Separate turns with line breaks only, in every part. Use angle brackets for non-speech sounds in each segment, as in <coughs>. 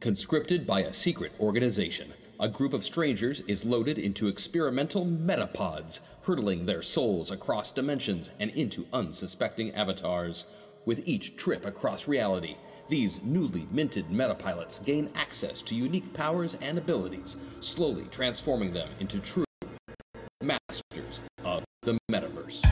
Conscripted by a secret organization, a group of strangers is loaded into experimental metapods, hurtling their souls across dimensions and into unsuspecting avatars. With each trip across reality, these newly minted metapilots gain access to unique powers and abilities, slowly transforming them into true masters of the metaverse.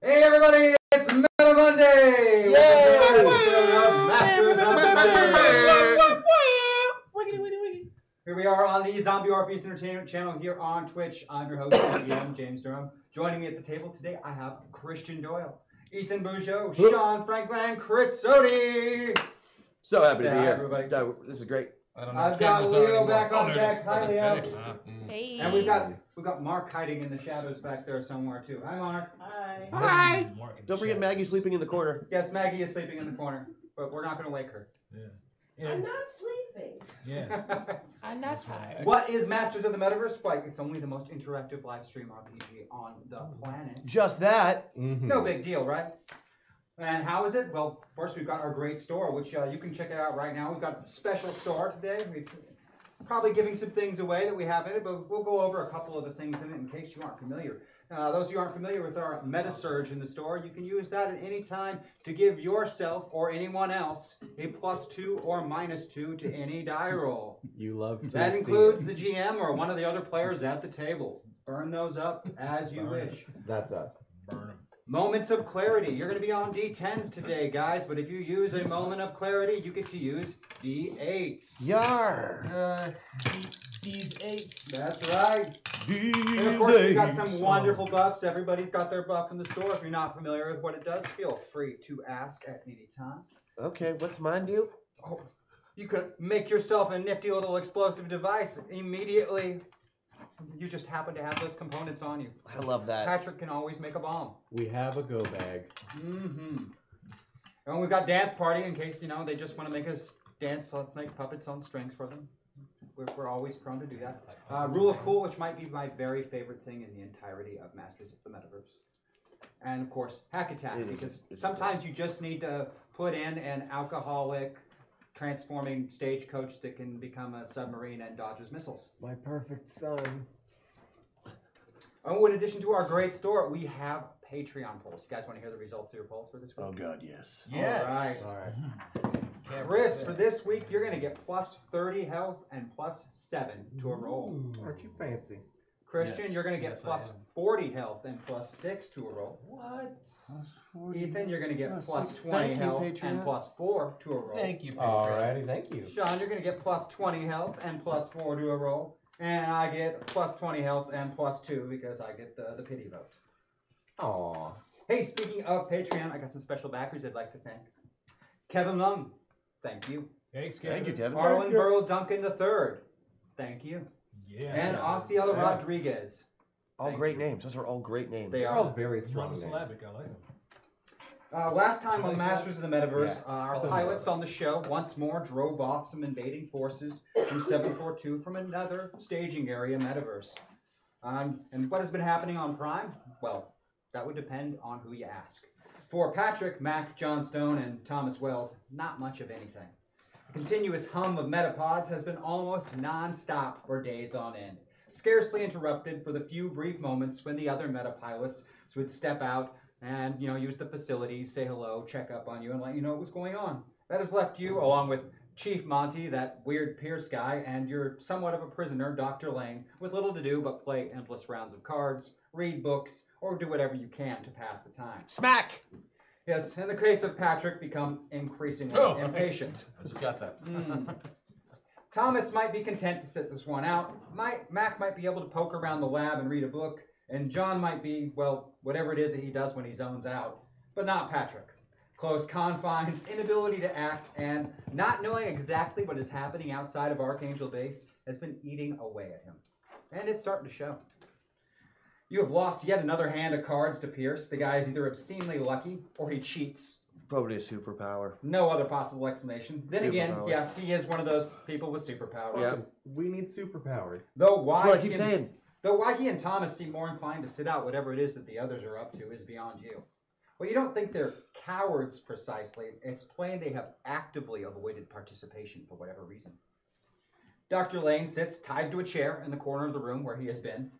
Hey everybody, it's Metal Monday! Yay! Masters of Metaverse. Here we are on the Zombie Orpheus Entertainment channel here on Twitch. I'm your host, GM James Durham. Joining me at the table today, I have Christian Doyle, Ethan Bougeau, Sean Franklin, and Chris Sodi.
So happy
Say
to be
hi,
here.
everybody.
No, this is great.
I don't
I've
if cameras
got
are
Leo
anymore.
back on
Oh, there it
deck.
is.
Hi,
Okay.
Leo.
Ah, mm.
Hey.
And we've got we've got Mark hiding in the shadows back there somewhere too. Hi Mark. Hi.
Hi.
Mark and
Don't forget
Chad.
Maggie sleeping in the corner.
Yes, Maggie is sleeping in the corner, but we're not gonna wake her.
Yeah,
I'm not sleeping.
yeah.
I'm not tired.
What is Masters of the Metaverse? Like, it's only the most interactive live stream RPG on the planet.
Just that.
Mm. Mm-hmm.
Mm-hmm.
No big deal, right? And how is it? Well, first we've got our great store, which uh, you can check it out right now. We've got a special store today. We're probably giving some things away that we have in it, but we'll go over a couple of the things in it in case you aren't familiar. Uh, those who aren't familiar with our meta surge in the store, you can use that at any time to give yourself or anyone else a plus two or minus two to any die roll.
You love to
That
see
includes
it.
the GM or one of the other players at the table. Burn those up as you
Burn.
wish.
That's us.
Burn 'em.
Moments of clarity. You're going to be on D10s today, guys, but if you use a moment of clarity, you get to use D8s.
Yar.
Uh, these eights.
That's right. And of course, we've got some wonderful buffs. Everybody's got their buff in the store. If you're not familiar with what it does, feel free to ask at any time.
Okay, what's mine do?
Oh, you could make yourself a nifty little explosive device immediately. You just happen to have those components on you.
I love that.
Patrick can always make a bomb.
We have a go bag.
Mm-hmm. And we've got dance party in case you know they just want to make us dance like make puppets on strings for them. We're, we're always prone to do that. Uh, Rule of cool, which might be my very favorite thing in the entirety of Masters of the Metaverse, and of course hack attack
It is-
because
it's-
sometimes you just need to put in an alcoholic transforming stagecoach that can become a submarine and dodges missiles.
My perfect son.
Oh, in addition to our great store, we have Patreon polls. You guys want to hear the results of your polls for this week?
Oh, God, yes.
Yes.
All
right.
Can't
Chris,
resist.
for this week, you're going to get plus 30 health and plus 7 to a roll.
Aren't you fancy?
Christian,
Yes,
you're going to get
yes, I
plus
am.
40 health and plus 6 to a roll.
What?
Ethan, you're going to get
Plus
plus
six.
20
Thank you,
health and
Patreon.
plus 4 to a roll.
Thank you, Patreon.
Alrighty, thank you.
Sean, you're going to get plus 20 health and plus 4 to a roll. And I get plus 20 health and plus 2 because I get the, the pity vote.
Aw.
Hey, speaking of Patreon, I got some special backers I'd like to thank. Kevin Lung, thank you.
Thanks, Kevin.
Thank you, Devin.
Arlen Burl Duncan III, thank you.
Yeah.
And Osceola
Yeah.
Rodriguez.
All
Thank
great
you.
names. Those are all great names.
They
They're
are.
all very strong.
One
names.
syllabic. I like them.
Uh, last time on
Place
Masters of the Metaverse,
Yeah.
uh, our
So-
pilots on the show once more drove off some invading forces
<coughs>
from 742 from another staging area metaverse. Um, and what has been happening on Prime? Well, that would depend on who you ask. For Patrick, Mac, John Stone, and Thomas Wells, not much of anything. Continuous hum of metapods has been almost non-stop for days on end. scarcely interrupted for the few brief moments when the other meta pilots would step out and you know use the facility, say hello, check up on you, and let you know what was going on. That has left you along with Chief Monty, that weird Pierce guy, and you're somewhat of a prisoner, Dr. Lang, with little to do but play endless rounds of cards, read books, or do whatever you can to pass the time.
Smack!
Yes, in the case of Patrick, become increasingly
Oh, right.
impatient.
I just got that.
Mm. Thomas might be content to sit this one out. Might, Mac might be able to poke around the lab and read a book. And John might be, well, whatever it is that he does when he zones out. But not Patrick. Close confines, inability to act, and not knowing exactly what is happening outside of Archangel Base has been eating away at him. And it's starting to show. You have lost yet another hand of cards to Pierce. The guy is either obscenely lucky or he cheats.
Probably a superpower.
No other possible explanation. Then again,
Superpowers.
yeah, he is one of those people with superpowers.
Yeah.
We need superpowers.
Though why
That's what I keep
he
saying.
though why he and Thomas seem more inclined to sit out whatever it is that the others are up to is beyond you. Well, you don't think they're cowards precisely. It's plain they have actively avoided participation for whatever reason. Dr. Lane sits tied to a chair in the corner of the room where he has been.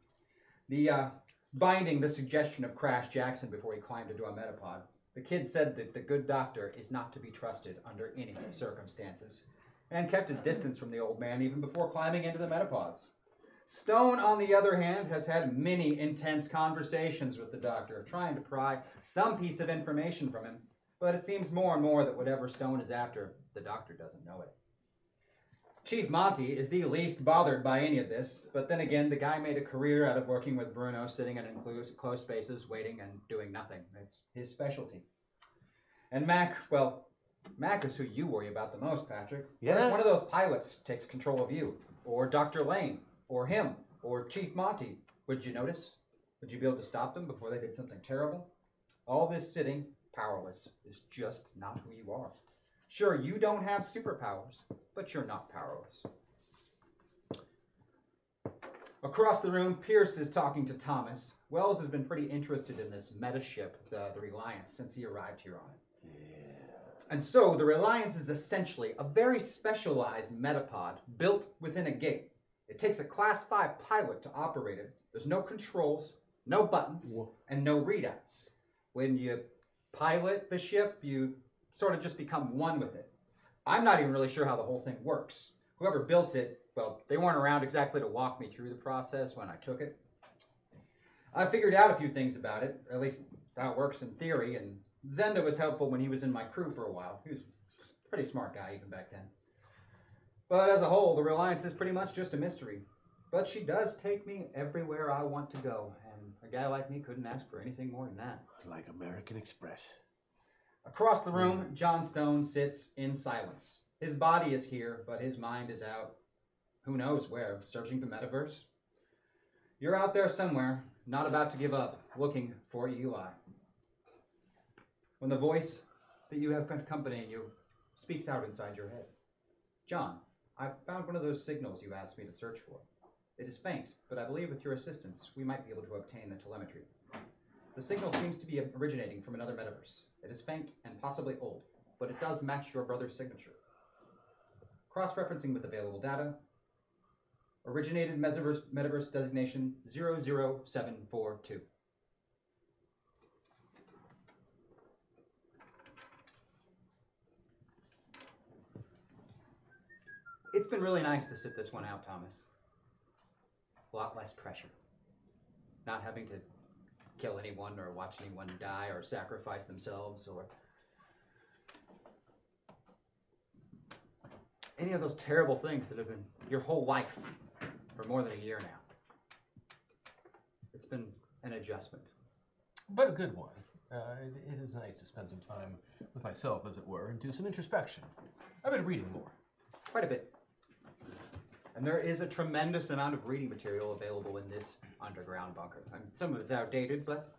The uh, binding the suggestion of Crash Jackson before he climbed into a metapod. The kid said that the good doctor is not to be trusted under any circumstances, and kept his distance from the old man even before climbing into the metapods. Stone, on the other hand, has had many intense conversations with the doctor, trying to pry some piece of information from him, but it seems more and more that whatever Stone is after, the doctor doesn't know it. Chief Monty is the least bothered by any of this, but then again, the guy made a career out of working with Bruno, sitting in enclosed, closed spaces, waiting and doing nothing. It's his specialty. And Mac, well, Mac is who you worry about the most, Patrick. What if
Yeah.
One of those pilots takes control of you, or Dr. Lane, or him, or Chief Monty. Would you notice? Would you be able to stop them before they did something terrible? All this sitting, powerless, is just not who you are. Sure, you don't have superpowers, but you're not powerless. Across the room, Pierce is talking to Thomas. Wells has been pretty interested in this meta ship, the, the Reliance, since he arrived here on it. And so, the Reliance is essentially a very specialized metapod built within a gate. It takes a Class 5 pilot to operate it. There's no controls, no buttons,
Woof.
and no readouts. When you pilot the ship, you sort of just become one with it. I'm not even really sure how the whole thing works. Whoever built it, well, they weren't around exactly to walk me through the process when I took it. I figured out a few things about it, or at least how it works in theory, and Zenda was helpful when he was in my crew for a while. He was a pretty smart guy even back then. But as a whole, the Reliance is pretty much just a mystery. But she does take me everywhere I want to go, and a guy like me couldn't ask for anything more than that.
Like American Express.
Across the room, John Stone sits in silence. His body is here, but his mind is out. Who knows where? Searching the metaverse? You're out there somewhere, not about to give up, looking for Eli. When the voice that you have accompanying you speaks out inside your head John, I've found one of those signals you asked me to search for. It is faint, but I believe with your assistance, we might be able to obtain the telemetry. The signal seems to be originating from another metaverse. It is faint and possibly old, but it does match your brother's signature. Cross referencing with available data. Originated metaverse, metaverse designation 00742. It's been really nice to sit this one out, Thomas. A lot less pressure. Not having to kill anyone or watch anyone die or sacrifice themselves or any of those terrible things that have been your whole life for more than a year now. It's been an adjustment.
But a good one. Uh, it, it is nice to spend some time with myself, as it were, and do some introspection. I've been reading more.
quite a bit. And there is a tremendous amount of reading material available in this underground bunker. I mean, some of it's outdated, but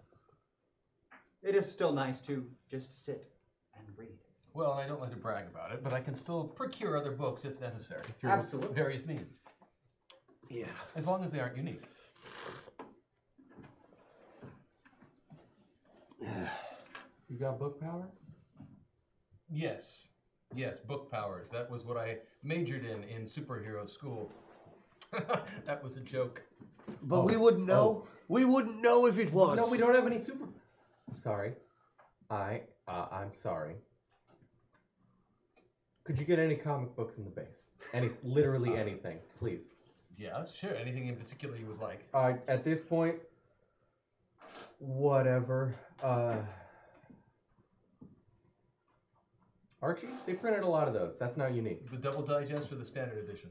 it is still nice to just sit and read.
Well, and I don't like to brag about it, but I can still procure other books if necessary through
Absolutely.
various means,
Yeah.
as long as they aren't unique.
<sighs> You got book power?
Yes, yes, book powers. That was what I majored in in superhero school. <laughs> that was a joke.
But we wouldn't know. We wouldn't know if it was.
No, we don't have any super. I'm sorry. I uh, I'm sorry. Could you get any comic books in the base? Any, literally
Uh,
anything, please.
Yeah, sure. Anything in particular you would like?
Uh, at this point, whatever. Uh, Archie, they printed a lot of those. That's not unique.
The double digest or the standard edition?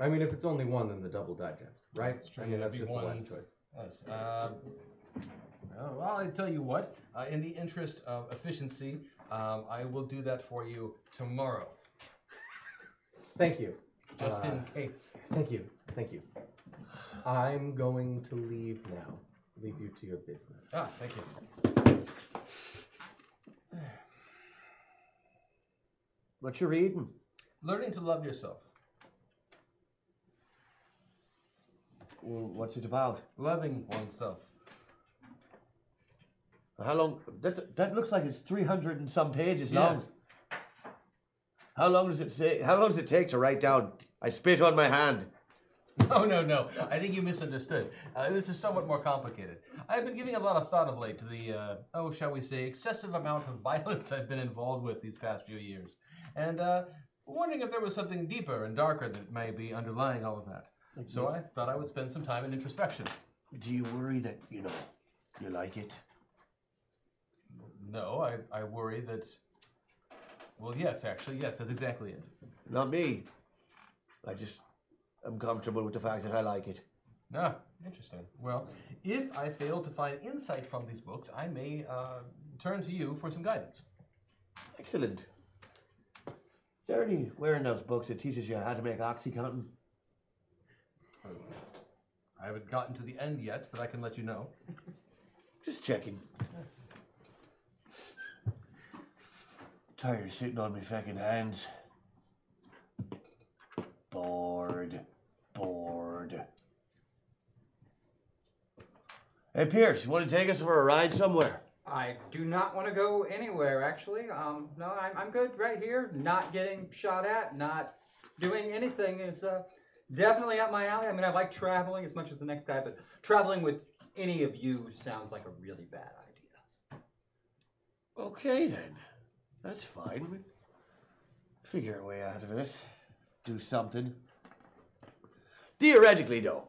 I mean, if it's only one, then the double digest, right?
That's true.
I mean,
It'd
that's
be
just
one.
the last choice.
Yes. Uh, well, I tell you what. Uh, in the interest of efficiency, um, I will do that for you tomorrow,
Thank you.
just
Uh,
in case.
Thank you. Thank you. I'm going to leave now. Leave you to your business.
Ah, thank you.
What you reading?
Learning to love yourself.
Well, what's it about?
Loving oneself. <laughs>
How long? That that looks like it's three hundred and some pages
Yes.
long. How long does it say? How long does it take to write down? I spit on my hand.
Oh, no, no. I think you misunderstood. Uh, this is somewhat more complicated. I've been giving a lot of thought of late to the, uh, oh, shall we say, excessive amount of <laughs> violence I've been involved with these past few years. And uh, wondering if there was something deeper and darker that may be underlying all of that. So I thought I would spend some time in introspection.
Do you worry that you know you like it?
No, I, I worry that. Well, yes, actually, yes, that's exactly it.
Not me. I just am comfortable with the fact that I like it.
Ah, interesting. Well, if I fail to find insight from these books, I may uh, turn to you for some guidance.
Excellent. Is there anywhere in those books that teaches you how to make oxycontin?
I haven't gotten to the end yet, but I can let you know.
Just checking. Tired of sitting on my fucking hands. Bored. Bored. Hey, Pierce, you want to take us for a ride somewhere?
I do not want to go anywhere, actually. Um, no, I'm, I'm good right here. Not getting shot at, not doing anything. It's uh, definitely up my alley. I mean, I like traveling as much as the next guy, but traveling with any of you sounds like a really bad idea.
Okay, then. That's fine. We figure a way out of this. Do something. Theoretically, though.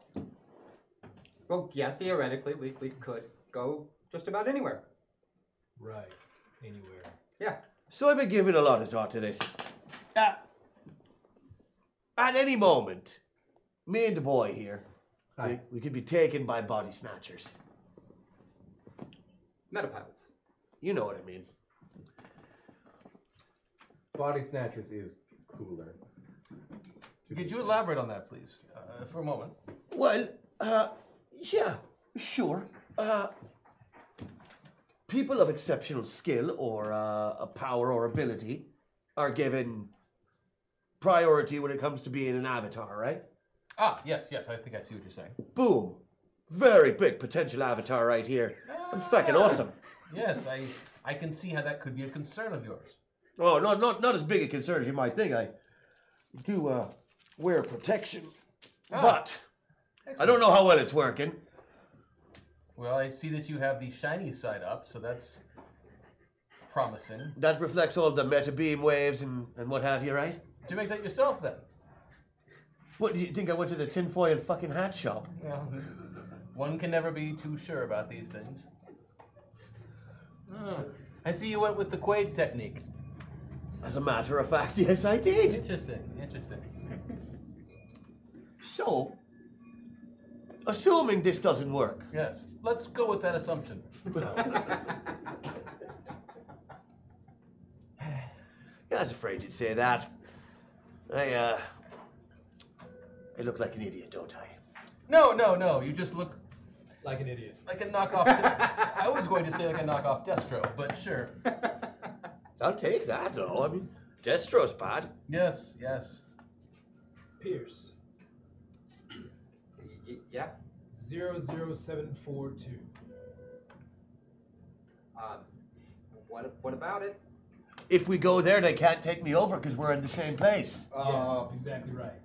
Well, yeah, theoretically, we, we could go just about anywhere.
Right. Anywhere.
Yeah.
So I've been giving a lot of thought to this. Uh, at any moment, me and the boy here, we,
Hi.
we could be taken by body snatchers.
Metapilots.
You know what I mean.
Body Snatchers is cooler.
Could you elaborate on that, please, uh, for a moment?
Well, uh, yeah, sure. Uh, people of exceptional skill or uh, a power or ability are given priority when it comes to being an avatar, right?
Ah, yes, yes, I think I see what you're saying.
Boom. Very big potential avatar right here. I'm fucking awesome.
Yes, I, I can see how that could be a concern of yours.
Oh, not not not as big a concern as you might think. I do uh, wear protection, but I don't know how well it's working.
Well, I see that you have the shiny side up, so that's promising.
That reflects all the meta beam waves and, and what have you, right?
Do you make that yourself then?
What do you think? I went to the tinfoil fucking hat shop.
Well, one can never be too sure about these things. Ah, I see you went with the Quaid technique.
As a matter of fact, <laughs> yes, I did.
Interesting, interesting.
So, assuming this doesn't work,
Yes, let's go with that assumption.
<laughs> I was afraid you'd say that. I uh, I look like an idiot, don't I?
No, no, no, you just look
Like an idiot.
like a knockoff. De- I was going to say like a knockoff Destro, but sure.
I'll take that though. I mean, Destro's bad.
Yes, yes.
Pierce.
Y- y- yeah.
00742.
Um, what, what about it?
If we go there, they can't take me over because we're in the same place.
Uh,
yes, exactly right.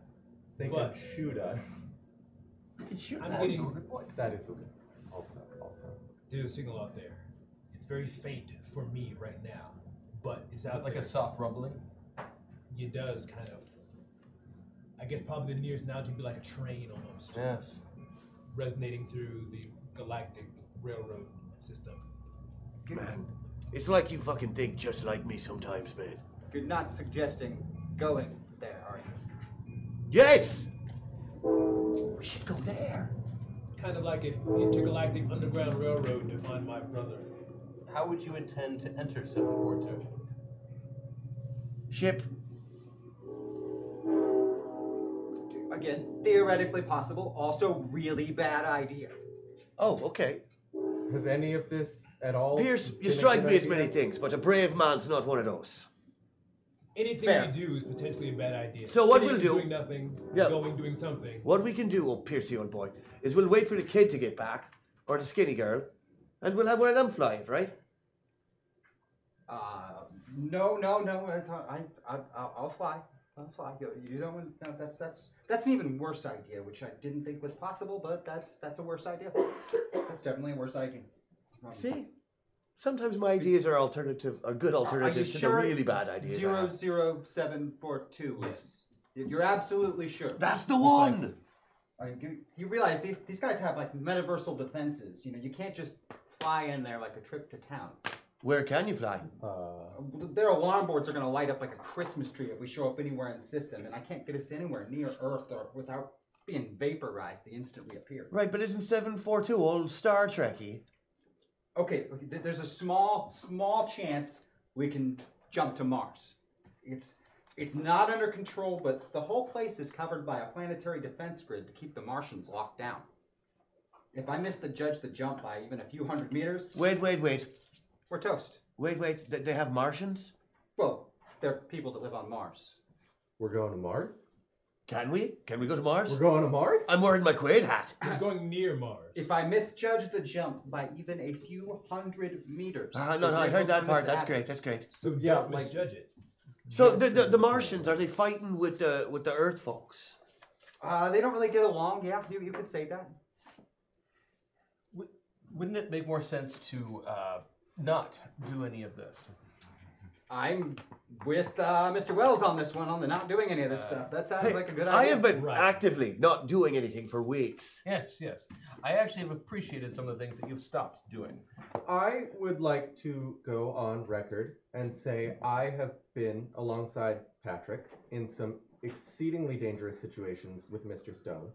They
But-
can shoot us.
Did shoot
I'm
that.
getting-
so good point.
That is okay. Also, also.
There's a signal out there. It's very faint for me right now, but it's
Is
out
it like
there.
a soft rumbling?
it does kind of. I guess probably the nearest analogy would be like a train almost,
Yes.
resonating through the galactic railroad system.
Man, it's like you fucking think just like me sometimes, man.
You're not suggesting going there, are you?
Yes!
We should go there.
Kind of like an intergalactic underground railroad to find my brother.
How would you intend to enter Seven Quarter?
Ship.
Again, theoretically possible, also really bad idea.
Oh, okay.
Has any of this at all?
Pierce,
been
you
a
strike
good
me as
idea?
many things, but a brave man's not one of those.
Anything
Fair.
we do is potentially a bad idea.
So what
Sitting
we'll do-
Doing nothing.
Yeah.
Going
<laughs>
doing something.
What we can do, oh Piercy old boy, is we'll wait for the kid to get back, or the skinny girl, and we'll have one of them fly it, right?
Uh, no, no, no. I, I, I, I'll fly. I'll fly. You, you don't. want- No, that's that's that's an even worse idea, which I didn't think was possible, but that's that's a worse idea. That's definitely a worse idea. Um,
See? Sometimes my ideas are alternative, are good
are you
alternatives to
sure
the really bad ideas. I
Zero
have.
zero seven four two. Yes. You're absolutely sure.
That's the one!
I mean, you, you realize these these guys have like metaversal defenses. You know, you can't just fly in there like a trip to town.
Where can you fly?
Uh,
Their alarm boards are going to light up like a Christmas tree if we show up anywhere in the system, and I can't get us anywhere near Earth or without being vaporized the instant we appear.
Right, but isn't 742 old Star Trekky?
Okay, okay, th- there's a small, small chance we can jump to Mars. It's it's not under control, but the whole place is covered by a planetary defense grid to keep the Martians locked down. If I miss the judge the jump by even a few hundred meters,
Wait, wait, wait.
we're toast.
Wait, wait. Th- They have Martians?
Well, they're people that live on Mars.
we're going to Mars.
Can we? Can we go to Mars?
We're going to Mars.
I'm wearing my Quaid hat.
We're going near Mars.
If I misjudge the jump by even a few hundred meters.
Ah, no, no, I heard that part. That's great. That's great.
So
yeah,
don't
like-
misjudge it.
So the, the, the Martians are they fighting with the with the Earth folks?
Uh, they don't really get along. Yeah, you, you could say that.
Wouldn't it make more sense to uh, not do any of this?
I'm with uh, Mr. Wells on this one, on the not doing any of
Uh,
this stuff. That sounds like a good idea.
I have been
Right.
actively not doing anything for weeks.
Yes, yes. I actually have appreciated some of the things that you've stopped doing.
I would like to go on record and say I have been alongside Patrick in some exceedingly dangerous situations with Mr. Stone.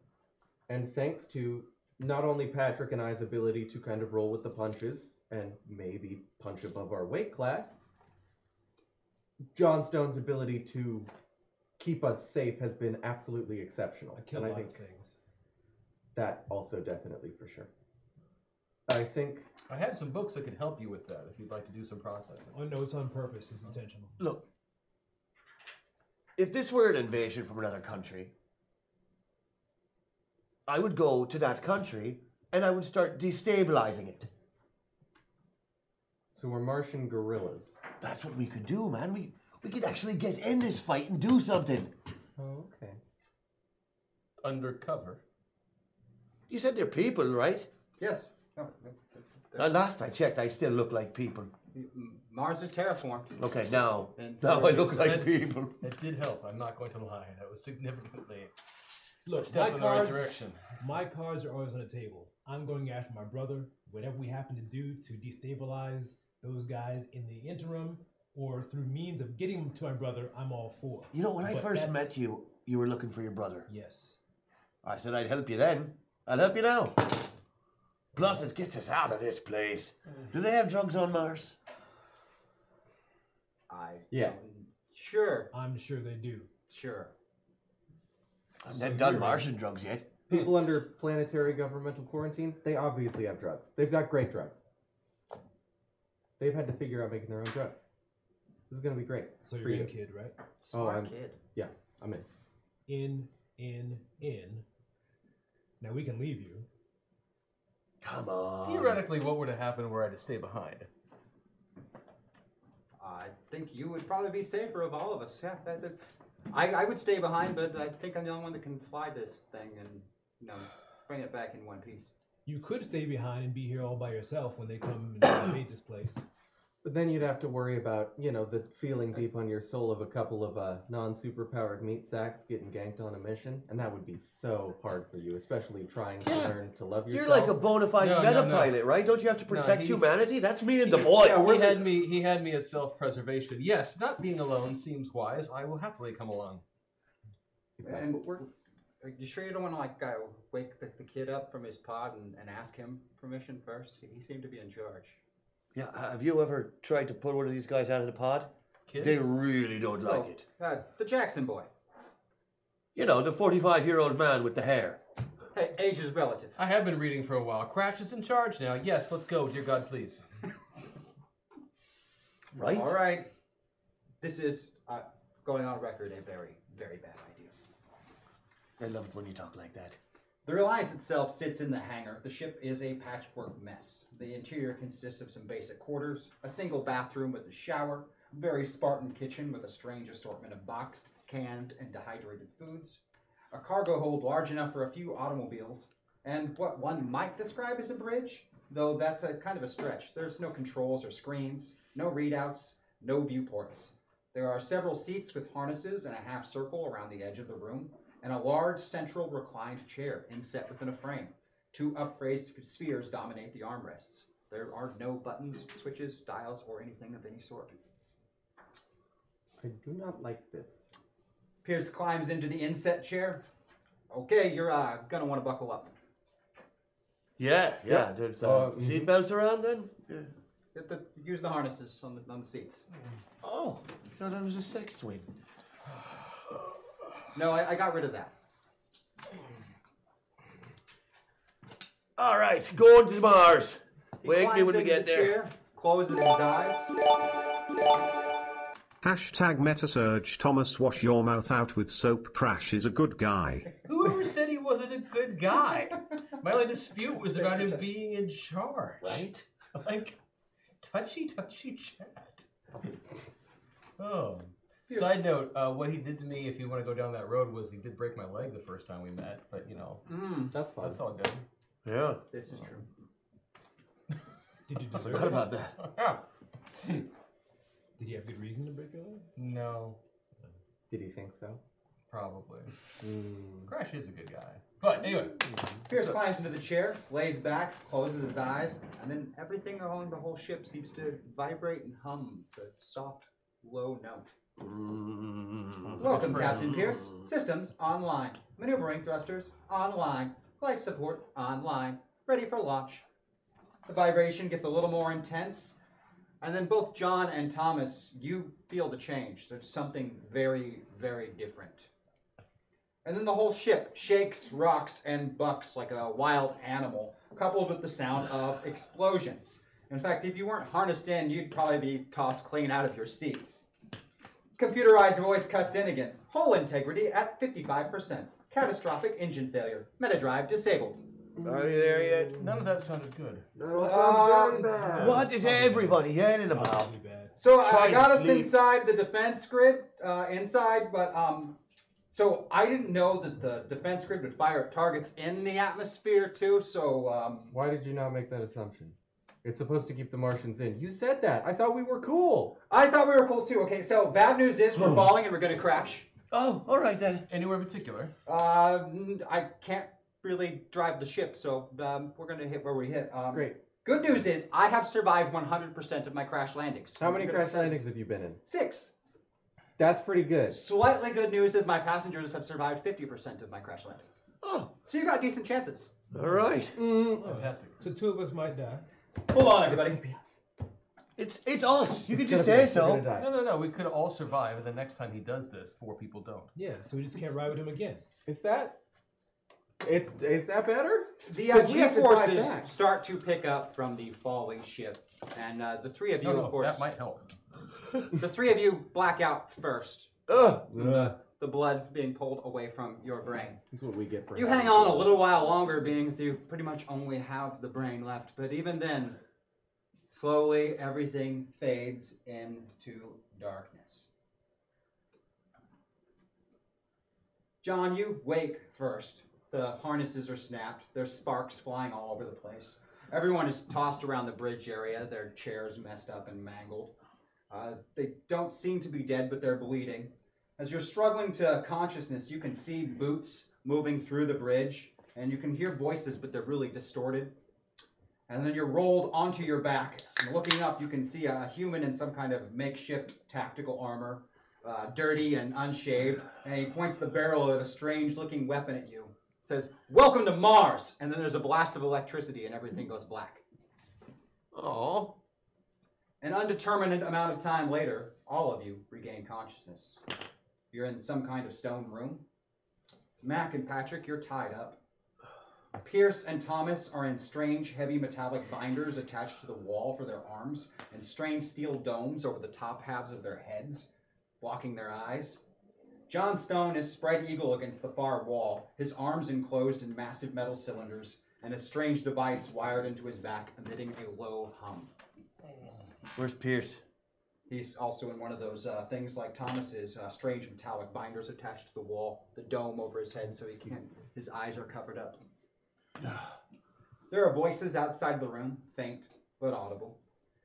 And thanks to not only Patrick and I's ability to kind of roll with the punches and maybe punch above our weight class, John Stone's ability to keep us safe has been absolutely exceptional.
I kill
and
a
I
lot
think
of things.
that also definitely for sure. I think
I have some books that could help you with that if you'd like to do some processing.
Oh no, it's on purpose. It's intentional.
Look, if this were an invasion from another country, I would go to that country and I would start destabilizing it.
so. We're Martian gorillas.
That's what we could do, man. We we could actually get in this fight and do something.
Oh, okay.
Undercover.
You said they're people, right?
Yes. Oh, No, no,
Uh, last I checked, I still look like people.
M- Mars is terraformed.
Okay, now
And-
now I look like
And-
people.
That did help. I'm not going to lie. That was significantly a
Look,
step
my
in the right
cards,
direction.
my cards are always on the table. I'm going after my brother. Whatever we happen to do to destabilize those guys in the interim or through means of getting them to my brother, I'm all for.
You know, when I
But
first
that's-
met you, you were looking for your brother.
Yes.
I said I'd help you then. I'll help you now. Plus, it gets us out of this place. Do they have drugs on Mars?
I.
Yes. Oh,
Sure.
I'm sure they do.
Sure.
I've
So
never done
you're-
Martian drugs yet.
People under planetary governmental quarantine, they obviously have drugs. They've got great drugs. They've had to figure out making their own drugs. This is gonna be great.
So
for
you're
you.
in, kid, right?
Smart
I'm-
kid.
Yeah, I'm in.
In, in, in. Now we can leave you.
Come on.
Theoretically, what would have happened were I to stay behind?
I think you would probably be safer of all of us. Yeah. that- that- I, I would stay behind, but I think I'm the only one that can fly this thing and you know bring it back in one piece.
You could stay behind and be here all by yourself when they come and <coughs> invade this place.
But then you'd have to worry about, you know, the feeling deep on your soul of a couple of uh, non-superpowered meat sacks getting ganked on a mission, and that would be so hard for you, especially trying to
Yeah.
learn to love
You're
yourself.
like a bona fide
No, no,
meta
no.
pilot, right? Don't you have to protect
he-
humanity? That's me and the boy.
Yeah,
He
we're
had me. He had me at self-preservation. Yes, not being alone seems wise. I will happily come along.
If that's
And-
what works.
Are you sure you don't want to like go wake the, the kid up from his pod and, and ask him permission first? He seemed to be in charge.
Yeah, ha- have you ever tried to put one of these guys out of the pod?
Kid,
They really don't like
Oh,
it.
Uh, the Jackson boy.
You know, the 45 year old man with the hair.
Hey, age is relative.
I have been reading for a while. Crash is in charge now. Yes, let's go, dear God, please.
Right?
All right. This is uh, going on record a very, very bad idea.
I love it when you talk like that.
The Reliance itself sits in the hangar. The ship is a patchwork mess. The interior consists of some basic quarters, a single bathroom with a shower, a very Spartan kitchen with a strange assortment of boxed, canned, and dehydrated foods, a cargo hold large enough for a few automobiles, and what one might describe as a bridge, though that's a kind of a stretch. There's no controls or screens, no readouts, no viewports. There are several seats with harnesses in a half circle around the edge of the room, and a large central reclined chair inset within a frame. Two upraised spheres dominate the armrests. There are no buttons, switches, dials, or anything of any sort.
I do not like this.
Pierce climbs into the inset chair. Okay, you're uh, gonna want to buckle up.
Yeah, yeah. There's uh,
Uh, mhm.
seatbelts around then? Yeah.
You have to Use the harnesses on the, on the seats.
Oh, so that was a sex swing.
No, I, I got rid of that.
All right, going to Mars.
He
Wake me
climbs
when we
into
get
the
there.
chair, closes his eyes.
Hashtag Metasurge Thomas wash your mouth out with soap crash is a good guy.
Whoever said he wasn't a good guy? My only dispute was about him being in charge.
Right?
Like, touchy, touchy chat. Oh. Side note, uh, what he did to me, if you want to go down that road, was he did break my leg the first time we met, but you know,
Mm,
That's fine.
that's all good. <laughs>
Yeah.
this is true.
Did you deserve
Forgot
it?
about that.
Did you have good reason to break your leg?
no,
Did he think so?
probably. Crash is a good guy. But anyway,
Pierce climbs into the chair, lays back, closes his eyes, and then everything along the whole ship seems to vibrate and hum the soft, low note.
Mm.
Welcome, Captain Pierce. Systems online. Maneuvering thrusters online. Life support online. Ready for launch. The vibration gets a little more intense, and then both John and Thomas, you feel the change. There's something very, very different. And then the whole ship shakes, rocks, and bucks like a wild animal, coupled with the sound of explosions. In fact, if you weren't harnessed in, you'd probably be tossed clean out of your seat. Computerized voice cuts in again. Hull integrity at 55%. Catastrophic engine failure. Metadrive disabled.
Are you there yet?
none of that sounded good.
Um,
What is everybody yelling about?
Probably bad.
So uh, I-
Try
I
to
got us
sleep.
inside the defense grid, uh, inside, but um, so I didn't know that the defense grid would fire at targets in the atmosphere too. So um,
Why did you not make that assumption? It's supposed to keep the Martians in. You said that. I thought we were cool.
I thought we were cool too. Okay, so bad news is we're falling and we're gonna crash.
Oh, all right then.
Anywhere in particular?
Uh, n- I can't really drive the ship, so um, we're gonna hit where we hit. Um,
Great.
Good news is I have survived 100% of my crash landings.
How many crash landings have you been in?
Six.
That's pretty good.
Slightly good news is my passengers have survived 50% of my crash landings.
Oh,
So you got decent chances.
all right.
Mm,
Fantastic.
So two of us might die.
Hold on, everybody.
It's it's us. You could
It's
just
gonna
say
be- we're gonna
so.
die.
No, no, no. We could all survive, and the next time he does this, four people don't.
Yeah, so we just can't ride with him again.
Is that? It's is that better?
The uh,
'Cause we have to drive
G-forces
back.
start to pick up from the falling ship, and uh, the three of you,
No,
of
no,
course,
Oh, that might help.
the three of you black out first.
Ugh.
The blood being pulled away from your brain.
That's what we get for
You
having
hang on a little while longer, being as you pretty much only have the brain left. But even then, slowly everything fades into darkness. John, you wake first. The harnesses are snapped. There's sparks flying all over the place. Everyone is tossed around the bridge area, their chairs messed up and mangled. Uh, they don't seem to be dead, but they're bleeding. As you're struggling to consciousness, you can see boots moving through the bridge, and you can hear voices, but they're really distorted. And then you're rolled onto your back. And looking up, you can see a human in some kind of makeshift tactical armor, uh, dirty and unshaved. And he points the barrel of a strange looking weapon at you. Says, Welcome to Mars! And then there's a blast of electricity, and everything goes black.
Oh,
An undetermined amount of time later, all of you regain consciousness. You're in some kind of stone room. Mac and Patrick, you're tied up. Pierce and Thomas are in strange, heavy metallic binders attached to the wall for their arms and strange steel domes over the top halves of their heads, blocking their eyes. John Stone is spread eagle against the far wall, his arms enclosed in massive metal cylinders and a strange device wired into his back, emitting a low hum.
where's Pierce?
He's also in one of those uh, things like Thomas's uh, strange metallic binders attached to the wall, the dome over his head, so he can't. His eyes are covered up. there are voices outside the room, faint but audible.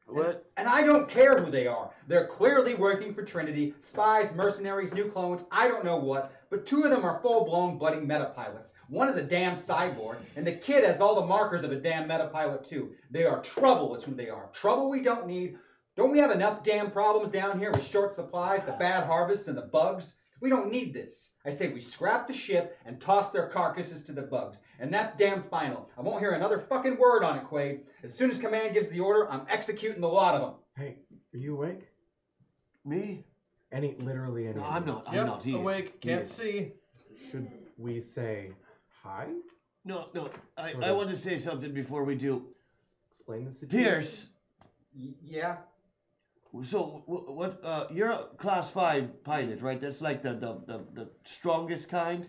What?
And I don't care who they are. They're clearly working for Trinity, spies, mercenaries, new clones, I don't know what, but two of them are full blown bloody metapilots. One is a damn cyborg, and the kid has all the markers of a damn metapilot, too. They are trouble, is who they are. Trouble we don't need. Don't we have enough damn problems down here with short supplies, the bad harvests, and the bugs? We don't need this. I say we scrap the ship and toss their carcasses to the bugs. And that's damn final. I won't hear another fucking word on it, Quaid. As soon as command gives the order, I'm executing the lot of them.
Hey, are you awake?
Me?
Any, literally any.
No,
of
I'm
you.
not. I'm
Yep,
not. He is.
awake, can't
is.
see.
Should we say hi?
No, no. I,
Sort
I
of.
want to say something before we do.
Explain the situation.
Pierce,
Y- yeah,
so wh- what? Uh, you're a class five pilot, right? That's like the the, the, the strongest kind.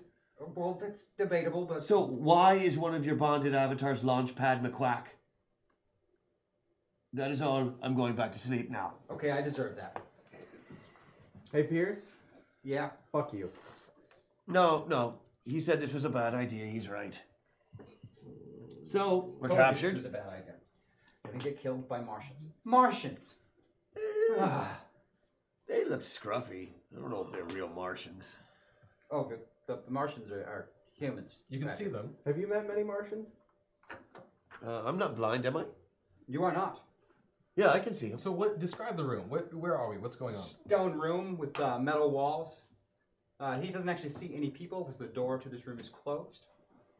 well, that's debatable, but
So why is one of your bonded avatars Launchpad McQuack? That is all. I'm going back to sleep now.
okay, I deserve that.
Hey, Pierce.
Yeah,
Fuck you.
No, no. He said this was a bad idea. He's right. So we're
Told you This was
captured.
a bad idea. Gonna get killed by Martians. Martians. Ah.
They look scruffy. I don't know if they're real Martians.
oh, the, the Martians are, are humans.
You can
Right.
see them.
Have you met many Martians?
Uh, I'm not blind, am I?
You are not.
Yeah, I can see him.
So what? Describe the room. What, where are we? What's going on?
stone room with uh, metal walls. Uh, he doesn't actually see any people because the door to this room is closed.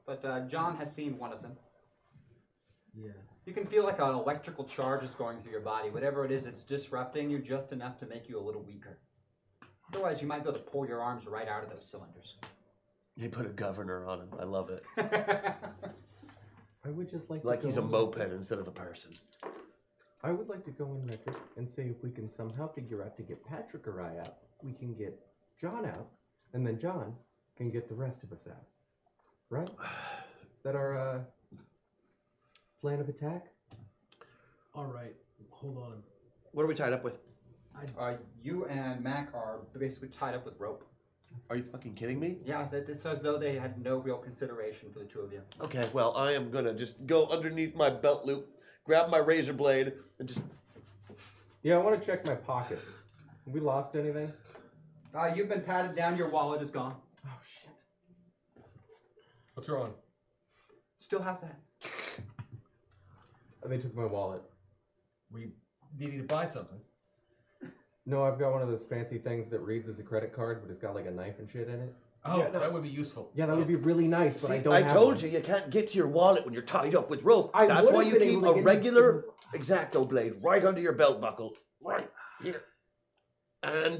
But uh, John has seen one of them.
Yeah.
You can feel like an electrical charge is going through your body. Whatever it is, it's disrupting you just enough to make you a little weaker. Otherwise, you might be able to pull your arms right out of those cylinders.
They put a governor on him. I love it.
I would just like
Like
to go
he's a
in-
moped instead of a person.
I would like to go in record and say if we can somehow figure out to get Patrick or I out, we can get John out, and then John can get the rest of us out.
<sighs>
Right? Is that our uh, plan of attack?
All right, hold on.
What are we tied up with?
<laughs> Uh, you and Mac are basically tied up with rope.
Are you fucking kidding me?
Yeah, that- it's as though they had no real consideration for the two of you.
Okay, well, I am gonna just go underneath my belt loop, grab my razor blade, and just.
Yeah, I want to check my pockets. We lost anything?
Uh, you've been patted down, your wallet is gone.
Oh shit!
What's wrong?
Still have that.
Oh, They took my wallet.
We needed to buy something.
No, I've got one of those fancy things that reads as a credit card, but it's got like a knife and shit in it.
Oh,
Yeah, no.
that would be useful.
Yeah, that would be really nice, but I
See,
don't.
I,
have
told
one.
you you can't get to your wallet when you're tied up with rope.
I
That's
would've
why you
been
keep
able to get
a
it-
regular exacto blade right under your belt buckle, right here. And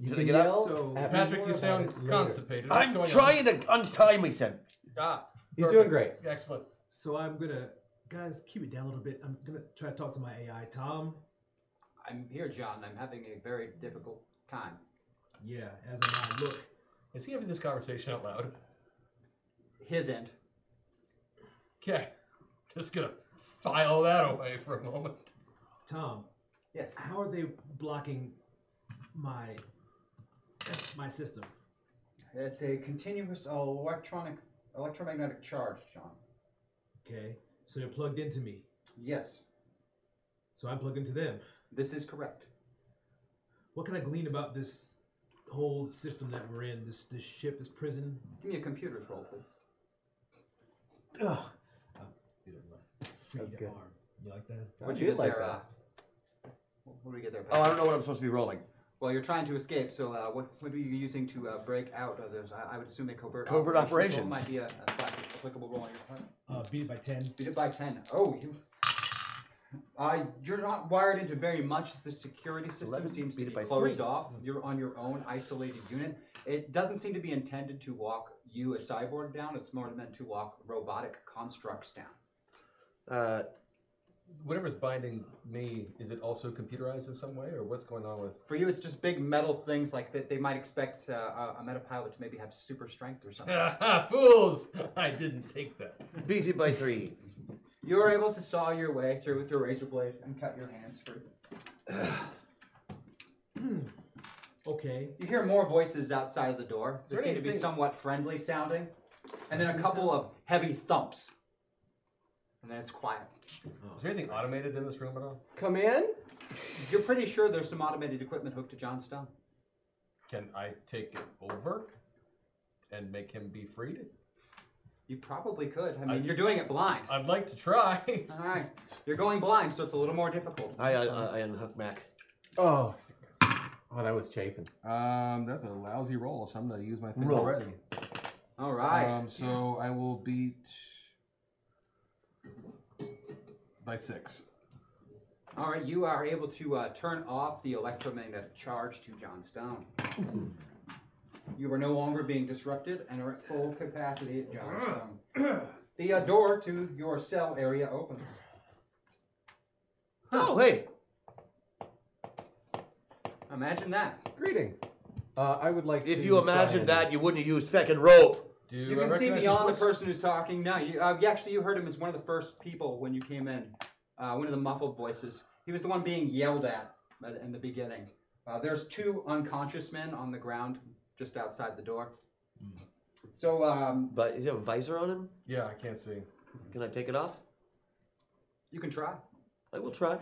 did I
can
get out?
yell
So-
at me
Patrick,
more
you
about
sound
it later.
constipated. What's
I'm
going
trying to untie myself.
On? Ah,
He's
perfect.
doing great.
Excellent.
So I'm gonna, guys, keep it down a little bit. I'm gonna try to talk to my AI, Tom.
I'm here, John. I'm having a very difficult time.
Yeah, as I look.
Is he having this conversation out loud?
His end.
Okay. Just gonna file that away for a moment.
Tom,
Yes.
how are they blocking my my system?
It's a continuous electronic electromagnetic charge, John.
Okay. So they're plugged into me.
Yes,
So I'm plugged into them.
this is correct.
What can I glean about this whole system that we're in? This this ship, this prison.
Give me a computer's roll, please.
Ugh. I did it with my
That's
freaking
good.
arm. You like that?
What'd
I
you
did
get
like
there?
that.
Uh, what do we get there?
Oh, I don't know what I'm supposed to be rolling.
Well, you're trying to escape, so uh, what, what are you using to uh, break out of this? I, I would assume a covert
Covert
operation, so it
operations.
might be a, a applic- applicable role on your part.
Uh, beat it by ten.
Beat it by 10. Oh, you. Uh, you're not wired into very much. The security system
11,
seems
beat
to
it
be
by
closed
three. Hmm.
off. You're on your own isolated unit. It doesn't seem to be intended to walk you, a cyborg, down. It's more meant to walk robotic constructs down.
Uh,
Whatever's binding me, is it also computerized in some way, or what's going on
<laughs>
with?
For you, it's just big metal things like that. They might expect uh, a, a meta pilot to maybe have super strength or something.
Fools! <laughs> I didn't take that.
beat it by three.
You were able to saw your way through with your razor blade and cut your hands free.
Okay.
You hear more voices outside of the door. They
there
seem to be
anything-
somewhat friendly sounding. And then a couple of heavy thumps. And then it's quiet.
Is there anything automated in this room at all?
Come in.
You're pretty sure there's some automated equipment hooked to John Stone.
Can I take it over and make him be freed?
You probably could. I mean, you're doing it blind.
I'd like to try.
All right. You're going blind, so it's a little more difficult.
I, I, I, I unhook Mac.
Oh. Oh, that was chafing.
<laughs> Um, that's a lousy roll, so I'm gonna use my thing
Roll.
already.
All right.
Um, so I will beat by six.
All right. You are able to uh, turn off the electromagnetic charge to John <clears throat> Stone. You are no longer being disrupted and are at full capacity at John Stone. <clears throat> The uh, door to your cell area opens.
Oh, hey.
Imagine that.
Greetings. Uh, I would like. to
If you
try
imagined
and-
that, you wouldn't have used feckin' rope.
Do
You
I
can see
recognize
beyond the
his voice?
person who's talking now. You, uh, you actually, you heard him as one of the first people when you came in. Uh, one of the muffled voices. He was the one being yelled at at- in the beginning. Uh, there's two unconscious men on the ground just outside the door.
Hmm.
So um,
But does he have a visor on him?
Yeah, I can't see.
Can I take it off?
you can try.
I will try.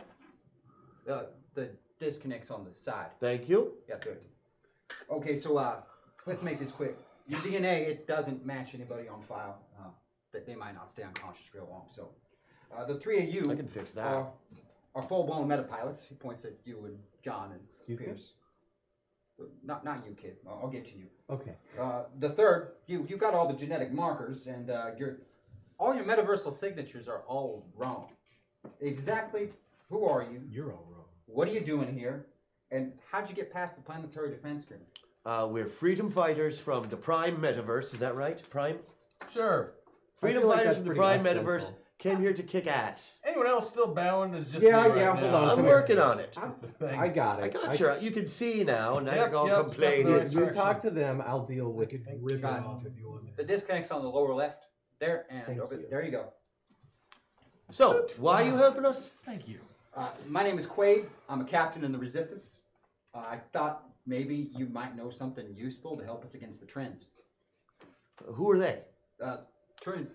Uh, the disconnects on the side.
Thank you.
Yeah, good. Okay, so uh, let's make this quick. Your DNA it doesn't match anybody on file. Uh, that they might not stay unconscious real long. So uh, the three of you
I can fix that.
are, are full-blown metapilots. He points at you and John and
Excuse me?
Pierce. Not not you, kid. I'll I'll get to you.
Okay.
Uh, the third, you you got all the genetic markers and uh, your all your metaversal signatures are all wrong. Exactly, who are you?
You're all wrong.
What are you doing here? And how'd you get past the planetary defense grid?
Uh, we're freedom fighters from the Prime Metaverse. Is that right? Prime?
Sure.
Freedom
feel like
fighters
that's
from the
pretty
Prime
essential.
Metaverse came here to kick ass.
Anyone else still bound is just
Yeah,
me right
yeah, hold
now.
on,
Come
I'm
here.
working on it.
That's the thing.
I got it.
I got your. You can see now, and now
Yep,
you're all
yep, stuff
You,
there.
complaining.
Right
you
direction.
talk to them. I'll deal
We
with
could
it.
rip it
God.
off if you want.
The disconnect's on the lower left there, and
Thank
over
you.
there you go.
So, why are you helping us?
Thank you.
Uh, my name is Quaid. I'm a captain in the Resistance. Uh, I thought maybe you might know something useful to help us against the trends.
Who are they?
Uh, Trin,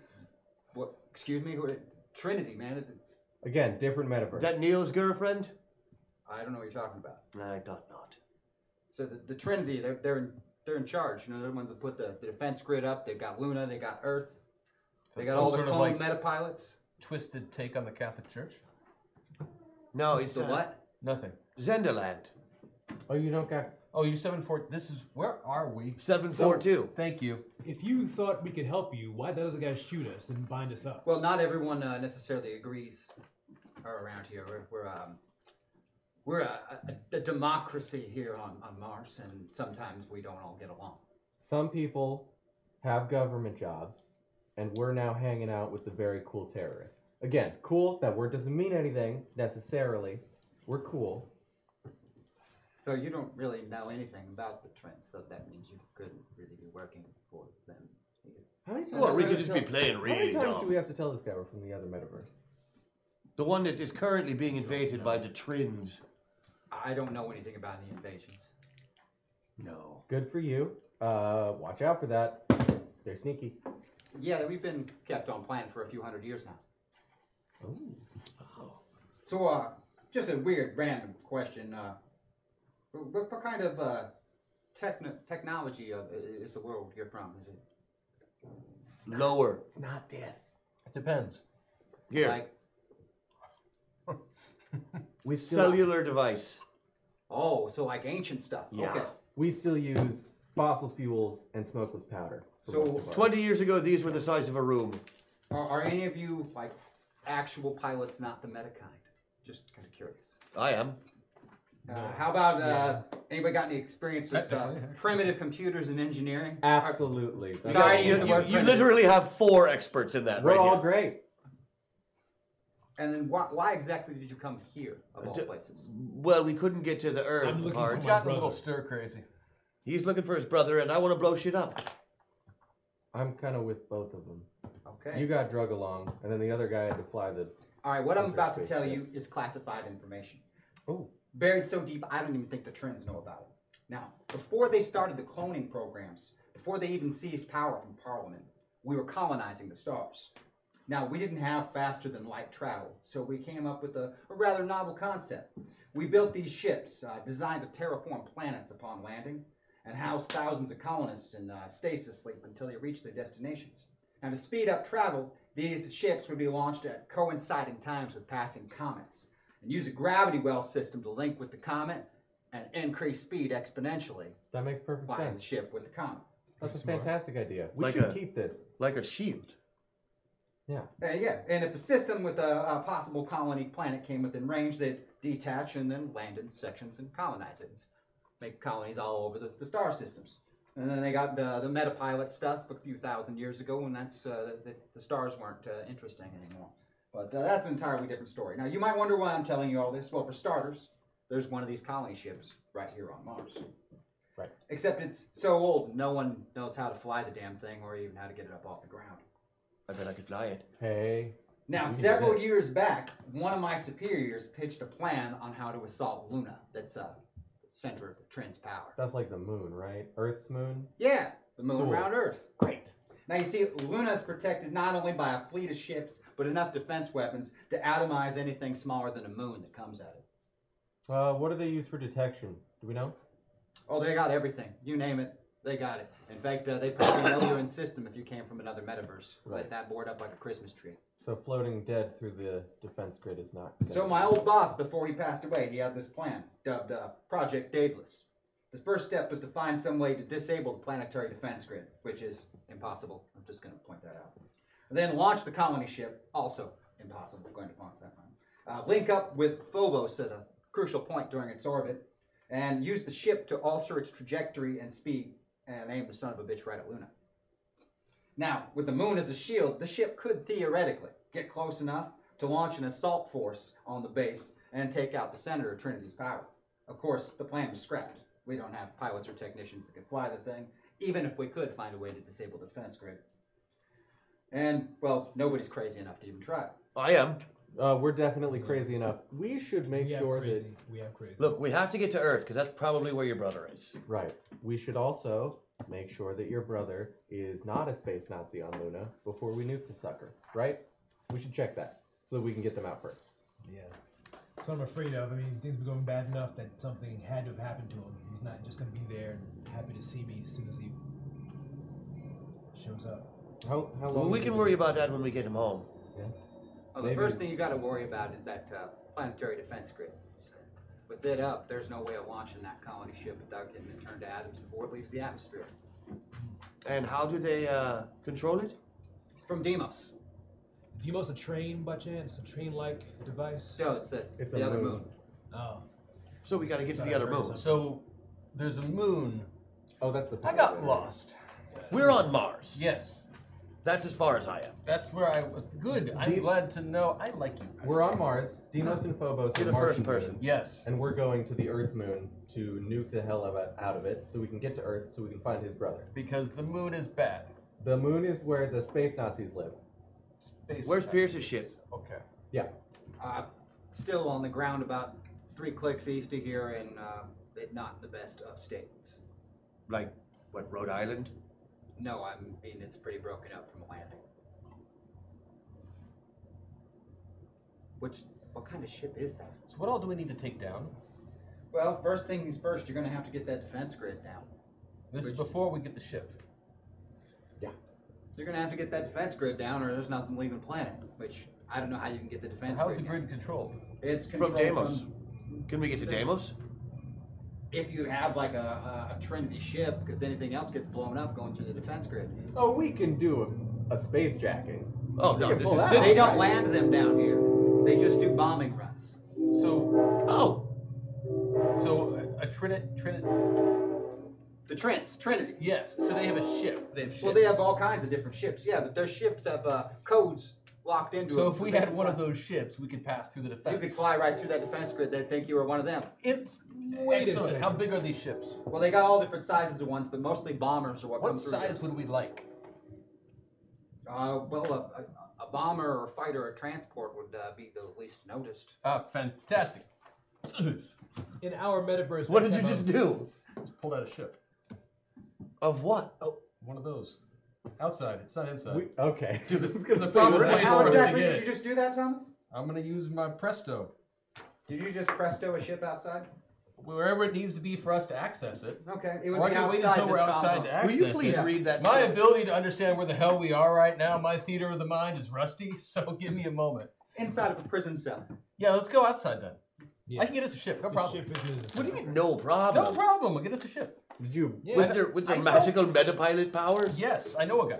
what? Excuse me, who? Trinity, man. It-
Again, different metaverse.
Is that Neo's girlfriend?
I don't know what you're talking about.
I thought not.
So the, the Trinity, they're they're in, they're in charge. You know, they're the ones that put the, the defense grid up. They've got Luna. They got Earth. They got
Some
all the
sort of
clone
like-
metapilots.
Twisted take on the Catholic Church.
No, it's
The
uh,
what?
Nothing.
Zenderland.
oh, you don't got.
Oh, you're seven four. This is where are we?
Seven four two.
Thank you.
If you thought we could help you, why'd that other guy shoot us and bind us up?
Well, not everyone uh, necessarily agrees uh, around here. We're we're, um, we're a, a, a democracy here on, on Mars, and sometimes we don't all get along.
Some people have government jobs, and we're now hanging out with the very cool terrorists. Again, cool. That word doesn't mean anything necessarily. We're cool.
So you don't really know anything about the trends, so that means you couldn't really be working for them.
How many times?
Well, we
do
could
have
just be
to tell-
playing
How many
really
times do
dumb.
we have to tell this guy we're from the other metaverse?
The one that is currently being invaded by the Trins.
I don't know anything about any invasions.
No.
Good for you. Uh, watch out for that. They're sneaky.
Yeah, we've been kept on plan for a few hundred years now.
Oh,
So, uh, just a weird, random question. Uh, what, what kind of uh, techno- technology uh, i- is the world you're from? Is it
Lower.
It's not this.
It depends.
Here.
like
We still
cellular device.
oh, so like ancient stuff?
Yeah.
Okay.
we still use fossil fuels and smokeless powder. for
So,
most of our-
20 years ago, these were the size of a room.
Are, are any of you like actual pilots, not the meta kind? Just kind of curious.
I am.
Uh, how about uh, anybody got any experience with
<laughs>
uh,
Technically, yeah.
primitive computers and engineering?
absolutely. That's
Sorry, you-
You,
all we
the
do.
word
you
primitive.
literally have four experts in that
We're
right
all
here.
great.
And then why, why exactly did you come here of all places?
Well, we couldn't get to the Earth
I'm looking
part.
for
I've
my-
gotten a little
brother.
stir crazy.
He's looking for his brother, and I want to blow shit up.
I'm kind of with both of them.
Okay.
You got drug along, and then the other guy had to fly the.
all right. What I'm about to
Interspace,
tell
yeah.
you is classified information.
Oh,
buried so deep I don't even think the trends know about it. Now, before they started the cloning programs, before they even seized power from Parliament, we were colonizing the stars. Now, we didn't have faster than light travel, so we came up with a, a rather novel concept. We built these ships uh, designed to terraform planets upon landing and house thousands of colonists in uh, stasis sleep until they reach their destinations. Now, to speed up travel, these ships would be launched at coinciding times with passing comets and use a gravity well system to link with the comet and increase speed exponentially
that makes perfect
flying the
sense.
ship with the comet.
That's a fantastic idea. We
Like
should
a-
keep this.
Like a shield.
Yeah.
And yeah, and if a system with a, a possible colony planet came within range, they'd detach and then land in sections and colonize it. Make colonies all over the, the star systems. And then they got the, the metapilot stuff a few thousand years ago, and that's uh, the, the stars weren't uh, interesting anymore. But uh, that's an entirely different story. Now, you might wonder why I'm telling you all this. Well, for starters, there's one of these colony ships right here on Mars.
Right.
Except it's so old, no one knows how to fly the damn thing or even how to get it up off the ground.
I bet I could fly it.
Hey.
Now,
can do
several
this.
years back, one of my superiors pitched a plan on how to assault Luna. That's uh, the center of the trend's power.
That's like the moon, right? Earth's moon.
Yeah, the moon
Cool.
around Earth.
Great.
Now you see, Luna is protected not only by a fleet of ships, but enough defense weapons to atomize anything smaller than a moon that comes at it.
Uh, what do they use for detection? Do we know?
Oh, they got everything. You name it, they got it. In fact, uh, they probably know you in system if you came from another metaverse. Light
Right.
that board up like a Christmas tree.
So floating dead through the defense grid is not. gonna
So
be-
my old boss, before he passed away, he had this plan dubbed uh, Project Daedalus. The first step was to find some way to disable the planetary defense grid, which is impossible. I'm just going to point that out. And then launch the colony ship, also impossible. Going to launch that one. Uh, link up with Phobos at a crucial point during its orbit, and use the ship to alter its trajectory and speed, and aim the son of a bitch right at Luna. Now, with the moon as a shield, the ship could theoretically get close enough to launch an assault force on the base and take out the center of Trinity's power. Of course, the plan was scrapped. We don't have pilots or technicians that can fly the thing, even if we could find a way to disable the defense grid. And, well, nobody's crazy enough to even try it.
I am.
Uh, we're definitely crazy enough. We should make
we have
sure
crazy.
that.
we have crazy.
Look, we have to get to Earth because that's probably where your brother is.
Right. We should also make sure that your brother is not a space Nazi on Luna before we nuke the sucker, right? We should check that so that we can get them out first.
Yeah. So I'm afraid of. I mean, things were going bad enough that something had to have happened to him. He's not just going to be there and happy to see me as soon as he shows up.
How, how long?
Well, we
do
can
you
worry
think-
about that when we get him home.
Well, the
Maybe-
first thing you got to worry about is that uh, planetary defense grid. So, with it up, there's no way of launching that colony ship without getting it turned to atoms before it leaves the atmosphere.
And how do they uh, control it?
From Demos.
Demos a train by chance? A train-like device?
No, it's the,
It's
the
a
other
moon.
moon.
Oh.
So we got to get to the other moon.
So there's a moon.
Oh, that's the.
I
power
got
grid.
lost.
We're on Mars.
Yes,
That's as far as I am.
that's where I. Good. I'm
Deep-
glad to know. I like you.
We're on Mars. Deimos and Phobos
You're
are
the first
Martian
person.
moons,
Yes.
And we're going to the Earth moon to nuke the hell of it- out of it so we can get to Earth so we can find his brother.
Because the moon is bad.
The moon is where the space Nazis live.
Space
Where's
time.
Pierce's ship?
Okay.
Yeah.
Uh, still on the ground about three clicks east of here, and uh, it not the best of states.
Like What, Rhode Island?
No, I mean it's pretty broken up from a landing. Which, what kind of ship is that?
So what all do we need to take down?
Well, first things first, you're gonna have to get that defense grid down.
This is
Which-
before we get the ship.
You're gonna have to get that defense grid down, or there's nothing leaving the planet. Which I don't know how you can get the defense.
How's the
grid?
grid controlled?
down. It's
From
controlled
Deimos. Can we get to Deimos?
if you have like a, a, a Trinity ship, because anything else gets blown up going through the defense grid.
Oh, we can do a, a space jacking.
Oh, no,
Yeah,
this
pull
is
that
this.
They don't land them down here. They just do bombing runs.
So,
Oh,
so a, a Trinit, Trinit.
The Trents, Trinity.
Yes. So they have a ship. They have ships.
Well, they have all kinds of different ships. Yeah, but their ships have uh, codes locked into
So
them.
if we
they
had
can
one
fly-
of those ships, we could pass through the defense.
you could fly right through that defense grid. They'd think you were one of them.
It's
Wait a
excellent.
second.
How big are these ships?
Well, they got all different sizes of ones, but mostly bombers are what,
What
come through.
size would we like?
here. Uh, well, a, a, a bomber or fighter or transport would uh, be the least noticed.
Ah, fantastic. <clears throat>
In our metaverse,
what
we
did you
have
just
a-
do?
Pulled out a ship.
Of what? Oh,
One of those. Outside. It's not inside.
We, okay. <laughs> I was
the
gonna say,
problem
we're-
is-
How
Wait,
exactly
wait,
did you just do that, Thomas?
I'm gonna use my Presto
Did you just presto a ship outside?
wherever it needs to be for us to access it.
Okay, it would
Or Oh, I
be
can
outside
wait until we're
this
outside
combo.
to access
will you please
it.
Yeah.
read that?
My
stuff?
ability to understand where the hell we are right now, my theater of the mind is rusty, <laughs> so give me a moment.
Inside of a prison cell.
Yeah, let's go outside then.
Yeah.
I can get us a ship, no
the
problem.
ship is in the
What do you
center.
<laughs> mean, no problem?
No problem, I'll get us a ship.
Did you?
Yeah.
With their, with their
I-
magical metapilot powers?
Yes, I know a guy.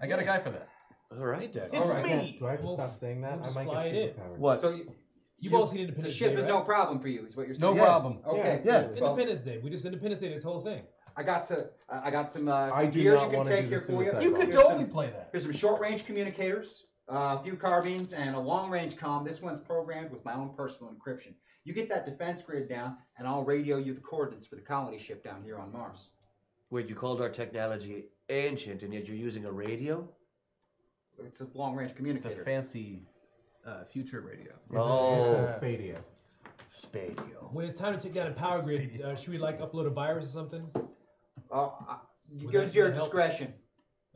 I got a guy for that.
All right, then.
It's
Alright.
me!
Do I have to
Well,
stop saying that?
we'll
I
just
might
fly
get
it in.
superpowers.
What?
So you,
You've all seen
the
Independence
ship
Day,
is
right?
no problem for you, is what you're
No
saying.
problem.
Okay. cool.
Yeah,
Well,
Independence Day. We just Independence Day this whole thing.
I got some. I I got some. Uh, some
I do
gear
not
you can
wanna
take
do
here
the
for you.
suicide
You
bomb.
could
Here's
totally
Some,
play that.
here's some short-range communicators, uh, a few carbines, and a long-range comm. This one's programmed with my own personal encryption. You get that defense grid down, and I'll radio you the coordinates for the colony ship down here on Mars.
Wait, you called our technology ancient, and yet you're using a radio?
It's a long-range
It's a
communicator.
fancy uh, future radio.
Oh,
It's a Spadia.
Spadio.
When it's time to take down a power grid, uh, should we like upload a virus or something?
uh, uh, it
Would
goes
that
to your
be help?
discretion.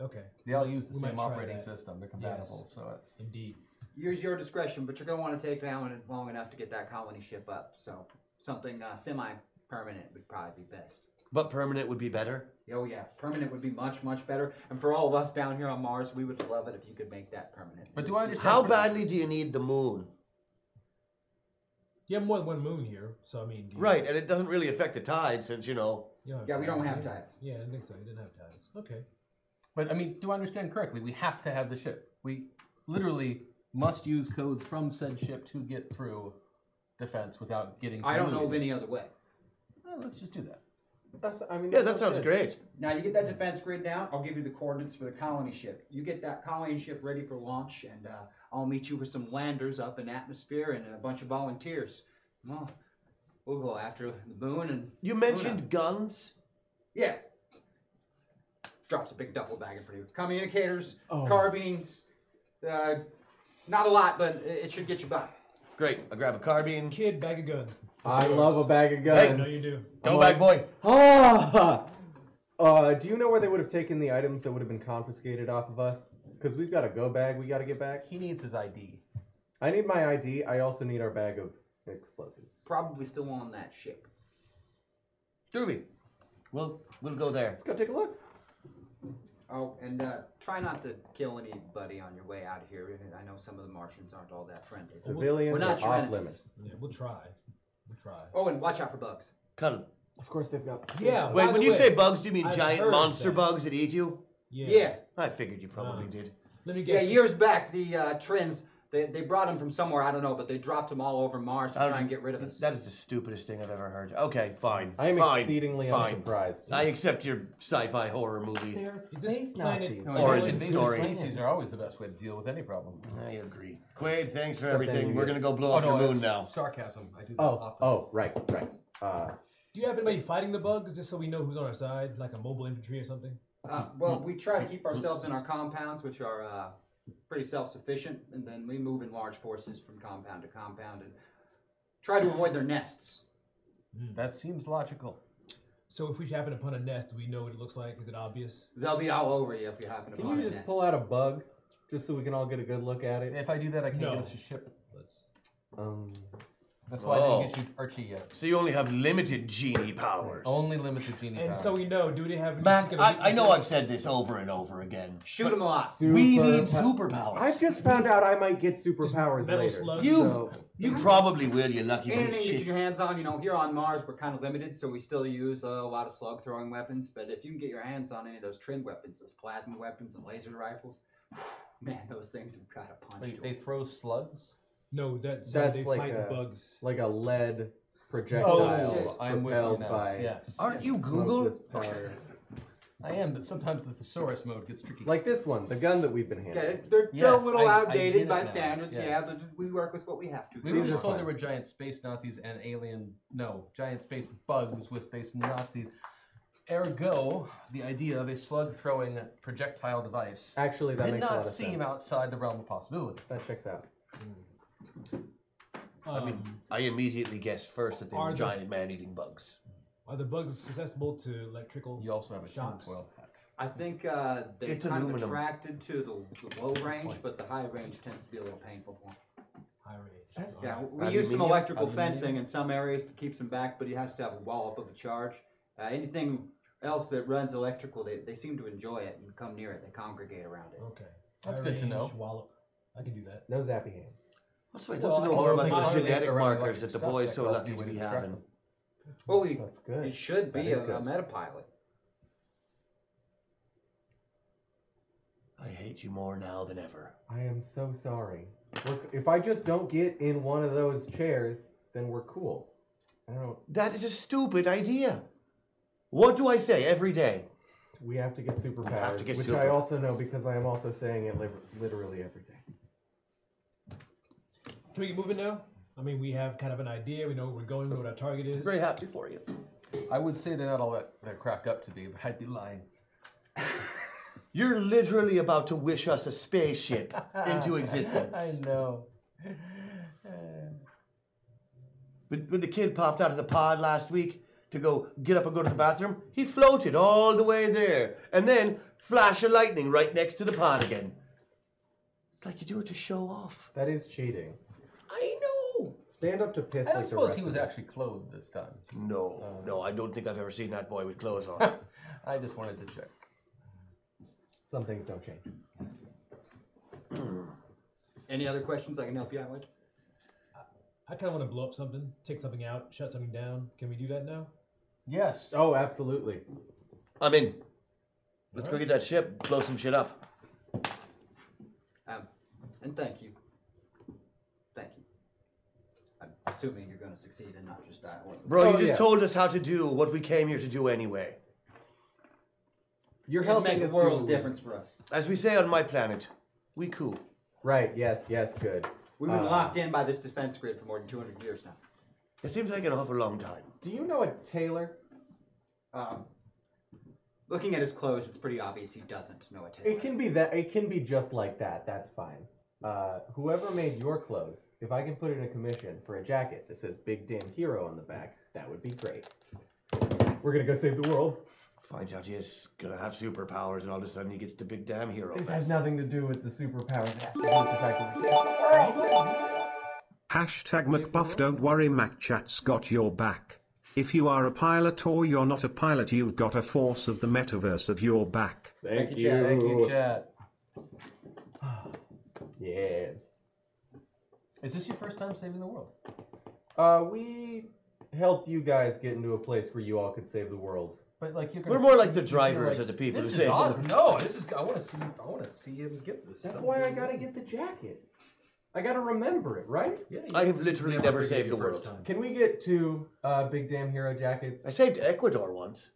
Okay,
They all use the
We
same
might try
operating
that.
system. They're compatible, so it's
indeed.
Use your discretion, but you're gonna want to take down it long enough to get that colony ship up. So something uh, semi-permanent would probably be best.
But permanent would be better.
Oh yeah, permanent would be much much better. And for all of us down here on Mars, we would love it if you could make that permanent.
But do I understand?
How badly do you need the moon?
You have more than one moon here, so I mean. do you-
Right, and it doesn't really affect the tide since, you know.
you don't have
Yeah, we don't have
do you?
tides.
Yeah, I didn't think so. You didn't have tides. Okay.
But I mean, do I understand correctly? We have to have the ship. We literally must use codes from said ship to get through defense without getting.
I don't know of
polluted.
any other way.
Well, let's just do that.
That's, I mean,
Yeah, that sounds
good.
great.
Now you get that defense grid down. I'll give you the coordinates for the colony ship. You get that colony ship ready for launch, and uh, I'll meet you with some landers up in atmosphere and a bunch of volunteers. Well, we'll go after the moon and
You
Luna.
mentioned guns.
Yeah. Drops a big duffel bag in front of you. Communicators,
Oh.
carbines, uh, not a lot, but it it should get you by.
Great. I grab a carbine.
Kid, bag of guns.
I
It's yours.
love a bag of guns.
I know you do.
Go back, boy.
<laughs> Ah! Uh, do you know where they would have taken the items that would have been confiscated off of us? Because we've got a go bag we got to get back.
He needs his ID.
I need my ID. I also need our bag of explosives.
Probably still on that ship.
Derby. We'll, we'll go there.
Let's go take a look.
Oh, and uh, try not to kill anybody on your way out of here. I know some of the Martians aren't all that friendly.
Civilians
not
are
your
off
enemies.
limits.
Yeah, we'll try. We'll try.
Oh, and watch out for bugs.
Cuddle.
Of course, they've got.
Yeah.
Wait,
by
when
the
you
way-
say bugs, do you mean
I've
giant
heard
monster
that.
bugs that eat you?
Yeah.
Yeah,
I figured you probably did.
Let me
yeah.
guess.
Years back, the uh, trends they, they brought them from somewhere I don't know, but they dropped them all over Mars to
How
try
did-
and get rid of us.
That is the stupidest thing I've ever heard. Okay, fine.
I am
fine,
exceedingly
fine.
unsurprised.
I accept your sci-fi horror movie.
They're
Is this
space
planet-
Nazis.
No,
Origin
Invasive
story.
Species are always the best way to deal with any problem.
Hmm.
I agree. Quaid, thanks for
Except then
everything.
you
We're gonna
get-
go blow
Oh,
up your moon
that's
now.
Sarcasm. I do that
Oh,
often.
oh, right, right. Uh,
Do you have anybody fighting the bugs just so we know who's on our side, like a mobile infantry or something?
Uh,
Mm-hmm.
well, we try to keep ourselves in our compounds, which are uh, pretty self-sufficient, and then we move in large forces from compound to compound and try to avoid their nests.
That seems logical.
So if we happen upon a nest, do we know what it looks like? Is it obvious?
They'll be all over you if you happen to
Can you just pull out a bug, just so we can all get a good look at it?
If I do that, I can't
No.
get us a ship. That's,
Um,
that's why I
Oh.
didn't get you Archie yet.
So you only have limited genie powers.
Only limited genie
And
powers.
so we know. Do they have?
Mac,
particular
I, I know I've
weaknesses?
said this over and over again.
Shoot them a lot.
We
super
need
pow-
superpowers.
I've just found out I might get superpowers
metal
later.
slugs.
You-
so-
you probably will, you lucky little
Anything you get
shit.
your hands on, you know, here on Mars we're kind of limited, so we still use uh, a lot of slug throwing weapons. But if you can get your hands on any of those trimmed weapons, those plasma weapons and laser rifles, <sighs> man, those things have got a punch.
Wait,
to
they
'em.
throw slugs?
No, that's,
That's
how they
like
fight
a-
the bugs.
like a lead projectile
Oh, I'm with you
propelled
now.
by
Yes.
Aren't you Google?
smokeless powder.
I am, but sometimes the thesaurus mode gets tricky.
Like this one, the gun that we've been handed.
Yeah, they're, they're
Yes,
a little
I- I get it
outdated by
now.
standards.
Yes.
Yeah, but we work with what we have to.
we were
These
just
are
told
fun.
there were giant space Nazis and alien, no, giant space bugs with space Nazis. Ergo, the idea of a slug throwing projectile device
Actually, that
did
makes a lot
not
of
seem
sense.
outside the realm of possibility.
That checks out.
I mean,
I immediately guessed first that they
Are
were
the-
giant man-eating bugs.
are the bugs susceptible to electrical?
You also have a
Shocks.
tinfoil hat.
I think uh, they're
It's
kind
aluminum.
of attracted to the, the low range, but the high range tends to be a little painful for them.
High range.
That's-
Yeah,
Alright.
we use some
Aluminium?
electrical
Aluminium?
fencing in some areas to keep them back, but he has to have a wall up of a charge. Uh, anything else that runs electrical, they, they seem to enjoy it and come near it. They congregate around
Oh.
it.
Okay.
That's
High
good to know.
range, Wallop. I can do that.
No zappy hands.
That's right.
Well,
Well, know
I
more
don't
about
think
those
I really
genetic
around
markers
electric
that the
stuff
boy's
that
so
caused
lucky
you
to
to
be
distract
having.
them.
Well, we,
That's good.
it should
That
be
is
a, a
good.
meta pilot.
I hate you more now than ever.
I am so sorry. We're, c- if I just don't get in one of those chairs, then we're cool. I don't know.
That is a stupid idea. What do I say every day?
We have to get superpowers,
have to get
which
super-
I also know because I am also saying it li- literally every day.
Can we get moving now? I mean, we have kind of an idea. We know where we're going. We know what our target is.
Very happy for you.
I would say they're not all that they're cracked up to be, but I'd be lying.
You're literally about to wish us a
<laughs>
spaceship into
I
existence.
know.
When, when the kid popped out of the pod last week to go get up and go to the bathroom, he floated all the way there and then flash of lightning right next to the pod again. It's like you do it to show off.
That is cheating.
I know.
Stand up to piss
I don't
like the
suppose
rest
he
of
was
us.
actually clothed this time.
No, no, I don't think I've ever seen that boy with clothes
<laughs>
on.
I just wanted to check.
Some things don't change.
Any other questions I can help you out with?
I kind of want to blow up something, take something out, shut something down. Can we do that now?
Yes.
Oh, absolutely.
I'm in. Let's go get that ship, blow some shit up.
Um, and thank you. Thank you. I'm assuming you're going to succeed and not just die. Or
Bro,
Oh,
you just
yeah.
told us how to do what we came here to do anyway.
You're
It'd
helping
make a
us
world of
do-
difference for us.
As we say on my planet, we cool.
Right. Yes. Yes. Good.
We've been
Uh,
locked in by this dispense grid for more than 200 years now.
It seems like an awful long time.
Do you know a tailor?
Um, looking at his clothes, it's pretty obvious he doesn't know a tailor.
It can be that. It can be just like that. That's fine. Uh, whoever made your clothes, if I can put in a commission for a jacket that says "Big Damn Hero" on the back, that would be great. We're gonna go save the world.
Finds out he's gonna have superpowers, and all of a sudden he gets the big damn hero.
This
back.
has nothing to do with the superpowers. It has to do with the fact that we saved the world.
Hashtag McBuff, don't worry, MacChat's got your back. If you are a pilot or you're not a pilot, you've got a force of the metaverse at your back.
Thank,
you, Chad.
Thank you, Chad.
Yes.
Is this your first time saving the world?
Uh, we helped you guys get into a place where you all could save the world.
But like you're gonna,
We're more like the
you're gonna
drivers
like,
of the people
This
who
is
save the
aw-
world."
No, this is. I want to see. I want to see him get this.
That's
stuff.
why I gotta get the jacket. I gotta remember it, right?
Yeah, you-
I have literally
you
never
forget
saved
your
the
first
world.
time.
Can we get two uh, Big Damn Hero jackets?
I saved Ecuador once.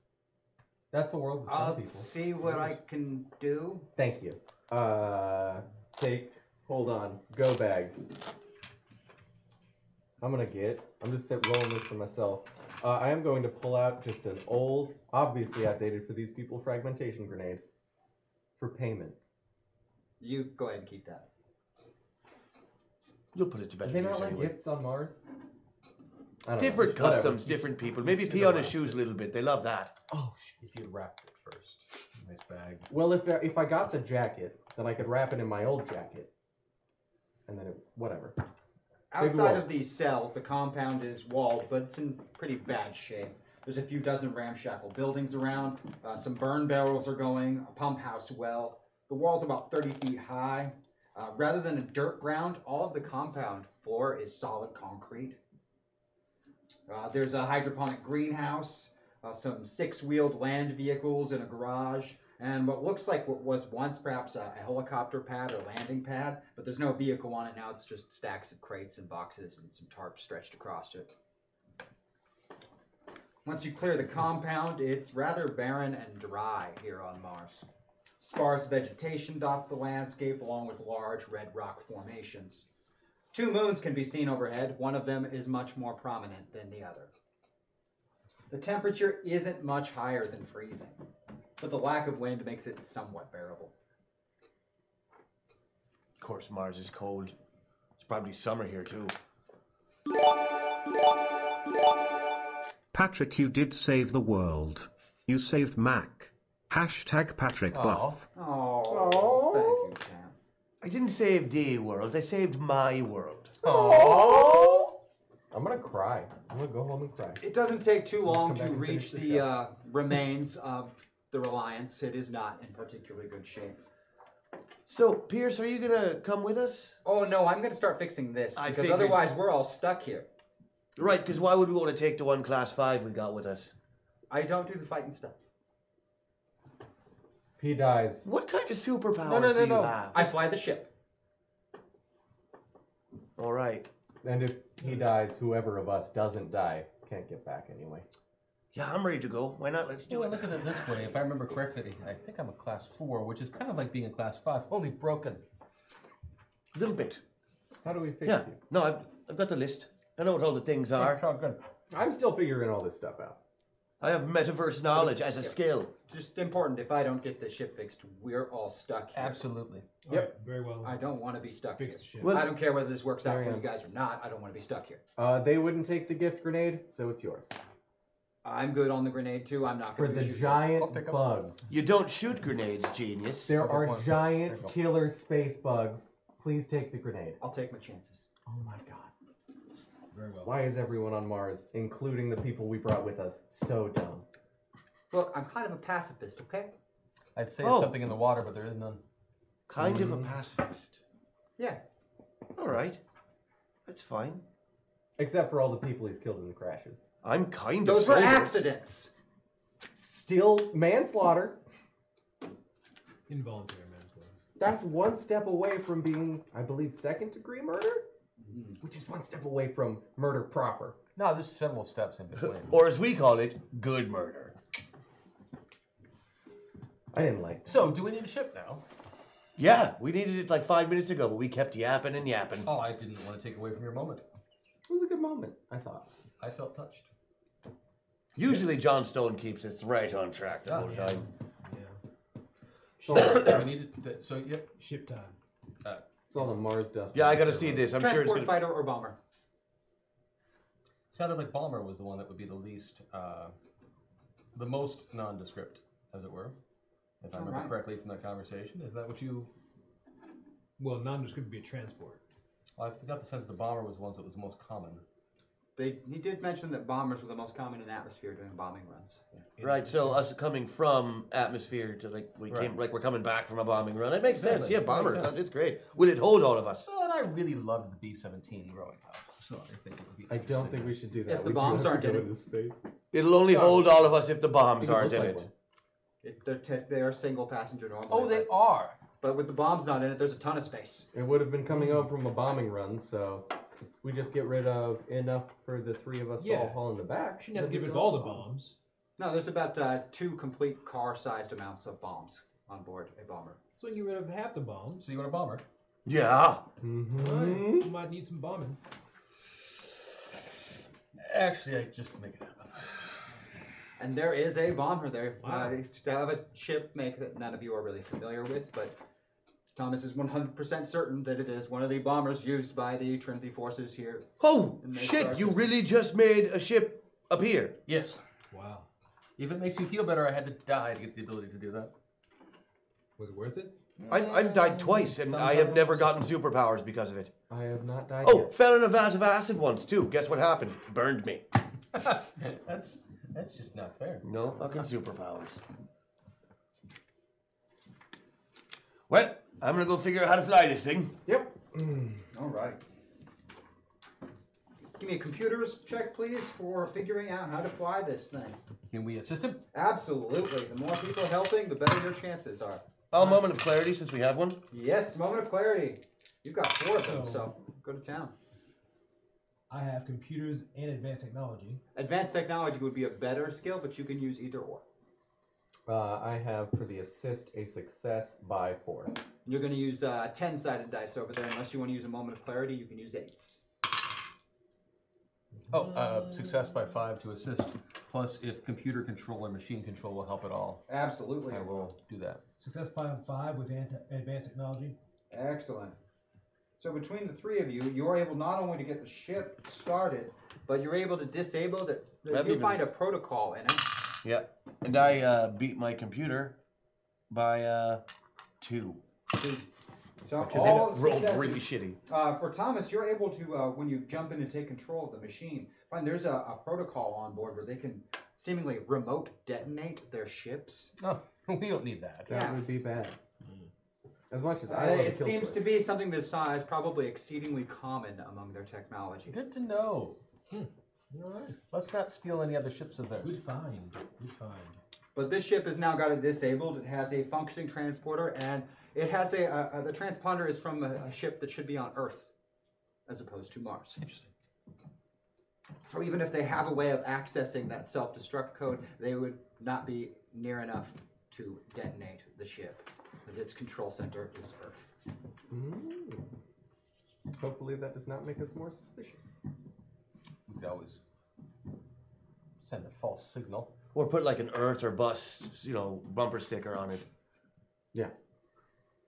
That's a world to some
I'll
people.
see what I can do.
Thank you. Uh, take. Hold on. Go bag. I'm gonna get. I'm just sit- rolling this for myself. Uh, I am going to pull out just an old, obviously outdated for these people, fragmentation grenade for payment.
You go ahead and keep that.
You'll put it to
Are
better
they
use
not like
anyway.
gifts on Mars? I don't know.
Different
Whatever.
customs, different people. Maybe pee on his shoes a little bit. They love that.
If you wrapped it first, nice bag.
Well, if if I got the jacket, then I could wrap it in my old jacket, and then it, whatever. Save the
Outside
wall.
of the cell, the compound is walled, but it's in pretty bad shape. There's a few dozen ramshackle buildings around. Uh, some burn barrels are going, a pump house well. The wall's about 30 feet high. Uh, rather than a dirt ground, all of the compound floor is solid concrete. Uh, there's a hydroponic greenhouse, uh, some six wheeled land vehicles in a garage, and what looks like what was once perhaps a, a helicopter pad or landing pad, but there's no vehicle on it now. It's just stacks of crates and boxes and some tarps stretched across it. Once you clear the compound, it's rather barren and dry here on Mars. Sparse vegetation dots the landscape along with large red rock formations. Two moons can be seen overhead. One of them is much more prominent than the other. The temperature isn't much higher than freezing, but the lack of wind makes it somewhat bearable.
Of course, Mars is cold. It's probably summer here too.
Patrick, you did save the world. You saved Mac. Hashtag Patrick Buff.
Oh, thank you, champ.
I didn't save the world. I saved my world.
I'm gonna cry. I'm gonna go home and cry.
It doesn't take too long
back
to
and
reach
finish
the,
the show.
uh, remains of the Reliance. It is not in particularly good shape.
So, Pierce, are you gonna come with us?
Oh no, I'm going to start fixing this
I
because
figured-
otherwise we're all stuck here.
Right, because why would we want to take the one class five we got with us?
I don't do the fighting stuff.
If he dies,
What kind of superpowers
No, no, no,
do you
no.
have?
I fly the ship.
All right.
and if he dies, whoever of us doesn't die can't get back anyway.
Yeah, I'm ready to go. Why not? Let's do
Well,
it.
Oh, look at it this way. If I remember correctly, I think I'm a class four, which is kind of like being a class five, only broken.
A little bit.
How do we fix
Yeah.
you?
No, I've, I've got the list. I know what all the things are.
Oh, good.
I'm still figuring all this stuff out.
I have metaverse knowledge as a skill.
Just important. If I don't get the ship fixed, we're all stuck here.
Absolutely.
Yep.
Alright, very well.
I don't want to be stuck
Fix the
here.
ship.
Well-
I don't care whether this works out
There
for
you
you guys or not. I don't want to be stuck here.
Uh, they wouldn't take the gift grenade, so it's yours.
I'm good on the grenade too. I'm not
For
going to
the
shoot.
giant
pick up.
bugs.
You don't shoot grenades, genius.
There
Okay,
are
point. There you
giant
go.
killer space bugs. Please take the grenade.
I'll take my chances.
oh my god. Very well.
Why is everyone on Mars, including the people we brought with us, so dumb?
Look, I'm kind of a pacifist, okay?
I'd say
Oh.
something in the water, but there is none.
Kind of a pacifist.
Yeah.
All right. That's fine.
Except for all the people he's killed in the crashes.
I'm kind
Those
of.
were
sober.
accidents.
Still manslaughter.
Involuntary manslaughter.
That's one step away from being, I believe, second degree murder?
Mm-hmm.
Which is one step away from murder proper.
No, there's several steps in between.
<laughs> Or as we call it, good murder.
I didn't like that.
so, do we need a ship now?
Yeah, we needed it like five minutes ago, but we kept yapping and yapping.
Oh, I didn't want to take away from your moment.
It was a good moment,
<coughs>
I thought.
I felt touched.
Usually, John Stone keeps us right on track the
Oh,
whole time.
Yeah.
It's all, it's
we needed that. So, yep.
Ship time.
Uh,
all the Mars dust.
Yeah, I
on the
gotta
server.
see this. I'm sure
Transport
it's gonna.
fighter or bomber.
sounded like Bomber was the one that would be the least, uh, the most nondescript, as it were. If I remember
Alright.
correctly from that conversation, is that what you?
Well, nondescript would be a transport.
I got the sense the bomber was the ones that was most common.
They, he did mention that bombers were the most common in atmosphere doing bombing runs.
Right, so us coming from atmosphere to like we came like we're coming back from a bombing run. It makes sense.
Exactly.
Yeah,
That
bomber.
makes
It's,
sense.
it's great. Will it hold all of us?
So, and I really loved the B seventeen growing up. So I think it would be.
I don't
interesting.
think we should do that.
If the
we do
bombs
have
aren't
to
in
go
it.
into space.
It'll only hold all of us if the
I
bombs
think it
aren't
looked
in it.
like one.
It, they're te- they are single passenger normally.
Oh, they
but-
are.
But with the bombs not in it, there's a ton of space.
It would have been coming home from a bombing run, so we just get rid of enough for the three of us to all
Yeah.
haul in the back.
Shouldn't have to
Then
give
we
it
don't
all the
have
bombs.
No, there's about uh, two complete car-sized amounts of bombs on board a bomber.
So we can get rid of half the bombs.
So you want a bomber?
Yeah.
Mm-hmm.
Alright, We might need some bombing.
Actually, I just make it happen.
And there is a bomber there. Uh,
Wow.
it's they have a ship make that none of you are really familiar with, but Thomas is 100% certain that it is one of the bombers used by the Trinity forces here.
Oh,
And they
shit,
start
you
just-
really just made a ship appear.
Yes.
Wow.
If it makes you feel better, I had to die to get the ability to do that. <laughs>
Was it worth it?
I've, I've died twice, and I have never gotten superpowers because of it.
I have not died
Oh,
yet.
fell in a vat of acid once, too. Guess what happened? Burned me.
that's that's just not fair.
No fucking superpowers. Well, I'm gonna go figure out how to fly this thing.
Yep.
All right. Give me a computers check, please, for figuring out how to fly this thing.
Can we assist him?
Absolutely. The more people helping, the better your chances are.
A Oh, moment of clarity since we have one.
Yes, moment of clarity. You've got four of them, so go to town.
I have computers and advanced technology.
Advanced technology would be a better skill, but you can use either or.
Uh, I have for the assist a success by four.
And You're going to use uh, 10 sided dice over there. Unless you want to use a moment of clarity, you can use eights.
Oh, uh, success by five to assist. Plus, if computer control or machine control will help at all,
Absolutely.
I will do that.
Success five and five with anti- advanced technology.
Excellent. So between the three of you, you're able not only to get the ship started, but you're able to disable the.
That'd
you
be
find a protocol in it.
Yeah. And I uh, beat my computer by uh, two.
So
Because
all
it rolled
successes-
really shitty.
Uh, for Thomas, you're able to uh, when you jump in and take control of the machine. Find there's a, a protocol on board where they can seemingly remote detonate their ships.
Oh, <laughs> we don't need that.
That
Yeah.
would be bad. As much as I
Uh,
love
it seems to be something this size probably exceedingly common among their technology.
Good to know. Hmm.
All right.
Let's not steal any other ships of theirs.
Good find. Good find.
But this ship has now got it disabled. It has a functioning transporter, and it has a uh, uh, the transponder is from a, a ship that should be on Earth, as opposed to Mars.
Interesting.
So even if they have a way of accessing that self-destruct code, they would not be near enough to detonate the ship, as its control center is Earth.
Mm. Hopefully that does not make us more suspicious.
We could always send a false signal.
Or put like an Earth or bus, you know, bumper sticker on it.
Yeah.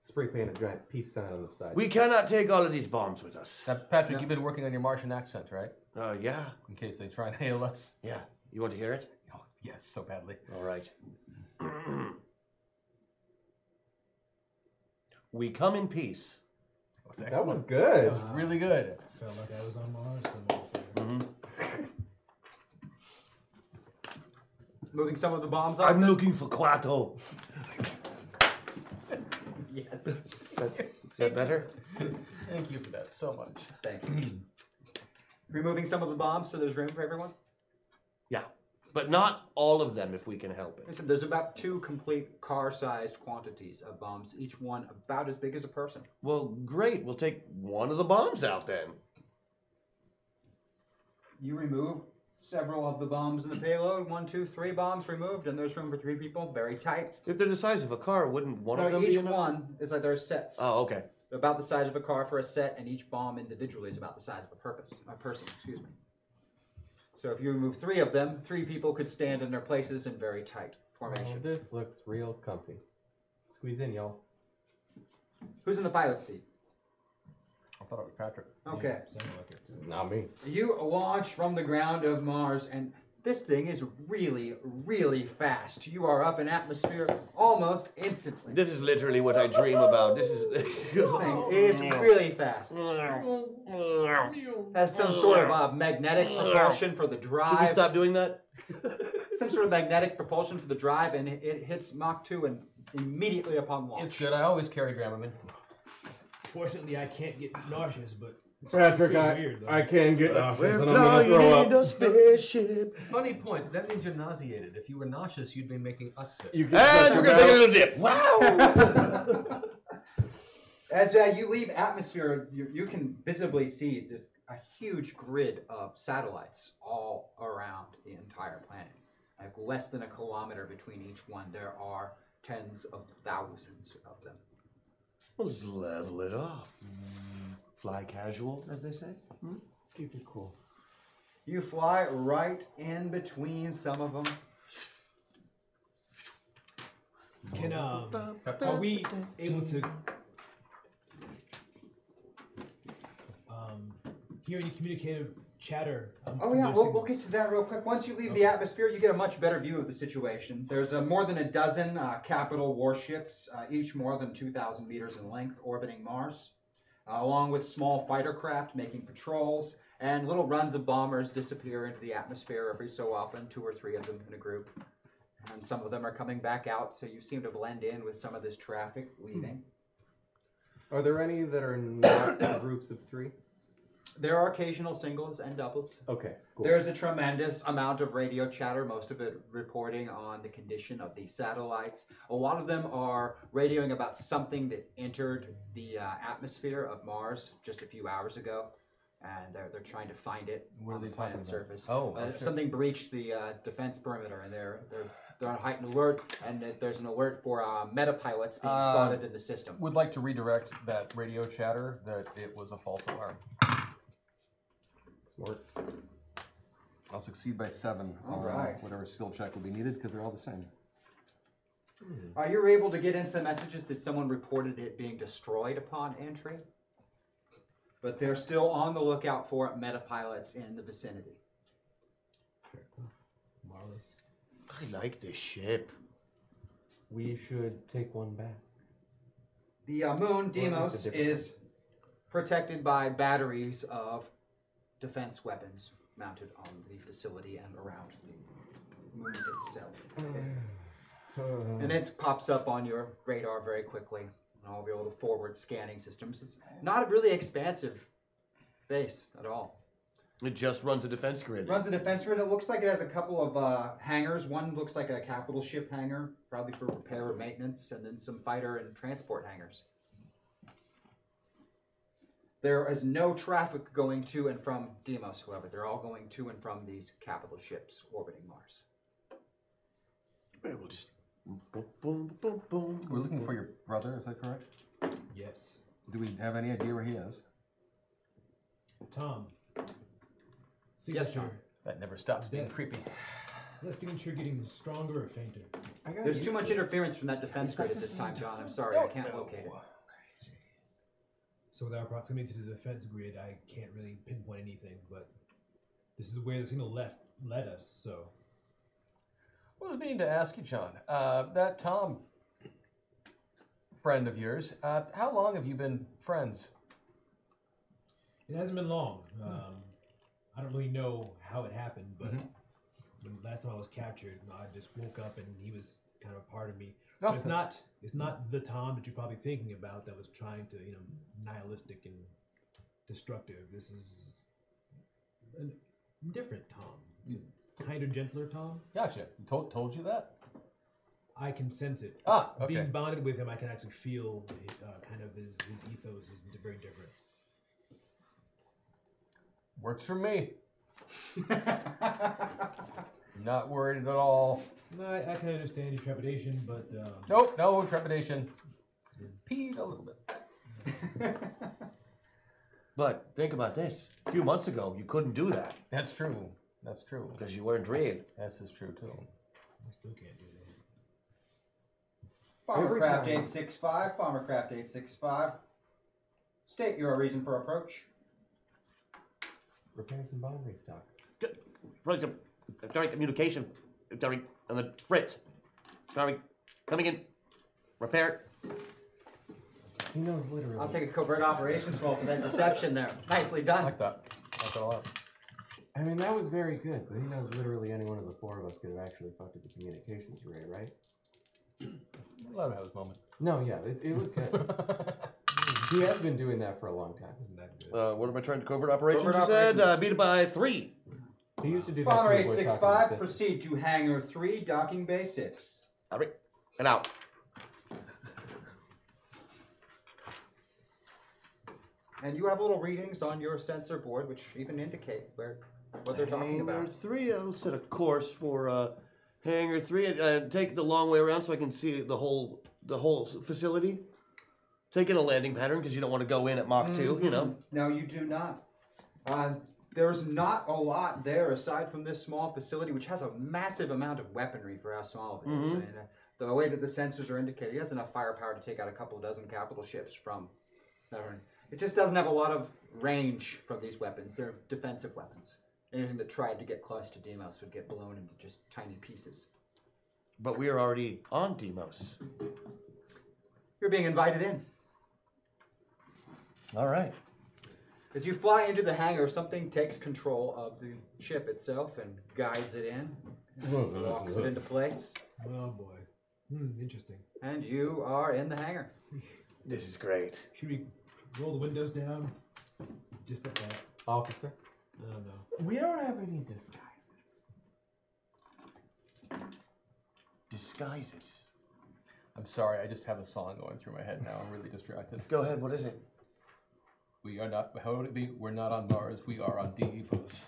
Spray paint a giant peace sign on the side.
We cannot take all of these bombs with us.
Now, Patrick, you've been working on your Martian accent, right?
Uh, yeah,
In case they try and hail us. <laughs>
yeah. You want to hear it?
Oh, yes, so badly.
All right. we come in peace.
That was
that
excellent.
was good.
That was really good.
Felt like I was on Mars. somewhere.
Moving some of the bombs off.
I'm
then?
looking for Quato.
<laughs> Yes.
Is that, is that better?
Thank you for that so much.
Thank you. <clears throat> Removing some of the bombs so there's room for everyone.
Yeah. But not all of them if we can help it.
Listen, there's about two complete car-sized quantities of bombs, each one about as big as a person.
Well, great. We'll take one of the bombs out then.
You remove several of the bombs in the payload. One, two, three bombs removed, and there's room for three people. Very tight.
If they're the size of a car, wouldn't one of
No,
them be
each
enough?
one is like there are sets.
Oh, okay.
about the size of a car for a set, and each bomb individually is about the size of a purpose, a person. Excuse me. So if you remove three of them, three people could stand in their places in very tight
Oh,
formation.
this looks real comfy. Squeeze in, y'all.
Who's in the pilot seat?
I thought it was Patrick.
Okay.
Sounded like it.
Not me.
You launch from the ground of Mars, and this thing is really, really fast. You are up in atmosphere almost instantly.
This is literally what I dream about. This is. <laughs>
This thing
Oh,
is really fast. Has some
Mm.
sort of uh, magnetic propulsion for the drive.
Should we stop doing that?
some sort of magnetic propulsion for the drive, and it, it hits Mach 2 and immediately upon launch.
It's good. I always carry Dramamine.
Fortunately, I can't get nauseous, but it's
Patrick,
pretty
I,
weird, though.
I can get nauseous
We're
and I'm gonna
flying
throw
in
up.
a spaceship.
Funny point. That means you're nauseated. If you were nauseous, you'd be making us sick.
You can
And
shut
we're
your
gonna take a
mouth.
little dip. Wow!
As uh, you leave atmosphere, you, you can visibly see the, a huge grid of satellites all around the entire planet. Like less than a kilometer between each one, there are tens of thousands of them.
Let's level it off. Fly casual, as they say.
Keep it cool.
You fly right in between some of them.
Can um, are we able to um, hear any communicative chatter. um,
Oh
from
yeah,
their
we'll, we'll
signals.
get to that real quick. Once you leave the atmosphere, you get a much better view of the situation. There's uh, more than a dozen uh, capital warships, uh, each more than 2,000 meters in length, orbiting Mars, uh, along with small fighter craft making patrols and little runs of bombers disappear into the atmosphere every so often, two or three of them in a group. And some of them are coming back out, so you seem to blend in with some of this traffic leaving.
Are there any that are not in groups of three?
There are occasional singles and doubles.
Okay, cool.
There's a tremendous amount of radio chatter, most of it reporting on the condition of the satellites. A lot of them are radioing about something that entered the uh, atmosphere of Mars just a few hours ago, and they're, they're trying to find it
What are
on the
they talking
planet's
about?
surface.
Oh,
Uh,
sure.
something breached the uh, defense perimeter, and they're, they're they're on heightened alert, and that there's an alert for uh, metapilots being
Uh,
spotted in the system.
Would like to redirect that radio chatter that it was a false alarm.
Smart.
I'll succeed by seven.
All
on
right.
Whatever skill check will be needed because they're all the same.
Uh, you're able to get in some messages that someone reported it being destroyed upon entry, but they're still on the lookout for metapilots in the vicinity.
Marvelous.
I like this ship.
We should take one back.
The uh, moon,
least a
Deimos,
different
is protected by batteries of defense weapons mounted on the facility and around the moon itself. and it pops up on your radar very quickly and all of your little forward scanning systems. It's not a really expansive base at all.
It just runs a defense grid.
runs a defense grid. It looks like it has a couple of uh, hangars. One looks like a capital ship hangar, probably for repair or maintenance, and then some fighter and transport hangars. There is no traffic going to and from Deimos, however. They're all going to and from these capital ships orbiting Mars.
Well, we'll just boom, boom, boom, boom.
We're looking for your brother. Is that correct?
Yes.
Do we have any idea where he is?
Tom. Signature.
Yes, Tom.
That never stops being
Dead.
creepy.
That signature getting stronger or fainter?
There's too much interference from that defense grid at this time, John. I'm sorry, I can't locate it.
So with our proximity to the defense grid, I can't really pinpoint anything, but this is where the signal left led us, so
Well, I was meaning to ask you, John. Uh, that Tom friend of yours, uh, how long have you been friends?
it hasn't been long. Um, I don't really know how it happened, but when last time I was captured, I just woke up and he was kind of a part of me. But it's
Okay.
not it's not the Tom that you're probably thinking about that was trying to you know nihilistic and destructive. This is a different Tom, It's a kinder, gentler Tom.
Gotcha. Told told you that?
I can sense it.
Ah, okay.
Being bonded with him, I can actually feel uh, kind of his, his ethos is d- very different.
Works for me.
<laughs>
Not worried at all.
No, I, I can understand your trepidation, but um,
Nope, no trepidation. Peed a little bit.
But think about this. A few months ago, you couldn't do that
That's true. That's true.
because you weren't real.
This is true too.
I still can't do that.
Bombercraft 865, Bombercraft 865. State your reason for approach.
Repairs and bomb restock.
Right, direct communication. Direct on the fritz. Direct coming in. Repair.
He knows literally.
I'll take a covert operations role for that deception there. Nicely
I
done.
like that. I like that a lot.
I mean, that was very good, but he knows literally any one of the four of us could have actually fucked up the communications array, right?
Let him have his moment.
No, yeah, it, it was good. <laughs> he has been doing that for a long time.
Isn't that good?
Uh, what am I trying to covert operations?
Covert
you said
operations.
uh, beat it by three.
He used to do that.
Bomber
to avoid talking
865,
to sisters.
proceed to Hangar 3, docking bay 6.
All right, and out.
And you have little readings on your sensor board which even indicate where what they're talking
Hangar
about.
three. I'll set a course for uh, hangar three. Uh, take the long way around so I can see the whole the whole facility. Take in a landing pattern because you don't want to go in at Mach two. You know.
No, you do not. Uh, there's not a lot there aside from this small facility, which has a massive amount of weaponry for how small it is. And, uh, the way that the sensors are indicating, it has enough firepower to take out a couple dozen capital ships from. Severn. It just doesn't have a lot of range from these weapons. They're defensive weapons. Anything that tried to get close to Demos would get blown into just tiny pieces.
But we are already on Demos.
You're being invited in.
All right.
As you fly into the hangar, something takes control of the ship itself and guides it in, locks it into place,
Oh boy. Hmm, interesting.
and you are in the hangar.
This is great.
Should we roll the windows down? Just like that.
Officer,
I don't know.
we don't have any disguises.
Disguises.
I'm sorry, I just have a song going through my head now. I'm really distracted.
Go ahead. What is it?
We are not. How would it be? We're not on Mars. We are on <laughs> Deimos.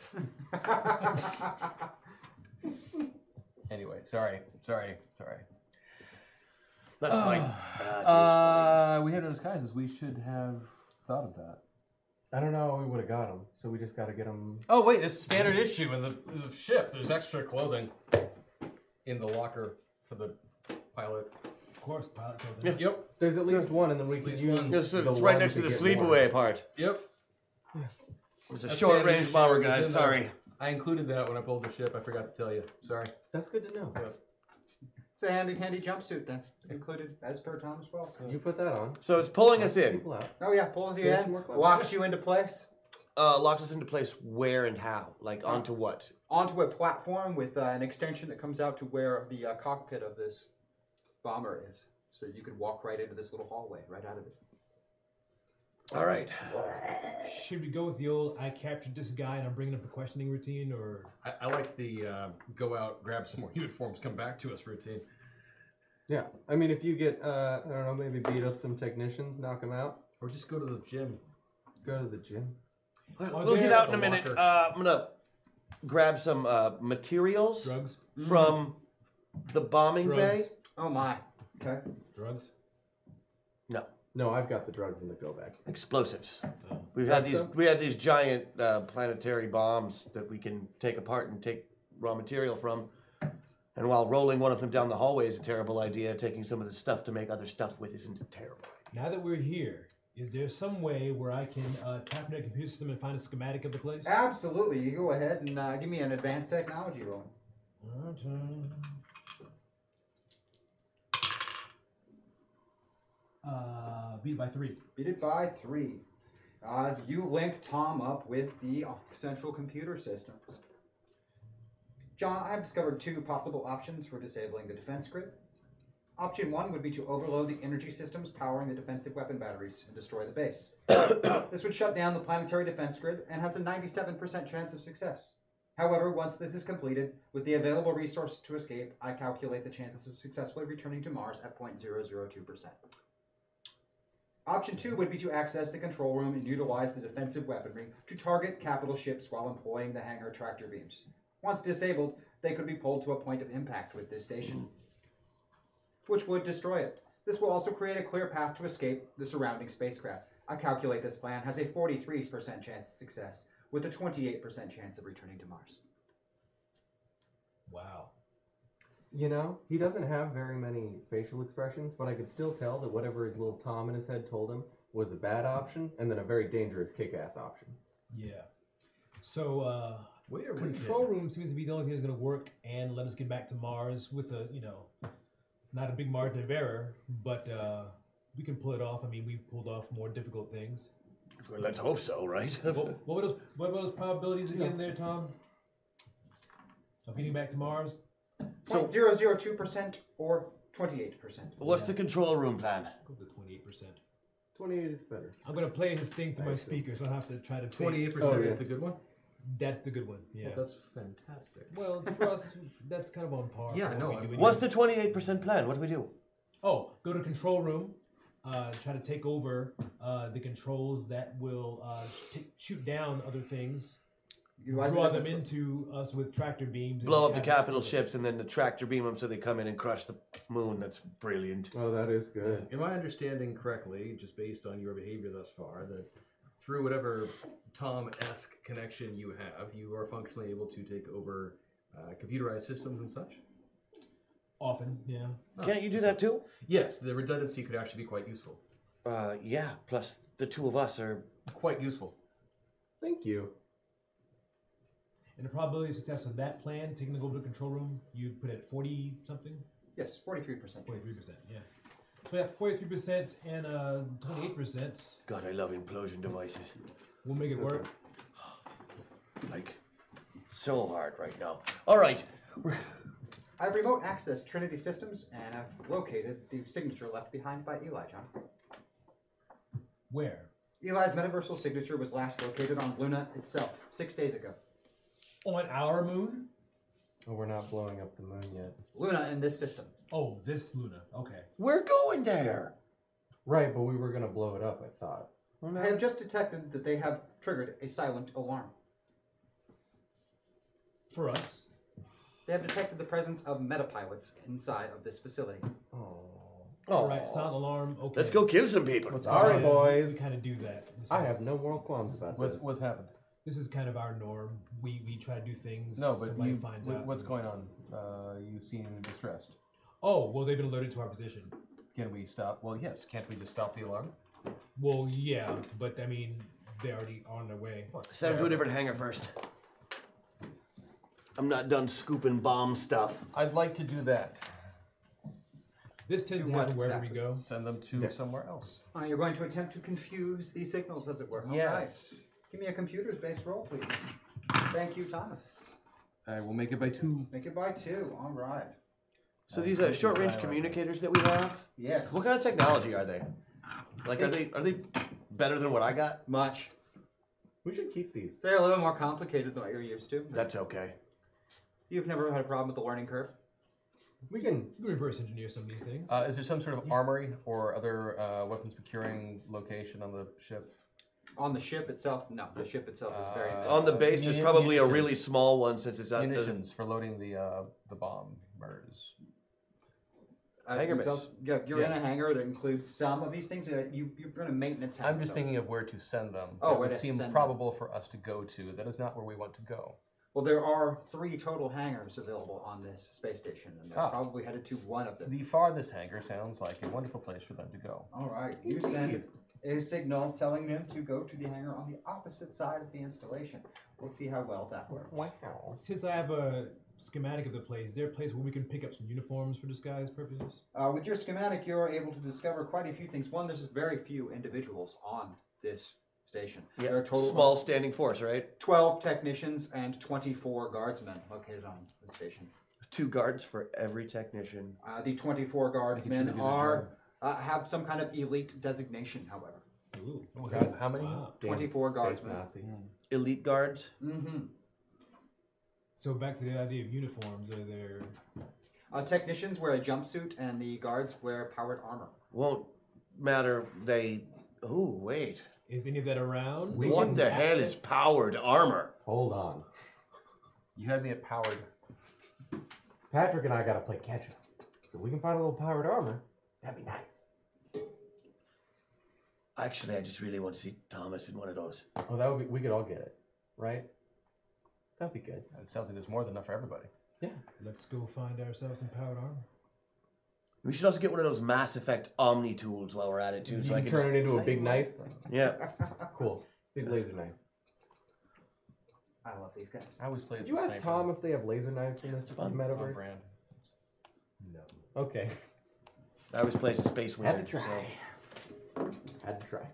anyway, sorry, sorry, sorry.
That's fine. Ah, That is
Uh, we have no disguises. We should have thought of that.
I don't know how we would have got them, so we just got to get them.
Oh wait, it's standard issue in the, the ship. There's extra clothing in the locker for the pilot.
Of course, pilot clothing.
Yep,
There's at least one, and then we
At
could
least
use.
one.
funny. Yes, sir,
the
it's right
one
next to the
get
sleepaway part.
yep.
It was a
That's
short
standard
range
issue.
bomber,
It was
guys.
in there.
Sorry.
I included that when I pulled the ship. I forgot to tell you. Sorry.
That's good to know.
It's a handy dandy jumpsuit then, included as per Thomas Wells.
You put that on.
So it's pulling us in.
People out.
Oh yeah, pulls you
There's
in,
some more clothes.
locks you into place
Uh, locks us into place where and how? Like onto what?
onto a platform with uh, an extension that comes out to where the uh, cockpit of this bomber is, so you can walk right into this little hallway right out of it.
All right.
Should we go with the old I captured this guy and I'm bringing up the questioning routine or
I, I liked the uh, go out, grab some more uniforms, come back to us routine.
Yeah, I mean, if you get, uh, I don't know, maybe beat up some technicians, knock them out,
Or just go to the gym.
go to the gym.
Well,
Are
we'll
there
get out in a
the
minute.
locker?
Uh, I'm gonna grab some uh, materials
drugs?
from the bombing
Drugs.
bay.
Oh my! Okay.
Drugs?
No,
No, I've got the drugs in the go bag.
explosives.
Oh.
We've had these. We had these giant uh, planetary bombs that we can take apart and take raw material from. And while rolling one of them down the hallway is a terrible idea, taking some of the stuff to make other stuff with isn't a terrible idea.
Now that we're here, is there some way where I can uh, tap into the computer system and find a schematic of the place?
Ah. Absolutely, you go ahead and uh, give me an advanced technology roll.
Uh, beat it by three.
Beat it by three. Uh, you link Tom up with the central computer system. John, I've discovered two possible options for disabling the defense grid. Option one would be to overload the energy systems powering the defensive weapon batteries and destroy the base. <coughs> this would shut down the planetary defense grid and has a 97% chance of success. However, once this is completed, with the available resources to escape, I calculate the chances of successfully returning to Mars at 0.002%. Option two would be to access the control room and utilize the defensive weaponry to target capital ships while employing the hangar tractor beams. Once disabled, they could be pulled to a point of impact with this station, which would destroy it. This will also create a clear path to escape the surrounding spacecraft. I calculate this plan has a 43% chance of success, with a 28% chance of returning to Mars.
Wow.
You know, he doesn't have very many facial expressions, but I could still tell that whatever his little Tom in his head told him was a bad option, and then a very dangerous kick ass option.
Yeah. So uh,
Wait a
control room seems to be the only thing that's going to work and let us get back to Mars with a you know, not a big margin of error, but uh, we can pull it off. I mean, we've pulled off more difficult things.
Well, let's hope so, right?
What, what were those? What were those probabilities again, there, Tom? Of getting back to Mars?
0.002% or 28%.
<laughs> What's the control room plan?
Go to twenty-eight percent.
28 is better.
I'm gonna play his thing through my speaker, so I don't have to try to. say-
Twenty-eight
Oh,
percent
yeah.
is the good one.
That's the good one. Yeah.
Well, that's fantastic.
Well, for us, that's kind of on par.
Yeah,
for
I
what
know.
we do anyway.
What's the 28% plan? What do we do?
Oh, go to control room. Uh, try to take over uh, the controls that will uh, t- shoot down other things.
Utilize the
draw them
defense-
into us with tractor beams. and
Blow up the capital
ships.
ships and then the tractor beam them so they come in and crush the moon. That's brilliant.
Oh, that is good.
Am I understanding correctly, just based on your behavior thus far, that through whatever Tom-esque connection you have, you are functionally able to take over uh, computerized systems and such?
Often, yeah.
Can't you do that too?
Yes, the redundancy could actually be quite useful.
Uh, yeah. Plus, the two of us are
Quite useful.
Thank you.
And the probability of success on that plan, taking the gold to the control room, you'd put it at 40 something?
Yes, forty-three percent.
43%, yeah. So we have 43% and uh, 28%.
God, I love implosion devices.
We'll make it work.
Like, so hard right now. All right. We're-
I have remote access Trinity Systems, and I've located the signature left behind by Eli. John.
Where?
Eli's metaversal signature was last located on Luna itself six days ago.
On our moon?
Oh, we're not blowing up the moon yet.
Luna in this system.
Oh, this Luna. Okay.
We're going there.
Right, but we were gonna blow it up. I thought.
I have just detected that they have triggered a silent alarm.
For us.
They have detected the presence of metapilots inside of this facility.
Oh,
All right, sound alarm. Okay.
let's go kill some people.
Sorry,
We
boys.
kind of do that. This
I
is-
have no moral qualms about
What's,
this.
what's happened?
This is kind of our norm. We we try to do things.
No, but
somebody
you,
finds
what-
out.
what's going on? Uh, you seem distressed.
Oh well, they've been alerted to our position.
Can we stop? Well, yes. Can't we just stop the alarm?
Well, yeah, but I mean, they're already on their way.
Send them to a different hangar first. I'm not done scooping bomb stuff.
I'd like to do that.
This tends to
what
happen wherever
exactly?
we go.
Send them to somewhere else.
Uh, you're going to attempt to confuse these signals, as it were. All
Yes.
right. Give me a computers-based roll, please. Thank you, Thomas.
I will make it by two.
Make it by two. All right.
So these are short range communicators that we have.
Yes.
What kind of technology are they? Like, are they are they better than what I got?
Much.
We should keep these.
They're a little more complicated than what you're used to.
That's okay.
You've never had a problem with the learning curve.
We can.
You can reverse engineer some of these things.
Uh, is there some sort of armory or other uh, weapons procuring location on the ship?
On the ship itself, no. The ship itself is very.
Uh,
On the base, there's
muni-
probably a
munitions.
really small one since it's not.
Munitions for loading the uh, the bombers.
As
hangar
themselves- Yeah, you're
Yeah.
in a hangar that includes some of these things. Uh, you, you're going to maintenance.
I'm
hangar,
just
though.
thinking of where to send them.
Oh,
it
where
would
to
seem
send them.
probable for us to go to. That is not where we want to go.
Well, there are three total hangars available on this space station, and they're
Ah.
probably headed to one of them.
The farthest hangar sounds like a wonderful place for them to go.
All right, you send a signal telling them to go to the hangar on the opposite side of the installation. We'll see how well that works.
Wow.
Since I have a schematic of the place, is there a place where we can pick up some uniforms for disguise purposes?
Uh, with your schematic, you're able to discover quite a few things. One, there's very few individuals on this station.
Yeah,
There are a total of
small standing force, right?
12 technicians and 24 guardsmen located on the station.
Two guards for every technician.
Uh, the 24 guardsmen
do their
are uh, have some kind of elite designation, however.
Ooh.
God, how many?
Wow.
24
space
guardsmen.
Nazis.
Elite guards.
Mm-hmm.
So back to the idea of uniforms. Are there?
Uh, technicians wear a jumpsuit, and the guards wear powered armor.
Won't matter. They. Ooh, wait.
Is any of that around?
What the hell is powered armor?
Hold on.
You had me at powered.
Patrick and I gotta play catch up. So we can find a little powered armor. That'd be nice.
Actually, I just really want to see Thomas in one of those.
Oh, that would be. We could all get it, right? That'd be good.
It sounds like there's more than enough for everybody.
Let's go find ourselves some powered armor.
We should also get one of those Mass Effect Omni tools while we're at it too,
you
so I
can
can.
turn it into a big knife.
yeah.
Cool. Big laser knife.
I love these guys.
I always play.
Did you ask Tom if they have laser knives in this
fun.
metaverse?
brand.
No. Okay.
I always play as a space wizard.
Had to try.
so-
<laughs> Had to try.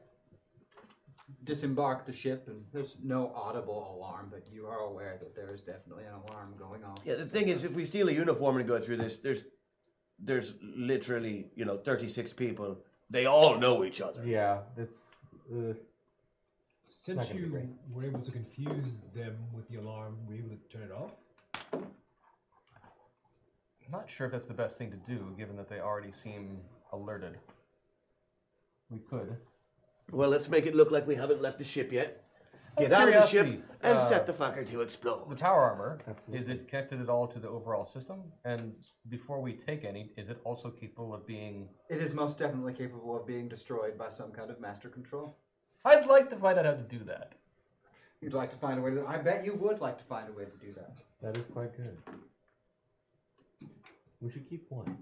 Disembark the ship, and there's no audible alarm, but you are aware that there is definitely an alarm going on.
Yeah, the thing is, if we steal a uniform and go through this, there's, there's literally you know 36 people. They all know each other.
Yeah, it's. Uh,
Since
gonna be
you
great.
were able to confuse them with the alarm, were you able to turn it off?
I'm not sure if that's the best thing to do, given that they already seem alerted. We could.
Well, let's make it look like we haven't left the ship yet. Get
of
out of the ship
curiosity,
and
uh,
set the fucker to
The
explode.
tower armor is it connected at all to the overall system? And before we take any, is it also capable of being?
It is most definitely capable of being destroyed by some kind of master control.
I'd like to find out how to do that.
You'd like to find a way to. I bet you would like to find a way to do that.
that is quite good. We should keep one.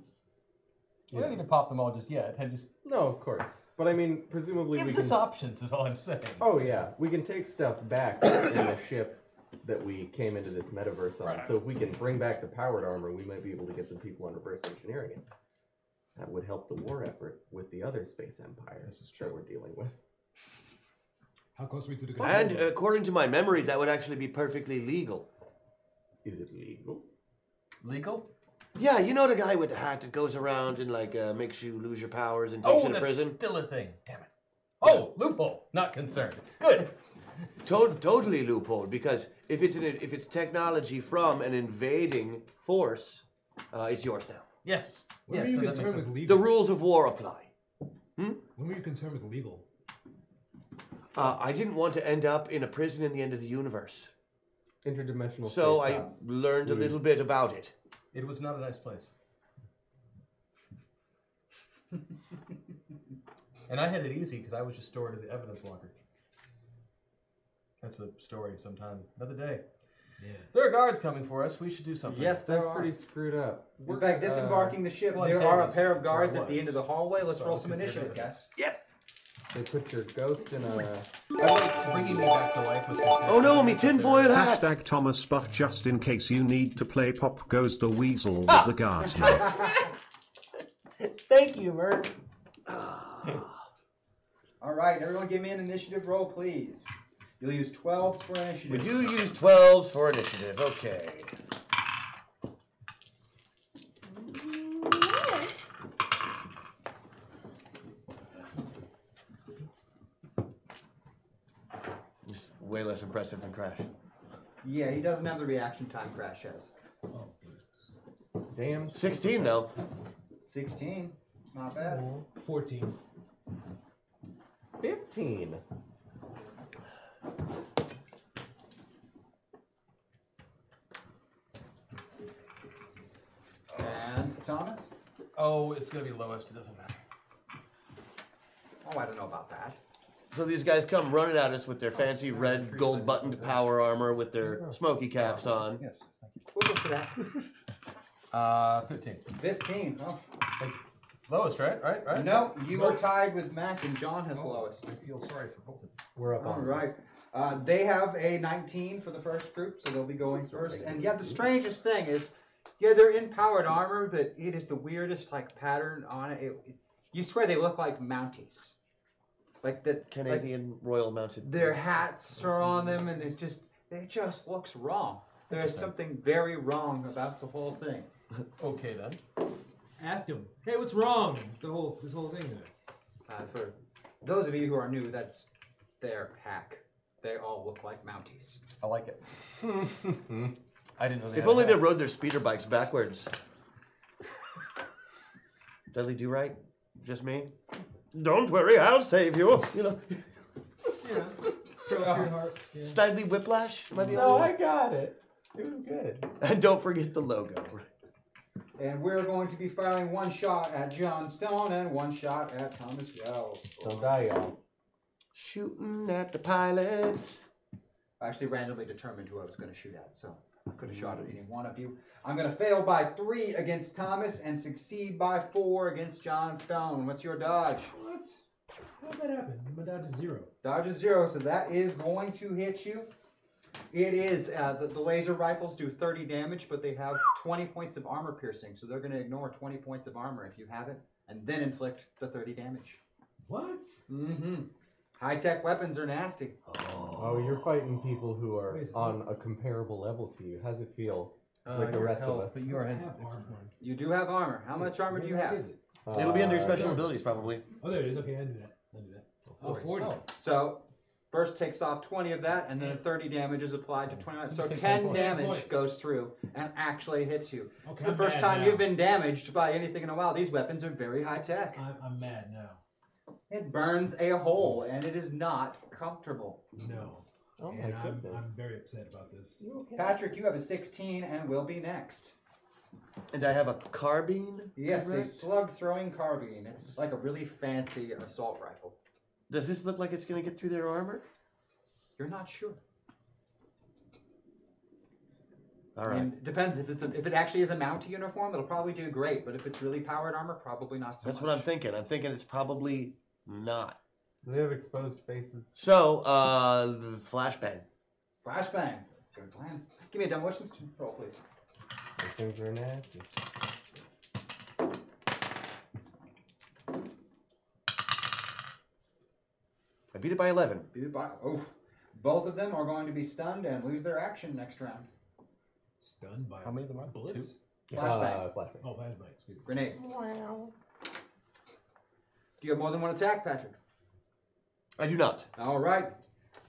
We don't need to pop them all just yet. I just
No, of course. But I mean, presumably we
Gives
can.
us options, is all I'm saying.
Oh yeah, we can take stuff back <coughs> in the ship that we came into this metaverse on. So if we can bring back the powered armor, we might be able to get some people on reverse engineering it. That would help the war effort with the other space empire that we're dealing with.
How close are we to
And
the
uh,
control room?
according to my memory, that would actually be perfectly legal.
Is it legal?
Legal?
Yeah, you know the guy with the hat that goes around and like uh, makes you lose your powers and takes
Oh,
you to
that's
prison.
still a thing. Damn it. Oh, loophole. Not concerned. Good.
To- totally loophole because if it's an, if it's technology from an invading force, uh, it's yours now.
Yes.
When
yes,
were you
no, that makes
concerned
sense.
with legal?
The rules of war apply.
when were you concerned with legal?
Uh, I didn't want to end up in a prison in the end of the universe,
Interdimensional
so
space
I
cops.
learned a little bit about it.
It was not a nice place. and I had it easy because I was just stored in the evidence locker. That's a story sometime. Another day.
Yeah.
There are guards coming for us. We should do something.
Yes, there
That's
are.
pretty screwed up.
In fact, disembarking the ship,
well,
there
that
are a
was-
pair of guards
that
at the end of the
was-
hallway. Let's
that
roll
was
some
considered
initiative,
evidence.
guys.
They put your ghost in a.
So bringing me back to life was considered.
Oh no, me tinfoil hat! <laughs>
Hashtag Thomas Buff just in case you need to play Pop Goes the Weasel with the guardsman.
Thank you, Mert.
All right, everyone, give me an initiative roll, please. You'll use 12s for initiative.
We do use 12s for initiative, okay. Just way less impressive than Crash.
Yeah, he doesn't have the reaction time Crash has.
Damn.
16 though.
16. Not bad.
14.
15.
And Thomas?
Oh, it's gonna be lowest. It doesn't matter.
Oh, I don't know about that.
So these guys come running at us with their fancy red gold buttoned power armor with their smoky caps on.
Yes, yes, thank
We'll go for <laughs> that.
you. Uh, fifteen.
15. Oh.
Lowest, right? Right? Right?
No, you are tied with Mac and John has the lowest.
I feel sorry for both of you.
We're up
All
on.
right. Uh, they have a 19 for the first group, so they'll be going first. And yeah, the strangest thing is, yeah, they're in powered armor, but it is the weirdest like pattern on it. It- it- you swear they look like Mounties, like the Like,
Canadian Royal Mounted.
their hats are on them, and it just it just looks wrong. There is something very wrong about the whole thing.
Okay then.
Ask him. Hey, what's wrong? The whole this whole thing. There.
Uh, for those of you who are new, that's their hack. They all look like Mounties.
I like it. I didn't know. They
If
had
only
that.
they rode their speeder bikes backwards. Dudley, do right? Just me? Don't worry, I'll save you. You know, <laughs> slightly whiplash. Am I the
No,
only
I
one?
got it. It was good.
And don't forget the logo.
And we're going to be firing one shot at John Stone and one shot at Thomas Wells.
Don't die, y'all.
Shooting at the pilots.
I actually randomly determined who I was going to shoot at, so I could have shot at any one of you. I'm going to fail by three against Thomas and succeed by four against John Stone. What's your dodge?
What? How'd that happen? My dad is zero.
Dodge is zero, so that is going to hit you. It is. Uh, the, the laser rifles do 30 damage, but they have 20 points of armor piercing, so they're going to ignore 20 points of armor if you have it, and then inflict the 30 damage.
What?
Mm-hmm. High tech weapons are nasty.
Oh, you're fighting people who are
Wait,
on a comparable level to you. How's it feel?
Uh,
like the
your
rest of
health,
us.
But you are
I
in.
have armor.
You do have armor. How much armor do you
What
have?
is it?
It'll be under your
Uh,
special abilities, probably.
Oh, there it is. Okay, I knew that. I knew that. Oh, 40.
Oh,
So, first takes off 20 of that, and then 30 damage is applied to 29. So,
Six
10
points.
damage
Points.
goes through and actually hits you.
Okay,
it's the
I'm
first
mad
time
now.
you've been damaged by anything in a while. These weapons are very high tech.
I'm, I'm mad now.
It burns a hole, and it is not comfortable.
No.
Oh my
and I'm,
goodness.
I'm very upset about this.
Patrick, you have a 16 and will be next.
And I have a carbine.
Yes, a
correct?
slug throwing carbine. It's like a really fancy assault rifle.
Does this look like it's going to get through their armor?
You're not sure.
All right.
And depends if it's a, if it actually is a Mountie uniform, it'll probably do great. But if it's really powered armor, probably not so
That's
much.
what I'm thinking. I'm thinking it's probably not.
They have exposed faces.
So, uh, flashbang.
Flashbang. Good plan. Give me a demolitions roll, please.
Those things are nasty.
I beat it by 11.
Beat by. Oof. Both of them are going to be stunned and lose their action next round.
Stunned by
How many of them are?
bullets?
Flashbang.
Uh, flashbang.
Oh, flashbang. Excuse me.
Grenade.
Wow.
Do you have more than one attack, Patrick?
I do not.
All right.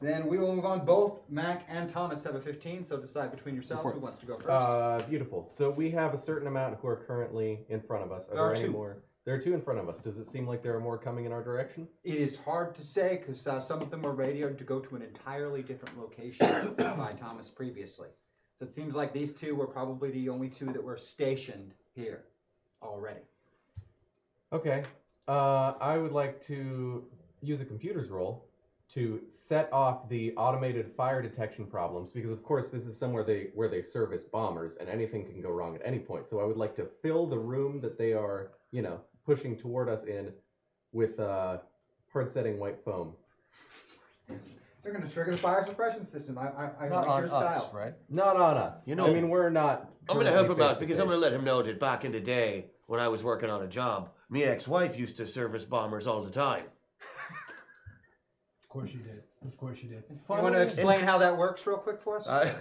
Then we will move on. Both Mac and Thomas have a 15, so decide between yourselves who wants to go first.
Uh, beautiful. So we have a certain amount who are currently in front of us. Are
There
there,
are
any
two.
more? There are two in front of us. Does it seem like there are more coming in our direction?
it is hard to say because uh, some of them were radioed to go to an entirely different location <coughs> by Thomas previously. So it seems like these two were probably the only two that were stationed here already.
Okay. Uh, I would like to use a computer's role to set off the automated fire detection problems because, of course, this is somewhere they where they service bombers, and anything can go wrong at any point. So I would like to fill the room that they are, you know, pushing toward us in with uh, hard-setting white foam.
They're going to trigger the fire suppression system. I, I, I
Not
like
on
your
us,
style.
right?
Not on us.
You know-
I mean, we're not.
I'm going to help him
currently
out
face to
because I'm going
face.
to let him know that back in the day when I was working on a job, me ex-wife used to service bombers all the time.
Of course you did. Of course you did.
You want to explain how that works real quick for us?
I,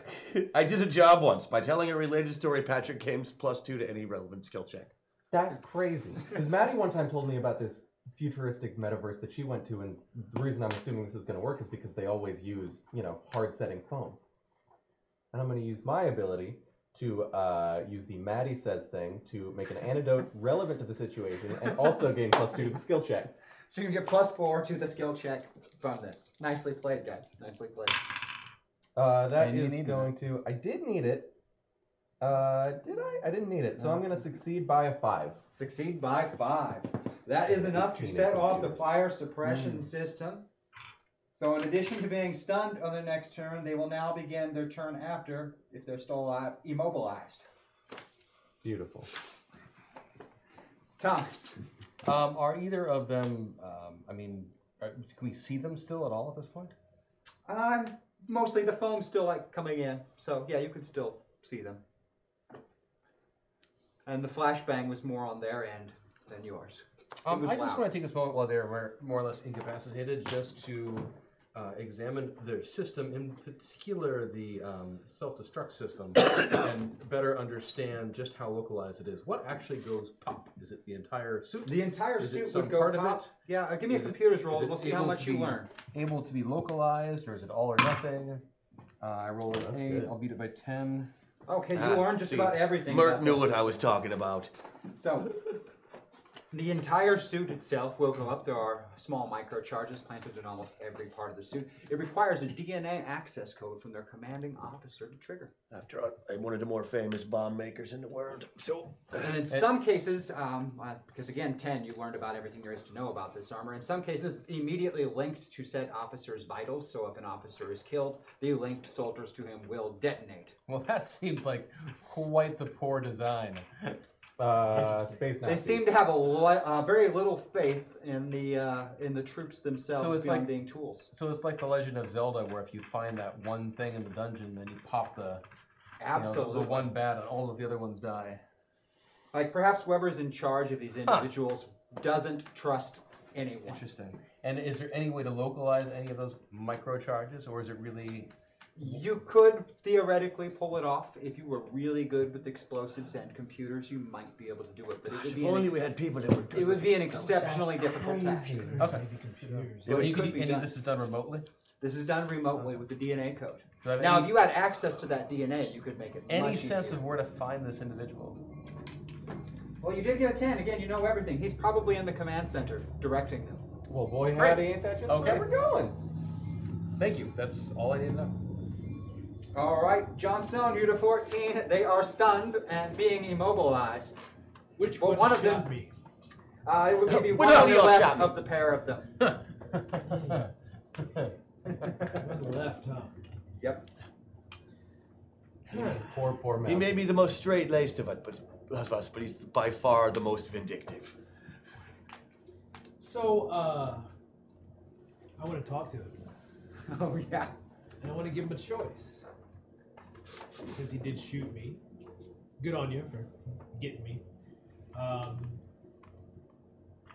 <laughs> I did a job once. By telling a related story, Patrick gains plus two to any relevant skill check.
<laughs>
That's crazy. Because Maddie one time told me about this futuristic metaverse that she went to, and the reason I'm assuming this is going to work is because they always use, you know, hard setting foam. And I'm going to use my ability to uh, use the Maddie says thing to make an antidote relevant to the situation and
<laughs>
also gain plus two to the skill check.
So you can get plus four to the skill check from this. Nicely played, guys. Nicely played.
Uh, that
And you
is
needed
going to. I did need it. Uh, did I? I didn't need it. So I'm going to succeed by a five.
Succeed by five. That is enough to
Teenage
set off the
computers.
fire suppression system. So, in addition to being stunned on their next turn, they will now begin their turn after, if they're still alive, immobilized.
Beautiful.
Thomas.
Um, are either of them? Um, I mean, are, can we see them still at all at this point?
Uh, mostly the foam's still like coming in, so yeah, you can still see them. And the flashbang was more on their end than yours. It
Um,
was
I just
loud.
want to take this moment while they're more- more or less incapacitated, just to uh, examine their system, in particular the um, self-destruct system, <coughs> and better understand just how localized it is. What actually goes pop? Is it the entire suit?
The entire
Is it
suit
some
would go
part of
pop.
it?
Yeah, uh, give me a
Is it-
computer's
is
roll.
it
We'll see how
able to
much you
be
learn.
Able to be localized, or is it all or nothing? Uh, I rolled an
That's
eight.
good.
I'll beat it by ten.
Okay, you
Ah,
learned just
see,
about everything.
Merc
about
knew
this.
what I was talking about.
<laughs>
So, the entire suit itself will go up. There are small microcharges planted in almost every part of the suit. It requires a DNA access code from their commanding officer to trigger.
After all, I'm one of the more famous bomb makers in the world. So,
And in some cases, um, uh, because again, 10, you learned about everything there is to know about this armor. In some cases, it's immediately linked to said officer's vitals. So, if an officer is killed, the linked soldiers to him will detonate.
<laughs>
Well, that seems like quite the poor design.
<laughs> Uh, space
They
Nazis.
seem to have a li- uh, very little faith in the uh, in the troops themselves
So it's
beyond
like-
being tools.
So it's like the Legend of Zelda, where if you find that one thing in the dungeon, then you pop the you know, the-
Absolutely.
the one bad, and all of the other ones die.
Like perhaps whoever's in charge of these individuals doesn't trust anyone.
Interesting. And is there any way to localize any of those microcharges, or is it really?
You could theoretically pull it off if you were really good with explosives and computers. You might be able to do it, but it would
if
be an,
only
ex-
we had people that were good
it would
with
be an
explosives.
exceptionally difficult task.
Okay.
Computers.
So it
you can
could
do-
be
and
done.
this is done remotely.
This is done remotely with the DNA code.
Do I have
Now,
any-
if you had access to that DNA, you could make it
Any
much
sense
easier.
of where to find this individual?
Well, you did get a ten. Again, you know everything. He's probably in the command center directing them.
Well, boy,
Right.
howdy, ain't that just
Okay.
where we're going?
Thank you. That's all I need to know.
All right, Jon Snow, new to fourteen. They are stunned and being immobilized.
Which
Well,
one,
one of
shot
them-
me?
Uh, it would be
Well,
one
no,
on
he
the
all
left
shot me.
of the pair of them.
On the left, huh?
Yep. <laughs>
<laughs> Poor, poor man.
He may be the most straight-laced of it, but of us, but he's by far the most vindictive.
So, uh, I want to talk to him,
Oh yeah.
and I want to give him a choice. Since he did shoot me, good on you for getting me. Um,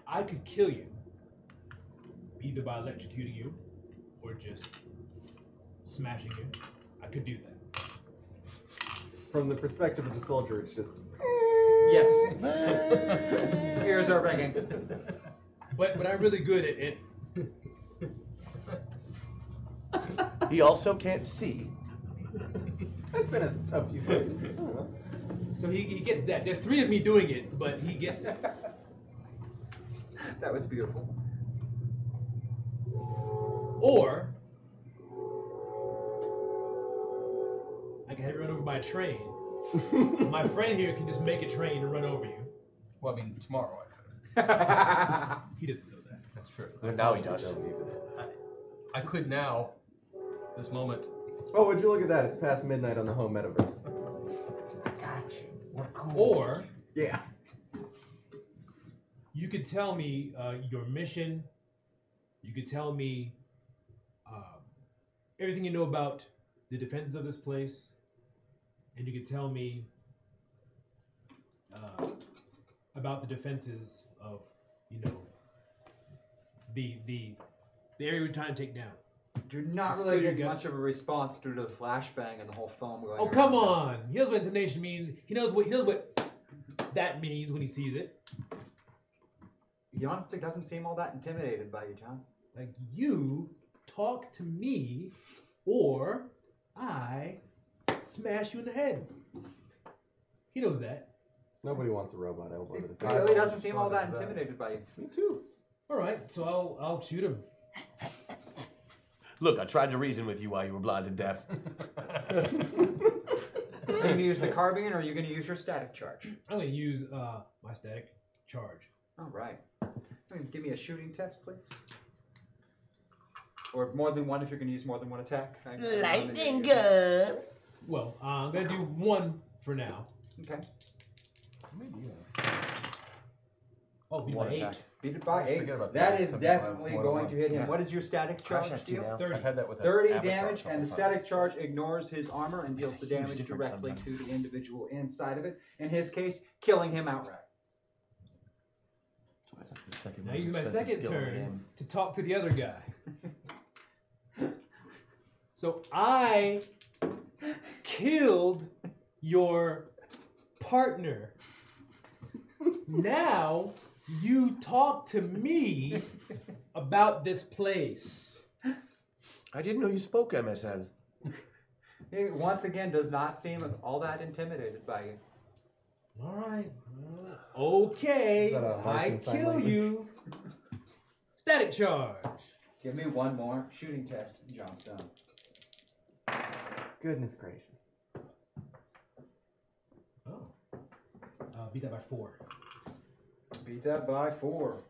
I could kill you, either by electrocuting you, or just smashing you. I could do that.
From the perspective of the soldier, it's just
Yes. Here's our ranking.
But but I'm really good at it.
He also can't see.
it's been a, a few seconds. I <laughs> don't know.
So he, he gets that. There's three of me doing it, but he gets it.
That was beautiful.
Or I can have you run over by a train. My friend here can just make a train and run over you.
Well, I mean, tomorrow I could.
He doesn't know that.
That's true.
And now he does.
I could now, this moment.
Oh, would you look at that? It's past midnight on the home metaverse.
We're cool.
Or
Yeah.
you could tell me uh, your mission. You could tell me um, everything you know about the defenses of this place, and you could tell me uh, about the defenses of you know the the the area we're trying to take down.
Do not
Spit
really
your
get
guts.
much of a response due to the flashbang and the whole foam going.
Oh come on! He knows what intonation means. He knows what he knows what that means when he sees it.
He honestly doesn't seem all that intimidated by you, John.
Like you talk to me, or I smash you in the head. He knows that.
Nobody wants a robot elbow to the
He
face.
really doesn't seem all that intimidated by you.
Me too.
All right, so I'll I'll shoot him.
Look, I tried to reason with you while you were blind and deaf.
Are you gonna use the carbine or are you gonna use your static charge?
I'm gonna use uh, my static charge.
All right. I mean, Give me a shooting test, please. Or more than one if you're gonna use more than one attack. Lightning gun.
Well, uh, I'm gonna do one for now.
Okay.
Oh, beat
One
by
attack.
eight.
Beat it by eight.
forget about
That
that.
is
Something like
definitely
more than
going
one.
to hit him.
Yeah.
What is your static
Crash
charge
has two
deal?
now.
I've had that with an
30
avatar
damage,
a couple
and the
times.
static charge ignores his armor and deals
Makes a
the
huge
damage
difference
directly to
sometimes.
the individual inside of it. In his case, killing him outright.
Now I use my second turn to talk to the other
<laughs>
guy. so I killed your partner. Now you talk to me about this place.
I didn't know you spoke MSL.
He once again does not seem all that intimidated by you.
All right. Okay.
Is that a
I
Martian sign
kill
language?
you. Static charge.
Give me one more shooting test, Johnstone.
Goodness gracious.
Oh. Uh, beat that by four.
Beat that by four.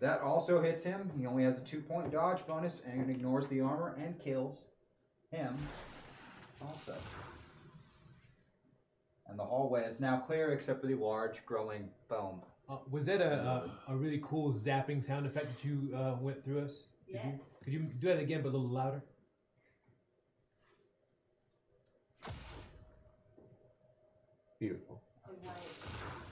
That also hits him. He only has a two point dodge bonus and ignores the armor and kills him also. And the hallway is now clear except for the large growing foam.
Uh, was that a, a, a really cool zapping sound effect that you uh, went through us? Could you-
Yes.
Could you, do that again, but a little louder?
Beautiful.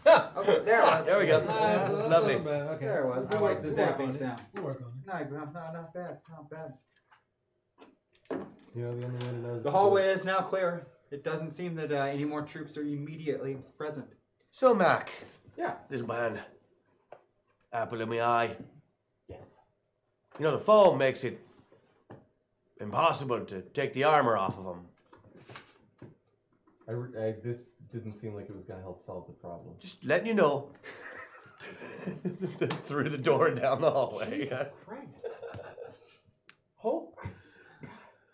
<laughs> Okay, there it was.
There we go.
Ah,
That's
a
lovely.
little bit, Okay.
There it was. I
We'll
like
work-
the
we'll work
zapping
on it.
sound.
We'll work on it.
No, no, no, not bad. Not bad.
You know the only way to know is
The hallway is now clear. It doesn't seem that uh, any more troops are immediately present.
So, Mac,
Yeah.
little man, apple in my eye.
Yes.
You know, the foam makes it impossible to take the armor off of him.
I, re- I, this didn't seem like it was going to help solve the <laughs> problem.
Just letting you know. <laughs> Through the door and down the hallway.
Christ.
<laughs> Hope.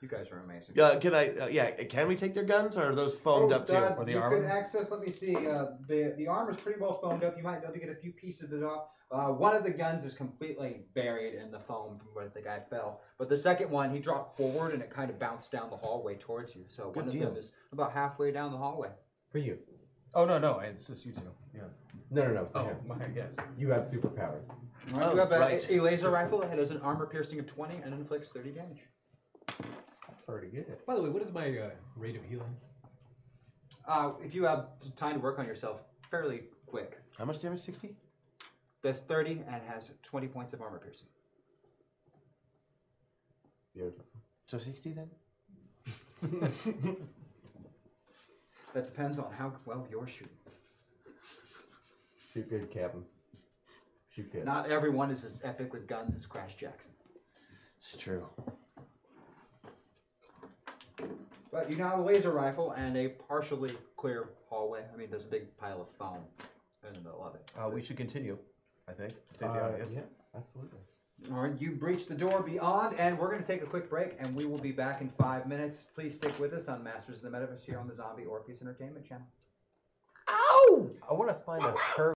You guys are amazing.
Uh, can I? Uh, <laughs> yeah, can we take their guns or are those foamed up too?
uh,
Or the
you
armor?
could access. Let me see. Uh, the the armor's pretty well foamed up. You might be able to get a few pieces of it off. Uh, one of the guns is completely buried in the foam from where the guy fell, but the second one he dropped forward and it kind of bounced down the hallway towards you. So one
Good
of
deal.
them is about halfway down the hallway.
For you.
Oh no, no, it's just you two. Yeah.
No, no, no. For
Oh
him.
my yes.
You have superpowers.
All right,
Oh,
you have a,
right.
a laser rifle that has an armor piercing of 20 and inflicts 30 damage.
That's pretty good.
By the way, what is my uh, rate of healing?
Uh, if you have time to work on yourself, fairly quick.
How much damage? 60?
That's 30 and has 20 points of armor piercing.
Beautiful.
So 60 then?
That depends on how well you're shooting.
Shoot good, Captain. Shoot good.
Not everyone is as epic with guns as Crash Jackson.
It's true.
But you now have a laser rifle and a partially clear hallway. I mean, there's a big pile of foam in the middle of it.
Uh, we should continue, I think. State the
Uh,
obvious.
yeah, absolutely.
All right, you breach the door beyond, and we're going to take a quick break, and we will be back in five minutes. Please stick with us on Masters of the Metaverse here on the Zombie Orpheus Entertainment Channel.
I want to find a curve.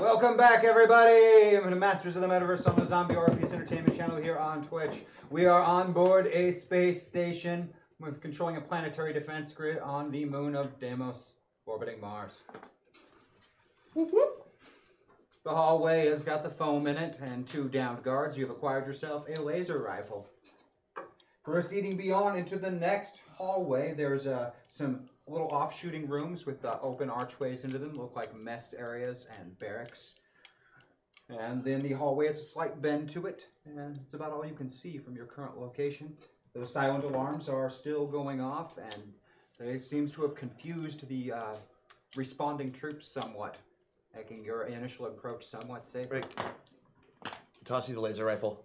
Welcome back, everybody! I'm the Masters of the Metaverse on the Zombie Orpheus Entertainment Channel here on Twitch. We are on board a space station. We're controlling a planetary defense grid on the moon of Deimos, orbiting Mars. The hallway has got the foam in it and two downed guards. You've acquired yourself a laser rifle. Proceeding beyond into the next hallway, there's uh, some little offshooting rooms with uh, open archways into them, look like mess areas and barracks. And then the hallway has a slight bend to it, and it's about all you can see from your current location. Those silent alarms are still going off, and they seems to have confused the uh, responding troops somewhat, making your initial approach somewhat safe.
Rick, toss you the laser rifle.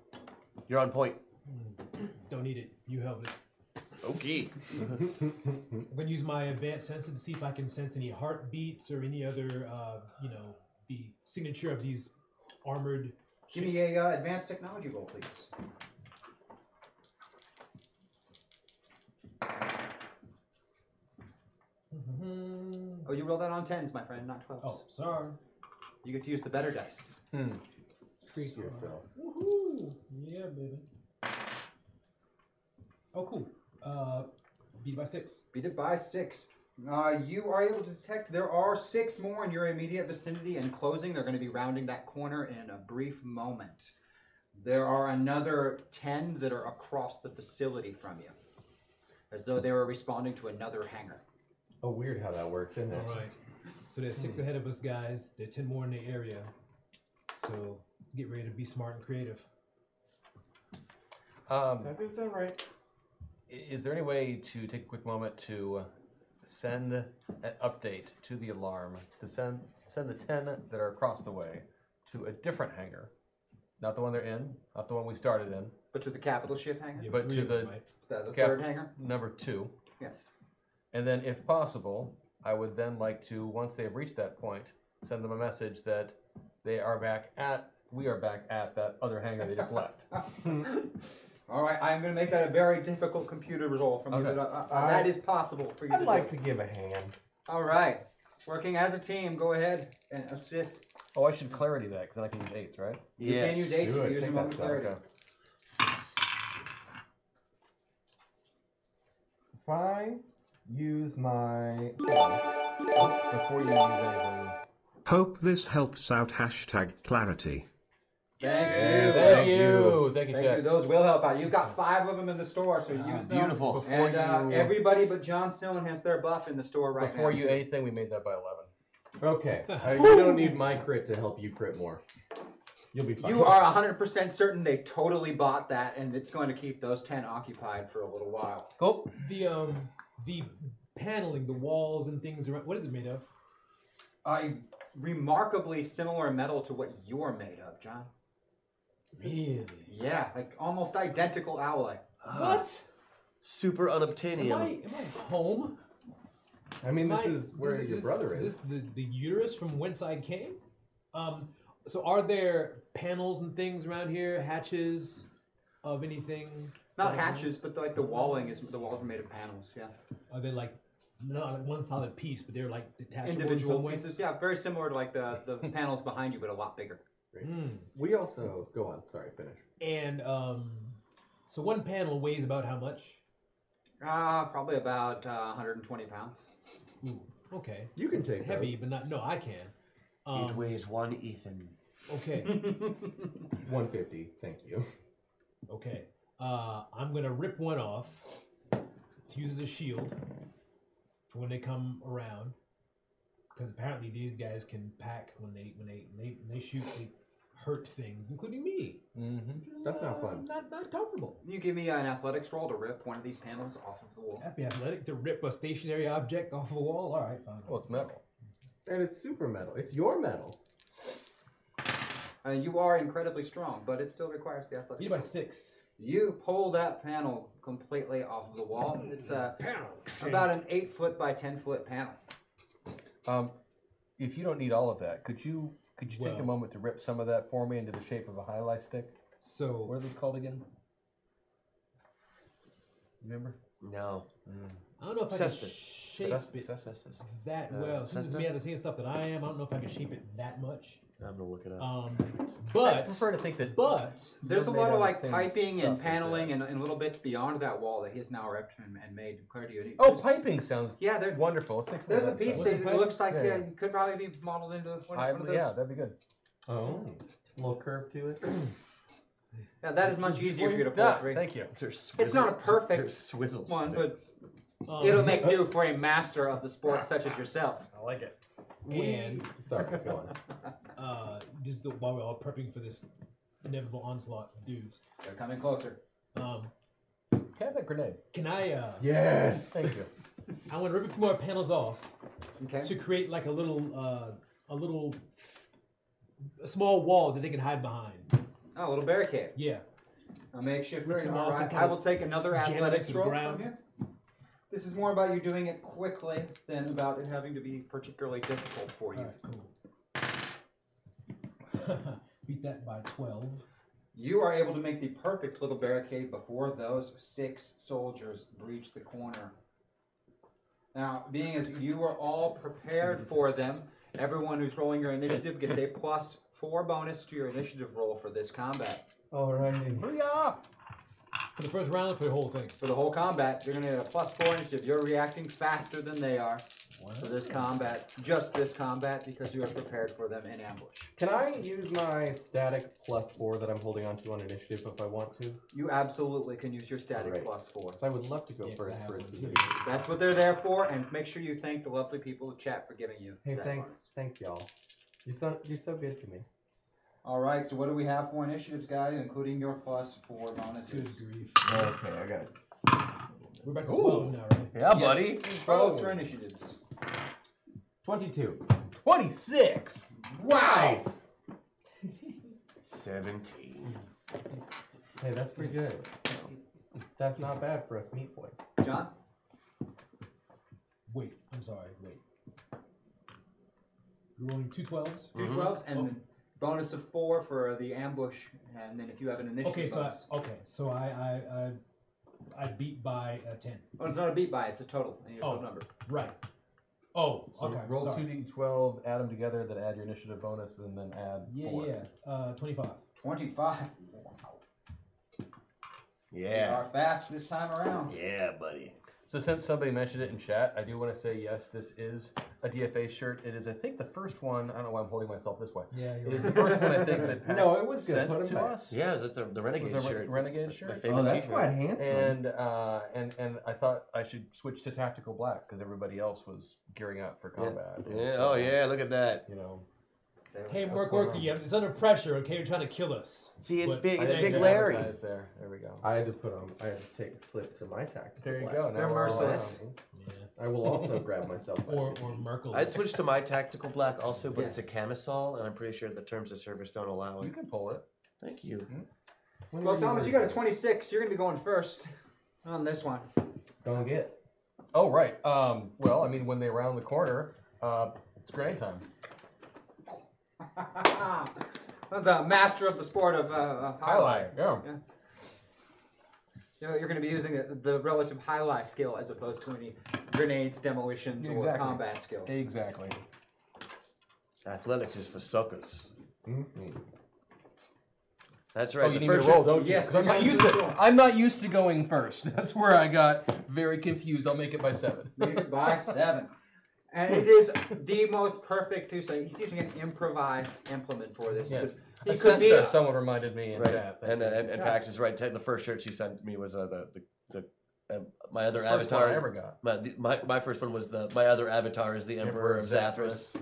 You're on point.
Don't need it. You held it.
Okay.
I'm gonna use my advanced sensor to see if I can sense any heartbeats or any other, uh, you know, the signature of these armored.
Give me a uh, advanced technology roll, please. Oh, you rolled that on tens, my friend, not twelves.
Oh, sorry.
You get to use the better dice.
Treat yourself.
Woohoo! Yeah, baby. Oh, cool. Uh, beat by six.
Beat it by six. Uh, you are able to detect there are six more in your immediate vicinity and closing. They're going to be rounding that corner in a brief moment. There are another 10 that are across the facility from you, as though they were responding to another hangar.
Oh, weird how that works, isn't it?
All right. So there's six ahead of us, guys. There are ten more in the area. So get ready to be smart and creative.
Is
Um,
that- is that right?
is there any way to take a quick moment to uh, send an update to the alarm to send send the ten that are across the way to a different hangar, not the one they're in, not the one we started in,
But to the capital ship hangar?
Yeah,
But
three
to
of them,
the-
right?
The, the
Cap-
third hangar?
number two.
Yes.
And then, if possible, I would then like to, once they have reached that point, send them a message that they are back at, we are back at that other hangar they <laughs> just left.
All right, I'm going to make that a very difficult computer roll from you.
Okay.
But, uh, uh, uh, that is possible for you
I'd
to
like
do.
to give a hand.
All right. Working as a team, go ahead and assist.
Oh, I should clarity that because I can use eights, right?
Yes.
Continue dates
do
to
it.
use
Take
them
that
on the
stuff.
clarity.
If I use my before you use anything.
Hope this helps out. Hashtag clarity.
Thank you.
Thank you. Thank you,
Thank you.
Chad.
Those will help out. You've got five of them in the store, so use them.
beautiful.
And uh,
you-
everybody but John Snowden has their buff in the store right
Before
now.
you anything, we made that by 11.
Okay, uh, you
<laughs>
don't need my crit to help you crit more. You'll be fine.
You are 100% certain they totally bought that, and it's going to keep those 10 occupied for a little while.
Go.
The um the paneling, the walls and things around. What is it made of?
A remarkably similar metal to what you're made of, John.
Really?
Yeah, like almost identical alloy.
What?
Super
Am I
unobtainium.
am I home?
I mean, this
My-
is where your
this-
brother is.
This the, the uterus from whence I came. Um, so are there panels and things around here, hatches of anything?
Not hatches, but like the walling is the walls are made of panels. Yeah,
Are they like not like one solid piece, but they're like detachable in
individual
some way?
pieces. Yeah, very similar to like the <laughs> the panels behind you, but a lot bigger.
Mm.
We also Oh, go on. Sorry, finish.
And um, so one panel weighs about how much?
Uh, probably about uh, 120 pounds.
Ooh, okay.
You can
It's
take
heavy,
those.
but not. No, I can.
it
Um,
weighs one Ethan.
okay,
<laughs> One fifty. Thank you.
okay. Uh, I'm gonna rip one off to use as a shield for when they come around, because apparently these guys can pack when they when they when they, when they shoot. They hurt things, including me.
Mm-hmm.
That's not fun.
Uh, Not not comfortable.
Can you give me an athletics roll to rip one of these panels off of the wall?
That'd be athletic to rip a stationary object off a wall. All right, fine.
Well, it's metal.
And it's super metal. It's your metal.
Uh, you are incredibly strong, but it still requires the athletics.
Beat by
roll.
six.
You pull that panel completely off of the wall. It's uh, about an eight foot by ten foot panel.
Um, if you don't need all of that, could you could you take a
Well.
moment to rip some of that for me into the shape of a highlight stick? What
So
are these called again? Remember?
No.
I don't know if I can
Cesspit.
shape
Cess-
it
cess-
that well. Since it's
Cessna?
made out of the same stuff that I am, I don't know if I can shape it that much.
I'm gonna look it up.
Um,
I
but
prefer to think that
but
There's a
made
lot
out
of
of
like
the same
piping
stuff uh,
and
as
paneling
that.
and, and little bits beyond that wall that he has now erected and, and made clear to you. And it
oh,
just-
piping sounds
yeah, there,
wonderful. Let's take some
there's a
of that
piece
stuff.
What's
that
it called?
looks like
Yeah,
yeah.
yeah.
it could probably be modeled into one,
I,
one of those.
yeah, that'd be good.
Oh, little curve to it.
Yeah, that is much easier for you to pull
Yeah,
through.
thank you.
There's
It's not a perfect
there's <laughs> swizzle
one, but
sticks.
um,
it'll make do for a master of the sport such
<laughs>
as yourself.
I like it.
We-
And
Sorry, go on.
uh, just the, while we're all prepping for this inevitable onslaught, of dudes.
They're coming closer.
Um,
Can I have that grenade?
can I? Uh,
Yes.
Thank you.
I want to rip a few more panels off
Okay.
to create like a little, uh, a little, a small wall that they can hide behind.
Oh, a little barricade.
Yeah.
A makeshift
Rip
ring.
some
All
off and
right.
kinda
I will take another
jam it
athletics
into the
roll
ground.
from you. This is more about you doing it quickly than about it having to be particularly difficult for you.
All right. Cool. <laughs> Beat that by twelve.
You are able to make the perfect little barricade before those six soldiers breach the corner. Now, being as you are all prepared for them, everyone who's rolling your initiative gets a plus four bonus to your initiative roll for this combat.
Alrighty.
Booyah!
For the first round, for the whole thing.
For the whole combat, you're going to get a plus four initiative. You're reacting faster than they are for this combat, just this combat, because you are prepared for them in ambush.
Can I use my static plus four that I'm holding onto on initiative if I want to?
You absolutely can use your static
Right.
plus four.
So I would love to go
Yeah, I
first
have
for a
one
specific.
too.
reason.
That's what they're there for, and make sure you thank the lovely people of chat for giving you.
Hey,
that
thanks,
bonus.
thanks y'all. You so you're so good to me.
All right, so what do we have for initiatives, guys, including your plus four bonuses?
grief.
Okay, I got it.
We're back to
Ooh.
twelve now, right?
Yeah,
Yes.
buddy.
Both
Oh.
for initiatives.
Twenty-two.
26!
Nice.
Seventeen.
Hey, that's pretty good. That's not bad for us meat boys.
John?
Wait, I'm sorry. Wait. You're rolling two twelves.
2
Mm-hmm.
12s
Oh.
and bonus of four for the ambush, and then if you have an initiative
Okay, so
bonus.
I, okay, so I I I, I beat by uh, ten.
Oh, it's not a beat by, it's a total. I need a
Oh.
total number.
Right. Oh,
So
<laughs> okay.
roll
sorry.
2d12, add them together, then add your initiative bonus, and then add
Yeah,
4.
yeah. Uh, twenty-five.
25. We
Yeah.
are fast this time around.
Yeah, buddy.
So since somebody mentioned it in chat, I do want to say yes, this is a DFA shirt. It is, I think, the first one. I don't know why I'm holding myself this way.
Yeah,
It is the first one I think
<laughs>
that Pax
No, it was good.
sent
Put 'em
to
back.
us.
Yeah, that's a, the renegade
a re-
shirt.
renegade
that's,
shirt?
Oh, That's my
Oh,
favorite t-shirt.
handsome.
And uh, and and I thought I should switch to tactical black because everybody else was gearing up for combat. And
Yeah.
so,
Oh yeah, look at that.
You know,
There we
Hey,
go.
work,
going
work.
on?
Yeah, it's under pressure. Okay, you're trying to kill us.
See, it's
But
big.
I
It's
think
big
they
Larry.
advertised There, there we go.
I had to put on. I had to take a slip to my tactical.
There you
black.
go. Now
They're
we're all
merciless.
around.
Yeah.
I will also grab myself. back.
Or or Merkel.
I'd switch to my tactical black also, but it's a
Yes.
camisole, and I'm pretty sure the terms of service don't allow
You
it.
can pull it.
Thank you.
When
Well,
were
Thomas, you
worried?
got a 26. You're going to be going first on this one.
Don't get.
Oh right. Um, well, I mean, when they round the corner, uh, it's grenade time.
<laughs> That's a master of the sport of uh, uh, highlight.
Highlight. Yeah.
Yeah. You know, you're going to be using the, the relative highlight skill as opposed to any grenades, demolitions, or
Exactly.
combat skills. <laughs>
Exactly.
Athletics is for suckers.
Mhm.
That's right.
Oh,
the
you need me to
first
roll, don't you?
Yes,
'Cause I'm
you
not
have to
used
roll.
to. I'm not used to going first. <laughs> That's where I got very confused. I'll make it by seven.
Beat by seven. And it is the most perfect too. So he's using an improvised implement for this.
Yes.
He
I
could
sensed
be,
that uh, someone reminded me in
Right.
chat. Thank
And, uh,
you.
and and Pax is right. The first shirt she sent me was uh, the the, the uh, my other
First one I
avatar.
ever got.
My, the, my my first one was the my other avatar is the Emperor, of Zathras.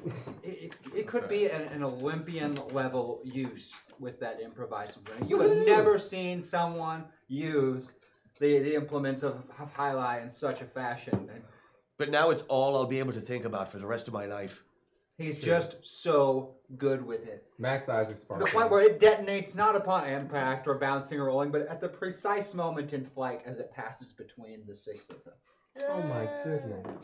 it, it could be an, an Olympian level use with that improvised implement. You have never seen someone use the, the implements of, of highlight in such a fashion. And
But now it's all I'll be able to think about for the rest of my life.
he's just so good with it.
Max eyes
To
are
the
sparkling.
point where it detonates not upon impact or bouncing or rolling, but at the precise moment in flight as it passes between the six of them.
Oh my goodness.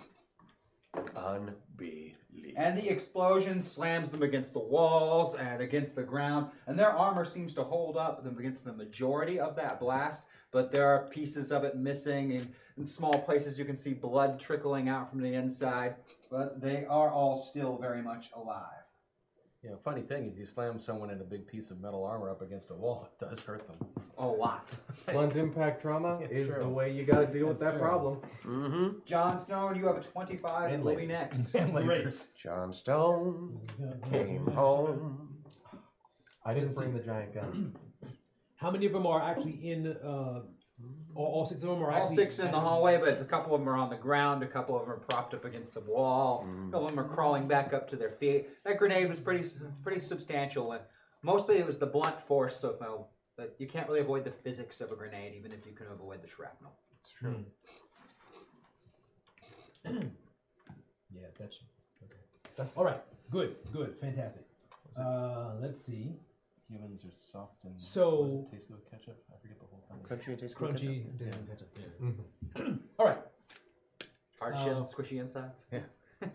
Unbelievable.
And the explosion slams them against the walls and against the ground, and their armor seems to hold up them against the majority of that blast, but there are pieces of it missing, and in small places you can see blood trickling out from the inside, but they are all still very much alive.
You know, funny thing is, you slam someone in a big piece of metal armor up against a wall, <laughs> it does hurt them.
A lot.
Blunt impact trauma
It's
is
true.
the way you gotta deal with
It's
that
true.
problem.
Mm-hmm.
John Snow, you have a 25 and
And
Louis
lasers.
next.
And
Great.
lasers.
John Stone came home.
I didn't bring the giant gun.
How many of them are actually in? Uh, all, all six of them are
All
actually
six in the hallway, but a couple of them are on the ground. A couple of them are propped up against the wall. A couple of them are crawling back up to their feet. That grenade was pretty pretty substantial, and mostly it was the blunt force of uh, that you can't really avoid the physics of a grenade, even if you can avoid the shrapnel.
It's true.
Yeah, that's okay. That's all right. Good, good, fantastic. Uh, let's see.
Humans are soft and
So-
what does it taste good with ketchup. I forget the whole thing.
Crunchy and tasty.
Crunchy. yeah. all right.
Hard shell,
Oh.
squishy insides.
<clears throat>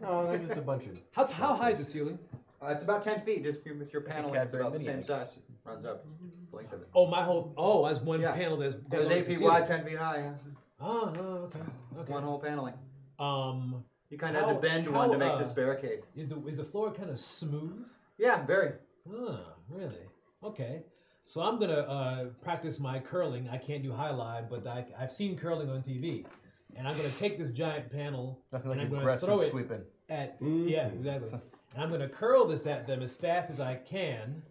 No, they're just a bunch of.
How, how high is the ceiling?
Uh, it's about 10 feet, just your, your panel is
Cadbury
about the
Mini
same
Egg.
size. Runs up. Blink of it.
Oh, my whole. Oh, as one
Yeah.
panel that's.
It was 8 feet wide, 10 feet high. yeah.
Ah, ah, okay. Okay.
One whole paneling.
Um,
You kind of had
How-
to bend
how,
one to make
uh,
this barricade.
is the is the floor kind of smooth?
Yeah, very.
Ah, really? Okay. So I'm gonna uh, practice my curling. I can't do high line, but I, I've seen curling on TV, and I'm gonna take this giant panel
Nothing
and I'm
like
gonna throw
aggressive
it
sweeping.
at yeah
<laughs>
exactly. And I'm gonna curl this at them as fast as I can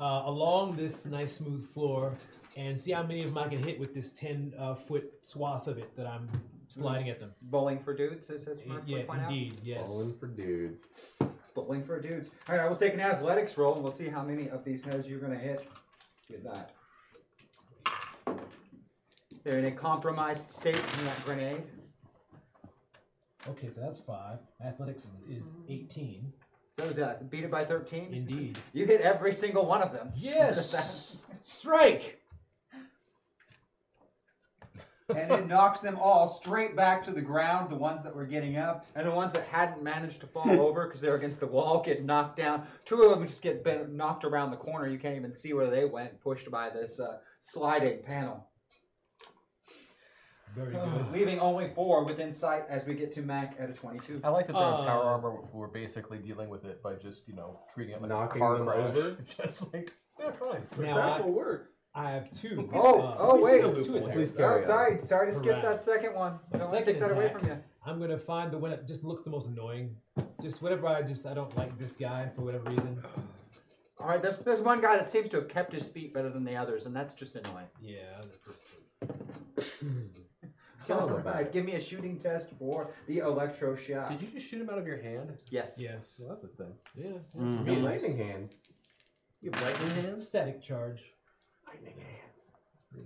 uh, along this nice smooth floor, and see how many of them I can hit with this ten uh, foot swath of it that I'm sliding at them.
Bowling for dudes, it says.
Y-
Mark,
Eh, Yeah,
Mm. point out.
indeed, yes.
Falling for dudes.
Bowling for dudes. All right, I will take an athletics roll, and we'll see how many of these heads you're going to hit with that. They're in a compromised state from that grenade.
Okay, so that's five. Athletics is
Mm.
18.
So is that beat it by 13?
Indeed.
You hit every single one of them. <laughs>
Yes! Strike!
and it knocks them all straight back to the ground. The ones that were getting up, and the ones that hadn't managed to <laughs> fall over because they were against the wall get knocked down. Two of them just get bent, knocked around the corner. You can't even see where they went, pushed by this uh, sliding
<sighs>
panel,
Very
Ah.
good.
leaving only four within sight as we get to Mac at a 22.
I like that they're in power
Uh,
armor. who We're basically dealing with it by just you know treating it like a
Knocking
car
them
crash.
over?
<laughs> just like yeah, fine.
Now
That's
I,
what works.
I have two.
Oh,
uh,
oh, wait.
Two attacks.
Please
Oh,
carry on.
sorry, sorry to skip
Hurrah.
that second one.
My
I don't want to
second
take that away
attack.
from you.
I'm gonna find the one that just looks the most annoying. Just whatever I just, I don't like this guy for whatever reason.
All right, there's, there's one guy that seems to have kept his feet better than the others, and that's just annoying.
Yeah. that's just-
Tell
All
him about
right,
it.
give me a shooting test for the electro shock.
Did you just shoot him out of your hand?
yes.
Yes.
Well, that's a thing.
Yeah.
Mm-hmm. You got lightning hands.
You have lightning hands.
Static charge.
Lightning hands.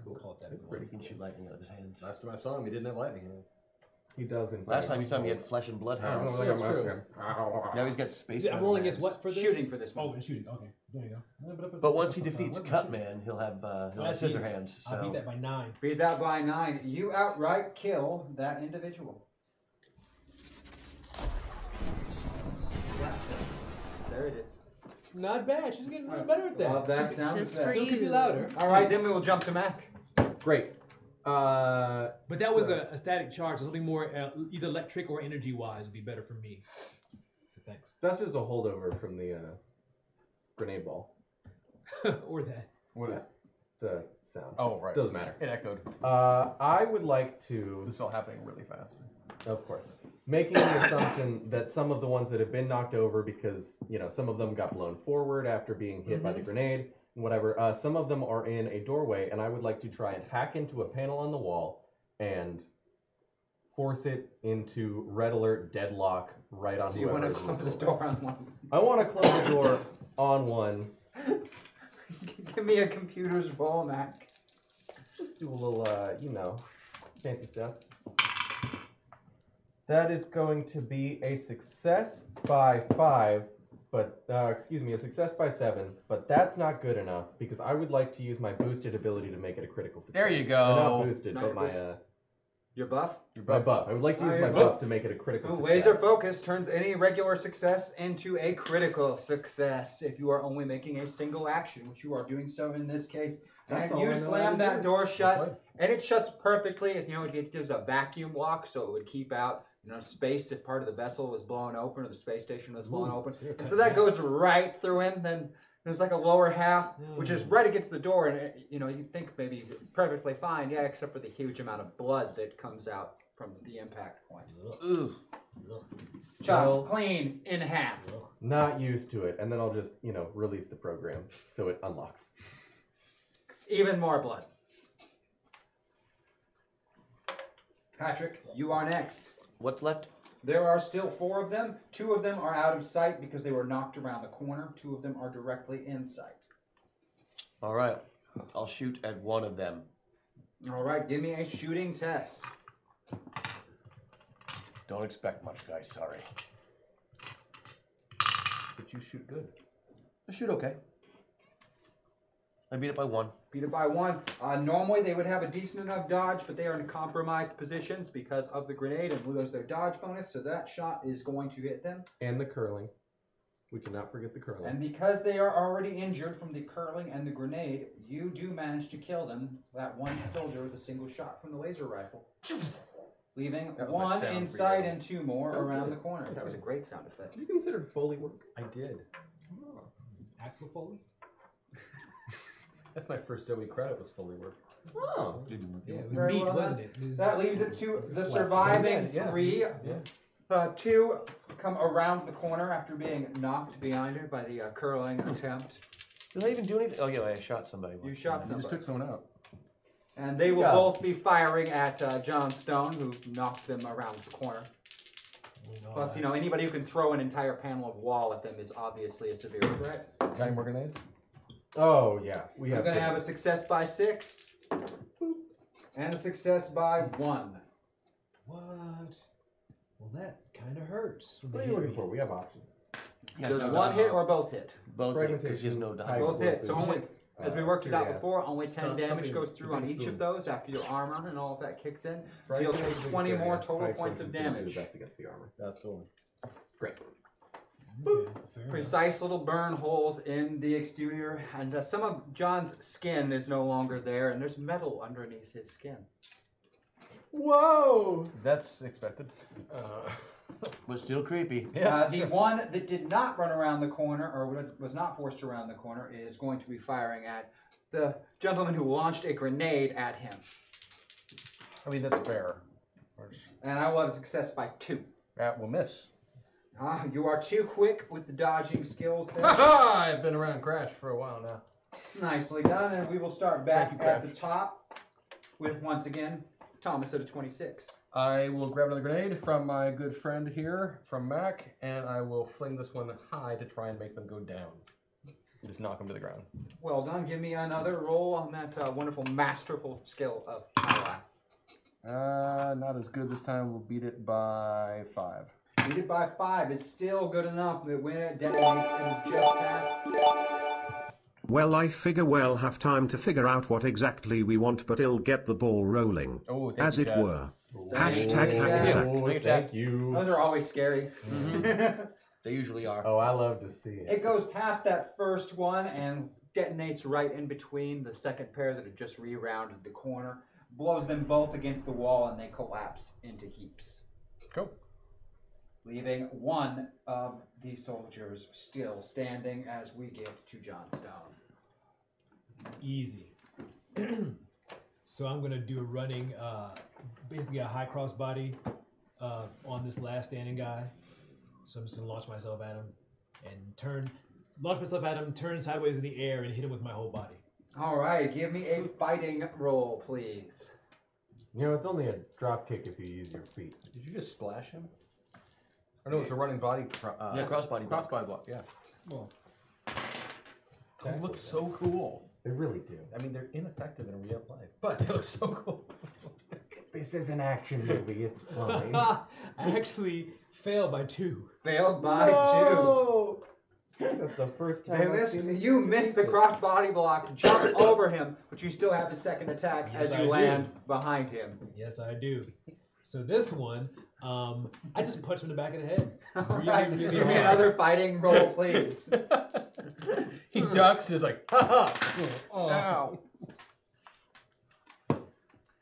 We'll call it that.
That's
as well.
pretty
He can shoot lightning out of his hands.
Last time I saw him, he didn't have lightning hands.
He does in
Last
fact.
time you saw him, he had flesh and blood
Oh, I don't
hands.
know, like,
That's
I'm
true.
after him.
Now he's got space.
I'm rolling against
hands.
what for this?
Shooting for this one.
Oh, and shooting. Okay. There you go.
But once he defeats
Shooting.
Cutman, he'll have uh, he'll
Well,
have
that's easy.
scissor hands.
Oh, I beat
So
that by nine.
Beat that by nine. You outright kill that individual. There it is.
Not bad. She's getting really better at that.
Love that sound
Just
effect.
for
Still could be
you.
louder.
All right, then we will jump to Mac.
Great. Uh,
But that was
so-
a, a static charge. Something more uh, either electric or energy wise would be better for me. So thanks. <laughs>
That's just a holdover from the uh, grenade ball.
or that.
What?
Yeah. The sound.
Oh right.
Doesn't matter.
It echoed.
Uh, I would like to,
This is all happening really fast.
of course, making the assumption that some of the ones that have been knocked over because, you know, some of them got blown forward after being hit by the
Mm-hmm.
grenade and whatever, uh, some of them are in a doorway, and I would like to try and hack into a panel on the wall and force it into red alert deadlock right on
So you want to
whoever's
close
in the
the
doorway.
door on one.
I want to close the door on one.
Give me a computer's roll, Mac.
Just do a little, uh, you know, fancy stuff. That is going to be a success by five, but uh, excuse me, a success by seven. But that's not good enough because I would like to use my boosted ability to make it a critical success.
There you
Or
go.
not boosted,
No,
but
you're
my
boosted.
uh,
Your buff?
my buff. I would like to
Oh,
use
your
my
buff.
buff to make it a critical
Ooh,
success.
laser focus turns any regular success into a critical success if you are only making a single action, which you are doing so in this case.
That's
and
all I
you
know how
slam
to
that
do.
door shut,
Okay.
and it shuts perfectly. You know, it gives a vacuum lock, so it would keep out you know, spaced if part of the vessel was blown open or the space station was blown open. And so that goes right through him. Then there's like a lower half, which
Hmm.
is right against the door. And, uh, you know, you think maybe perfectly fine. Yeah, except for the huge amount of blood that comes out from the impact point. Chopped clean in half.
Not used to it, and then I'll just you know release the program so it unlocks.
Even more blood. Patrick, you are next.
What's left?
There are still four of them. Two of them are out of sight because they were knocked around the corner. Two of them are directly in sight.
All right. I'll shoot at one of them.
All right, give me a shooting test.
Don't expect much, guys. Sorry. But you shoot good. I shoot okay. I beat it by one.
Beat it by one. Uh, normally they would have a decent enough dodge, but they are in compromised positions because of the grenade and lose their dodge bonus. So that shot is going to hit them.
And the curling. We cannot forget the curling.
And because they are already injured from the curling and the grenade, you do manage to kill them. That one soldier with a single shot from the laser rifle, leaving
That was my
one
sound for
inside
you.
and two more
That was
around
good.
the corner.
That
That was
was
a great sound effect.
you considered Foley work?
I did.
Axel Foley?
That's my first Zoe credit was fully worked.
Oh.
Yeah, it was
Very
meat,
well
wasn't
done.
it? It was-
That leaves it to the surviving
Yeah, yeah.
three.
Yeah.
Uh, two come around the corner after being knocked behind her by the uh, curling attempt.
Did I even do anything? Oh yeah, I shot somebody.
You
once.
shot
You just
somebody.
took someone out.
And they will
job.
both be firing at uh, John Stone, who knocked them around the corner. Plus, you know, anybody who can throw an entire panel of wall at them is obviously a severe threat.
Nine more grenades.
Oh yeah. We
You're
have.
going to
to-
have a success by six, and a success by one.
What? Well, that kind of hurts. when
What are
they
you
hit
looking
me.
for? We have options.
Yes,
Does
no,
one
no,
hit
no.
or both hit?
both hit? Because he has
Fragmentation,
no
high
die.
Both hit,
explosives,
so only- As we
uh,
worked it out
tear gas.
before, only 10
Stop
damage
something.
goes through on each of those after your armor and all of that kicks in. So
Frag
you'll take
explosives
20
tear
more
gas.
total
Frag
points of
explosives will do
damage.
The best against the armor.
That's cool.
Great.
Okay, fair enough.
Precise little burn holes in the exterior, and uh, some of John's skin is no longer there, and there's metal underneath his skin.
Whoa!
That's expected. Uh,
<laughs>
Was still creepy.
Uh, the one that did not run around the corner, or wa- was not forced around the corner, is going to be firing at the gentleman who launched a grenade at him.
I mean, that's fair.
And I will have success by two.
That will miss.
Ah, you are too quick with the dodging skills
<laughs> <laughs>
there.
I've been around Crash for a while now.
Nicely done, and we will start back
Thank you,
at the
Crash.
top with once again Thomas at a 26.
I will grab another grenade from my good friend here, from Mac, and I will fling this one high to try and make them go down. Just knock them to the ground.
Well done. Give me another roll on that uh, wonderful, masterful skill of Kyla.
Uh, not as good this time. We'll beat it by five.
Beat it by five is still good enough that when it detonates, it is just past.
Well, I figure we'll have time to figure out what exactly we want, but it'll get the ball rolling,
Oh, thank
as
you,
it
Chad.
were. Hashtag
you,
hack
Chad.
attack.
Oh,
Thank you, Jack.
thank you.
Those are always scary.
Mm-hmm.
<laughs>
They usually are.
Oh, I love to see
it
it.
goes past that first one and detonates right in between the second pair that had just re-rounded the corner. Blows them both against the wall and they collapse into heaps,
Cool.
leaving one of the soldiers still standing as we get to Johnstone.
easy. <clears throat> so I'm gonna do a running, uh, basically a high crossbody uh, on this last standing guy. So I'm just gonna launch myself at him and turn, launch myself at him, turn sideways in the air and hit him with my whole body. <laughs>
All right, give me a fighting roll, please.
You know, it's only a drop kick if you use your feet.
Did you just splash him? Or no, it's a running body. Cro- uh,
Yeah, crossbody block.
Crossbody block. Yeah. Those look so cool.
They really do.
I mean, they're ineffective in real life, but they look so cool. <laughs>
This is an action movie. <laughs> It's fine.
Ah, I actually failed by two.
Failed by
That's the first
two. You
time I've
missed,
seen this.
you missed the crossbody block, jump over him, but you still have the second attack
Yes,
as you
I do.
land behind him.
Yes, I do. So this one, um, I just punched him in the back of the head.
All right,
Really,
give
really
me
hard.
another fighting roll,
<laughs>
please.
he ducks. Is like, ha ha. Oh.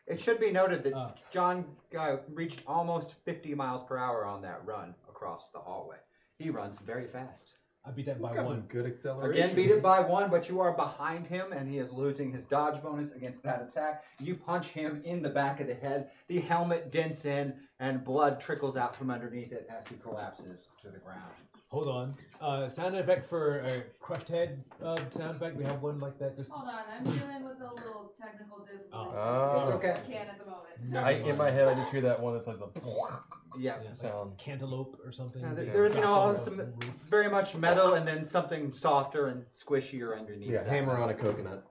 It should be noted that
Ah.
John uh, reached almost 50 miles per hour on that run across the hallway. He runs very fast.
I beat that by
Got some
one.
good acceleration.
Again, beat it by one, but you are behind him, and he is losing his dodge bonus against that attack. You punch him in the back of the head. The helmet dents in, and blood trickles out from underneath it as he collapses to the ground.
Hold on. Uh, sound effect for uh, crushed head uh, sound effect. We have one like that. Just
Hold on, I'm dealing with a little technical difficulty.
Oh.
Ah.
It's okay.
I can't at the moment.
No.
Sorry.
I, in my head, I just hear that one that's like the <laughs>
Yeah.
yeah, like
sound.
cantaloupe or something.
Yeah, there,
Yeah.
there is, you know,
Drop on
some
the roof.
very much metal and then something softer and squishier underneath.
Yeah,
that.
hammer on a coconut.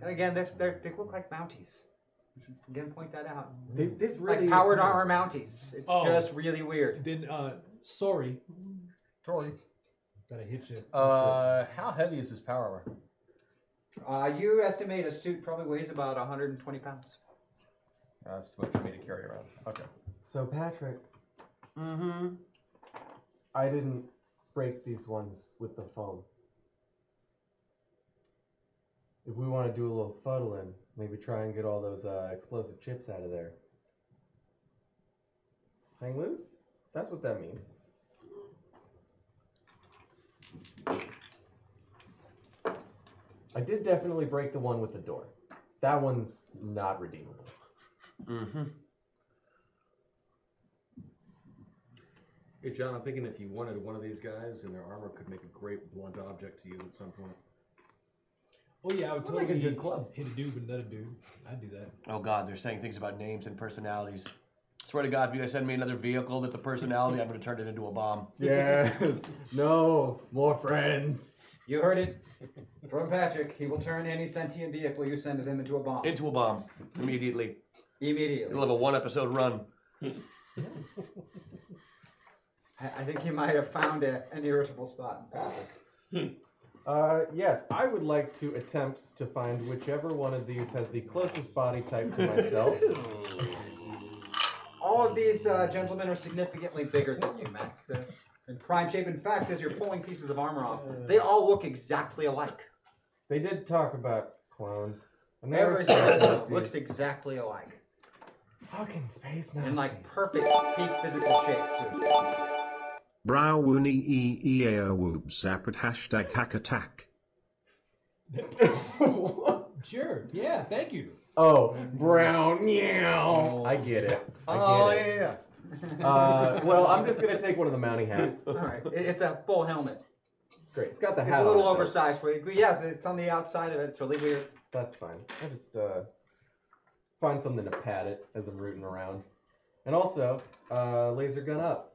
And again, they're, they're, they look like Mounties. Again, point that out.
They, this really
like powered armor Mounties. It's
Oh.
just really weird.
Then uh, sorry
Sorry.
that I hit you.
Uh, how heavy is this power armor?
Uh, you estimate a suit probably weighs about 120 pounds.
Uh, That's too much for me to carry around. Okay.
So Patrick,
Mm-hmm.
I didn't break these ones with the foam. If we want to do a little fuddling, maybe try and get all those uh, explosive chips out of there. Hang loose? That's what that means. I did definitely break the one with the door. That one's not redeemable.
Mm-hmm.
Hey, John, I'm thinking if you wanted one of these guys and their armor could make a great blunt object to you at some point.
Oh yeah, I would
We'll make a
totally
good club.
hit a dude with another dude. I'd do that.
Oh God, they're saying things about names and personalities. Swear to God, if you guys send me another vehicle that's a personality, I'm going to turn it into a bomb.
Yes. no. More friends.
You heard it from Patrick. He will turn any sentient vehicle you send him into a bomb
Into a bomb immediately. It'll
immediately.
have a one episode run.
I I think he might have found a, an irritable spot in Patrick.
Uh, yes, I would like to attempt to find whichever one of these has the closest body type to myself.
All of these uh, gentlemen are significantly bigger than you, Mac. They're in prime shape. In fact, as you're pulling pieces of armor off, they all look exactly alike.
they did talk about clones. And they were
Every single one of
Nazis.
them looks exactly alike.
fucking space Nazis.
In like perfect peak physical shape too.
Brow woony e e a o woob zap at hashtag hack attack.
Sure. Yeah. Thank you.
<laughs> oh, brown. Yeah. I get it. I get
Oh, yeah,
it.
yeah,
Uh, well, I'm just gonna take one of the mounting hats.
All right, it- it's a full helmet.
Great. It's got the
It's
hat.
a little
on it, though.
oversized for you. But yeah, it's on the outside of it. It's really weird.
That's fine. I'll just uh, find something to pat it as I'm rooting around. And also, uh, laser gun up.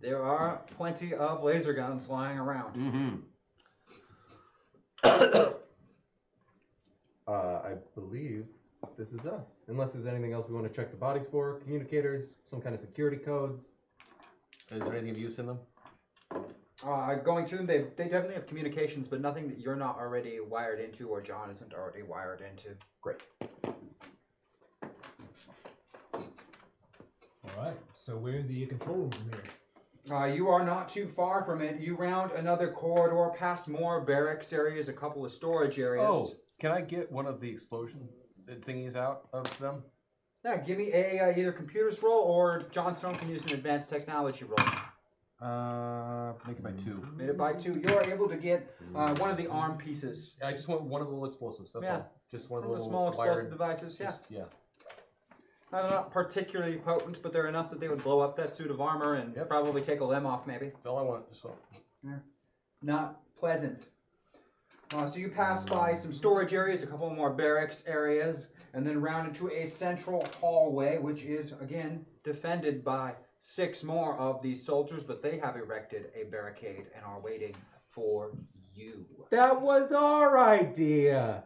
There are plenty of laser guns lying around.
Mm-hmm.
Uh, I believe this is us. Unless there's anything else we want to check the bodies for, communicators, some kind of security codes.
yeah. Is there anything of use in them?
Uh, going through them, they, they definitely have communications, but nothing that you're not already wired into or John isn't already wired into.
Great.
All right. So where's the control room from here?
Uh, you are not too far from it. You round another corridor, past more barracks areas, a couple of storage areas.
Oh, can I get one of the explosion thingies out of them?
Yeah, give me a uh, either computers roll or John Stone can use an advanced technology roll.
Uh, make it by two.
Made it by two. You're able to get uh, one of the arm pieces.
I just want one of the little explosives. That's
Yeah.
all. Just one of
One
the
of the
little
small explosive
wired.
devices, yeah.
just- yeah.
Uh, They're not particularly potent, but they're enough that they would blow up that suit of armor and
Yep.
probably take a limb off, maybe.
That's all I want. Just one.
Not pleasant. Uh, so you pass by some storage areas, a couple more barracks areas, and then round into a central hallway, which is again defended by six more of these soldiers, but they have erected a barricade and are waiting for you.
That was our idea.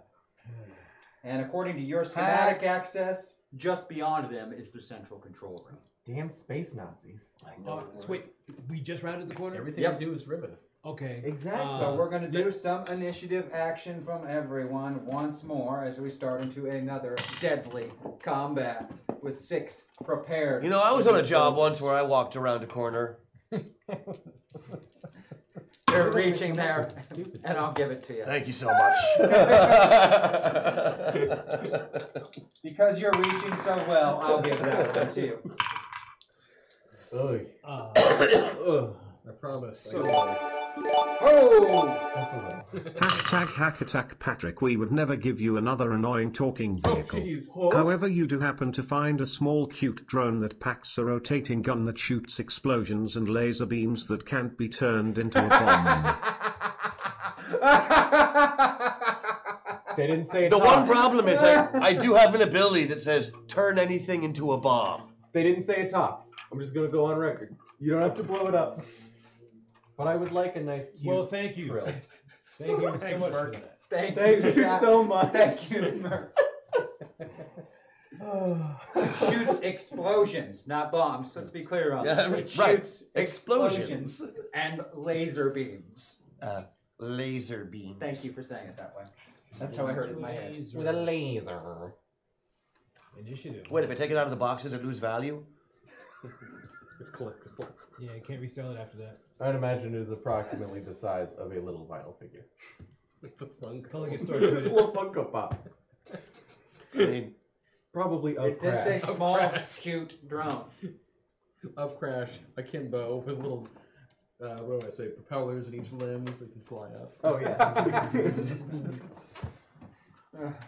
And according to your schematic
Hacks.
access, just beyond them is the central control room.
Damn space Nazis.
Uh, so wait, we just rounded the corner.
Everything
Yep.
I do is riveted.
Okay.
Exactly.
Uh,
So we're going to do some initiative action from everyone once more as we start into another deadly combat with six prepared.
You know, I was on a job once where I walked around a corner.
You're reaching there, and I'll give it to you.
Thank you so
<laughs> much. because you're reaching so well, I'll give that one to you.
uh,
I promise.
Oh!
Hashtag hack attack Patrick. We would never give you another annoying talking vehicle. However, you do happen to find a small cute drone that packs a rotating gun that shoots explosions and laser beams that can't be turned into a bomb.
They didn't
<laughs>
say
The
attack.
one problem is I, I do have an ability that says turn anything into a bomb.
They didn't say it talks. I'm just gonna go on record. You don't have to blow it up. But I would like a nice cute
Well, thank you.
Trill.
Thank you so
Thanks,
much
Mark.
for that.
Thank,
Thank you
Jack.
so much.
Thank you,
<sighs>
Merc. shoots explosions, not bombs. Let's be clear on that.
Yeah,
It
right.
shoots explosions. and laser beams.
Uh, laser beam.
Thank you for saying it that way. That's how I heard it in my head.
Laser
With a laser.
Initiative.
Wait, if I take it out of the box, does it lose value?
It's collectible.
Yeah, you can't resell it after that.
I'd imagine it is approximately the size of a little vinyl figure.
<laughs> It's a fun
Calling it
This is a
story.
little Funko Pop.
I mean,
Probably of
It did say
crash.
small cute drone.
<laughs> Up crash, akimbo, with little, uh, what do I say, propellers in each limb so they can fly up.
Oh yeah.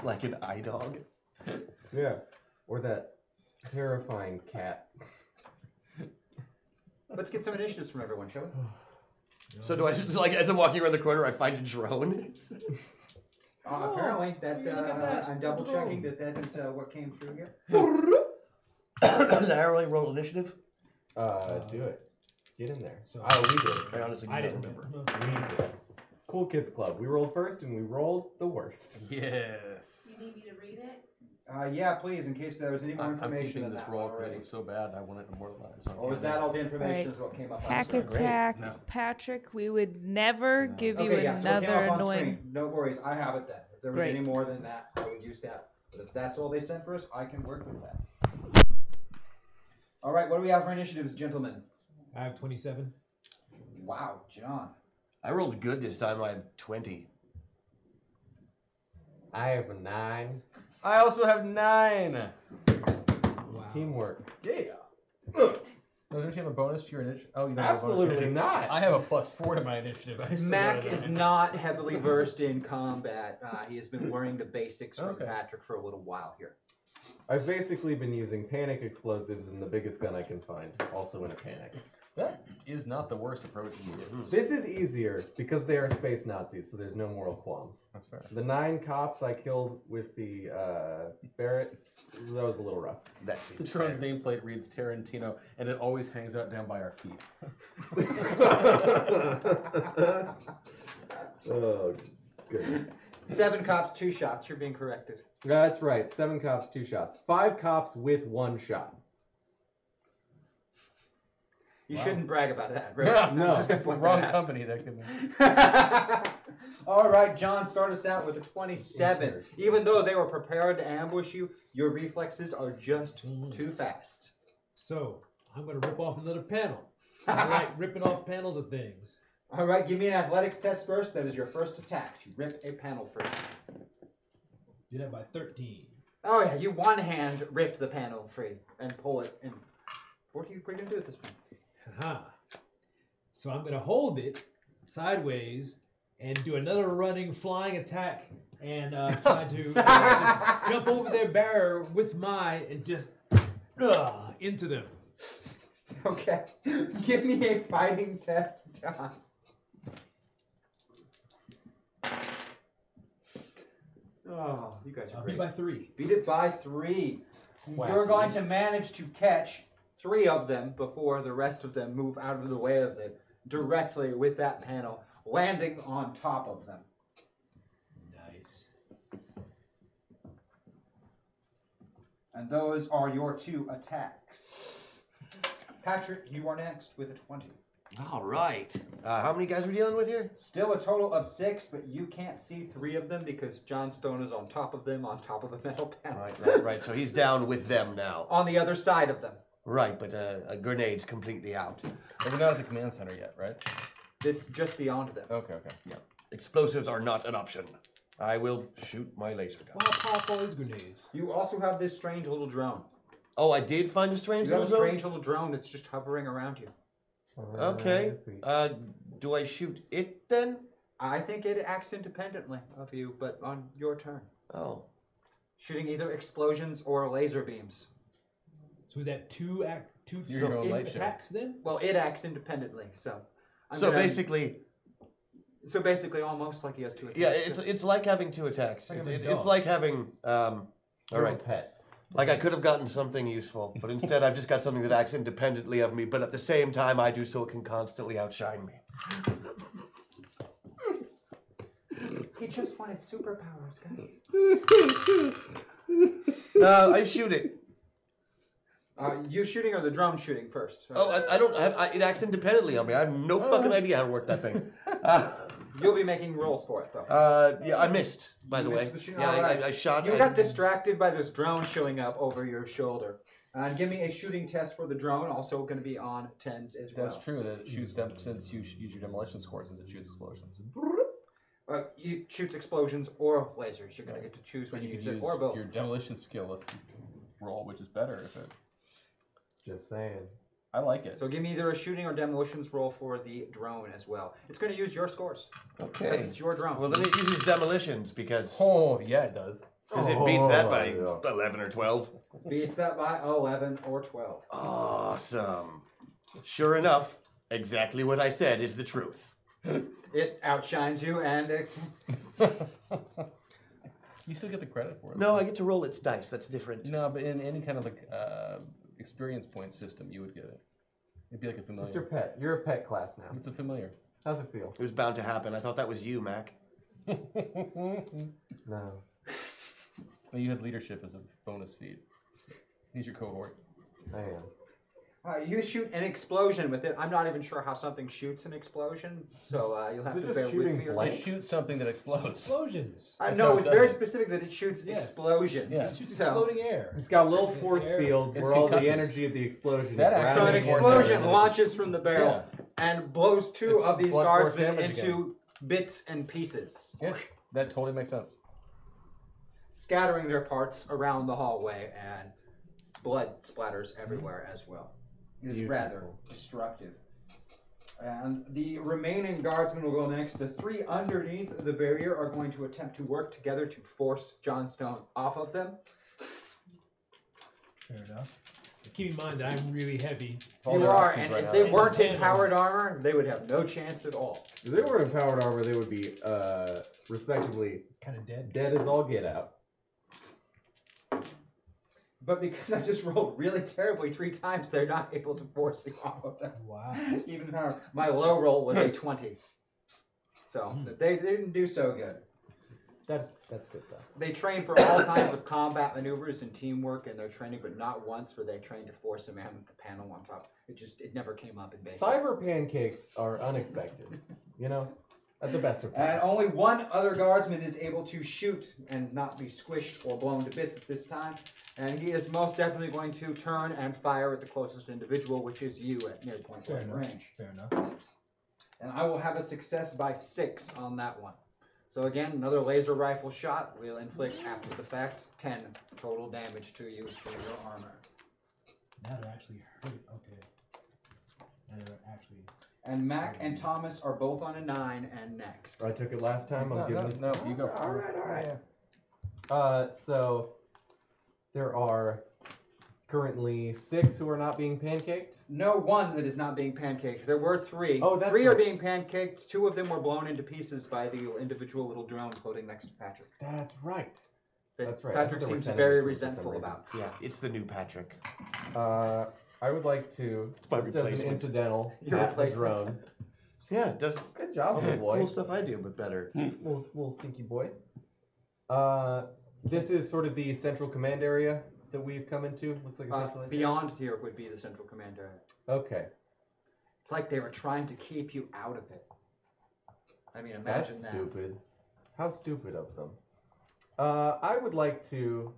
like an eye dog.
<laughs> yeah. Or that terrifying cat.
Let's get some initiatives from everyone, shall we?
So do I just like as I'm walking around the corner, I find
<laughs>
a drone?
Uh, apparently, that,
look at
uh,
that.
I'm double checking that that is uh, what came through here.
Did I already roll initiative?
Uh, do it. Get in there.
so-
oh, we did.
I honestly
I
don't
didn't
remember.
remember.
We did. Cool Kids Club. We rolled first and we rolled the worst.
Yes.
You need me to read it?
Uh, yeah, please, in case there was any more
I'm, I'm
information
keeping
than
this
that
roll because
already.
it was so bad I want it immortalized.
Or was that all the information
Right.
is what came up on
Hack
screen?
attack,
No.
Patrick. We would never give you
Okay, yeah, so it
another
came up on
annoying.
screen. No worries, I have it then. If there was
Great.
any more than that, I would use that. But if that's all they sent for us, I can work with that. All right, what do we have for initiatives, gentlemen?
I have 27.
Wow, John.
I rolled good this time. I have twenty.
I have a nine.
I also have nine.
Wow.
Teamwork.
Yeah. Oh, don't you have a bonus to your initiative? Oh, you don't
Absolutely
have a bonus to your initiative.
not.
I have a plus four to my initiative. I still
Mac
got a
is
nine. <laughs>
not heavily versed in combat. Uh, he has been learning the basics from
Okay.
Patrick for a little while here.
I've basically been using panic explosives and the biggest gun I can find, also in a panic.
That is not the worst approach you can do.
This is easier because they are space Nazis, so there's no moral qualms.
That's fair.
The nine cops I killed with the uh, Barrett, that was a little rough. <laughs>
That
The
seems
drone's
fair.
nameplate reads Tarantino, and it always hangs out down by our <laughs> feet.
oh, goodness.
Seven cops, two shots. You're being corrected.
That's right. Seven cops, two shots. Five cops with one shot.
You shouldn't brag about
<laughs>
that, really. I'm
no.
just gonna point
Wrong
that out.
company. That could be.
<laughs> All right, John, start us out with a 27. Even though they were prepared to ambush you, your reflexes are just too fast.
So, I'm going to rip off another panel. I
<laughs>
like ripping off panels of things.
All right, give me an athletics test first. That is your first attack. You rip a panel free.
Do that by 13.
Oh, yeah, you one hand rip the panel free and pull it in. What are you going to do at this point? <laughs>
Aha. So I'm going to hold it sideways and do another running flying attack and uh, try to uh,
<laughs>
just jump over their barrier with mine and just uh, into them.
Okay, <laughs> give me a fighting test, John. Oh, you guys are
Uh,
great.
beat by three.
Beat it by three. You're going to manage to catch three of them before the rest of them move out of the way of it directly with that panel, landing on top of them.
Nice.
And those are your two attacks. Patrick, you are next with a 20.
All right. Uh, how many guys are we dealing with here?
Still a total of six, but you can't see three of them because John Stone is on top of them, on top of the metal panel.
Right, right, right. So he's down with them now.
On the other side of them.
Right, but uh, a grenade's completely out.
And we're not at the command center yet, right?
It's just beyond them.
Okay, okay.
Yeah. Explosives are not an option. I will shoot my laser gun.
Well, how powerful is grenades?
You also have this strange little drone.
Oh, I did find a strange
You have a
little drone.
strange little drone that's just hovering around you.
Okay. Uh, do I shoot it then?
I think it acts independently of you, but on your turn.
Oh.
Shooting either explosions or laser beams.
So is that two act two
You're
so
going light
attacks then?
Well, it acts independently, so. I'm
so
gonna-
basically,
So basically, almost like he has two attacks.
yeah, it's it's like having two attacks.
Like
It's,
having
it-
a
it's
dog.
like having um. All right.
Pet.
Like I could have gotten something useful, but instead I've just got something that acts independently of me. But at the same time, I do so it can constantly outshine me.
He just wanted superpowers, guys.
Uh, I shoot it.
Uh, you shooting or the drone shooting first?
Oh, I, I don't. I, I, it acts independently on me. I have no
Oh.
fucking idea how to work that thing. Uh,
You'll be making rolls for it, though.
uh, yeah, I missed. By the
You
way,
missed the shot.
yeah, I,
Alright.
I, I shot.
You
I-
got distracted by this drone showing up over your shoulder. And give me a shooting test for the drone, also going to be on 10s as well.
That's true. That it shoots dem- since you sh- use your demolition score since it shoots explosions.
Uh, you shoots explosions or lasers. You're going to get to choose when you,
can
use it or both.
your demolition skill if roll, which is better if it.
Just saying.
I like it.
So give me either a shooting or demolitions roll for the drone as well. It's going to use your scores. 'cause
Okay.
It's your drone.
Well, then it uses demolitions because
oh yeah, it does.
because it beats that
Oh,
by
yeah.
eleven or twelve.
Beats that by 11 or 12.
Awesome. Sure enough, exactly what I said is the truth.
It outshines you and ex-
You still get the credit for it.
No, I get to roll its dice. That's different.
No, but in any kind of like uh, experience point system, you would get it. It'd be like a familiar.
It's your pet. You're a pet class now.
It's a familiar.
How's it feel?
It was bound to happen. I thought that was you, Mac.
No.
But you had leadership as a bonus feat. He's your cohort.
I am.
uh, you shoot an explosion with it. I'm not even sure how something shoots an explosion, so uh, you'll have
it
to
just
bear with
shooting
me.
blank?
It shoots something that explodes.
Explosions.
I
That's
know
how it
it's
does
very
it.
specific that it shoots
Yes.
explosions.
Yeah.
It's just
So-
exploding air.
It's got little force
It's
fields
concussive.
where all the energy of the explosion
That
is
actually
So an
routed
makes more
towards
explosion
the-
launches from the barrel and blows two
It's
of these
blunt force
guardsmen
damage
into bits and pieces,
Yeah, that totally makes sense.
scattering their parts around the hallway, and blood splatters everywhere as well. It is rather destructive. And the remaining guardsmen will go next. The three underneath the barrier are going to attempt to work together to force Johnstone off of them.
Fair enough. Keep in mind that I'm really heavy.
All
you
their
are,
options
and
right
if
now.
they weren't in powered armor, they would have no chance at all.
If they were in powered armor, they would be, uh, respectively,
Kind of dead.
dead as all get out.
But because <laughs> I just rolled really terribly three times, they're not able to force you off of them.
Wow.
Even her. My low roll was a 20. So they, they didn't do so good.
That's that's good though.
They trained for all kinds of combat maneuvers and teamwork in their training, but not once were they trained to force a man with the panel on top. It just it never came up in basic.
Cyber pancakes are unexpected. You know, at the best of
And
times.
only one other guardsman is able to shoot and not be squished or blown to bits at this time. And he is most definitely going to turn and fire at the closest individual, which is you at near point
Fair
blank
enough.
range.
Fair enough.
And I will have a success by six on that one. So again, another laser rifle shot will inflict after the fact ten total damage to you for your armor.
That'll actually hurt. Okay. That'll actually.
And Mac and Thomas are both on a nine and next.
I took it last time. I'm
No,
giving
no,
it.
no, you go.
All right, all right.
Uh, so there are currently six who are not being pancaked.
No one that is not being pancaked. There were three.
Oh, that's
three are
right.
being pancaked. Two of them were blown into pieces by the individual little drone floating next to Patrick.
That's right.
That
That's right. I
Patrick
thought there were
seems
10
very
of us for some
resentful
reason.
about.
Yeah, it's the new Patrick.
Uh, I would like to
my
just as an
replacement.
incidental
Your
at the
replacement.
drone.
Yeah, it does
Good job, little boy.
cool stuff I do, but better.
little, little stinky boy. Uh, this is sort of the central command area that we've come into. Looks like a
Uh,
centralized. area.
beyond here would be the central commander.
Okay.
It's like they were trying to keep you out of it. I mean, imagine
That's
that.
stupid. How stupid of them. Uh, I would like to.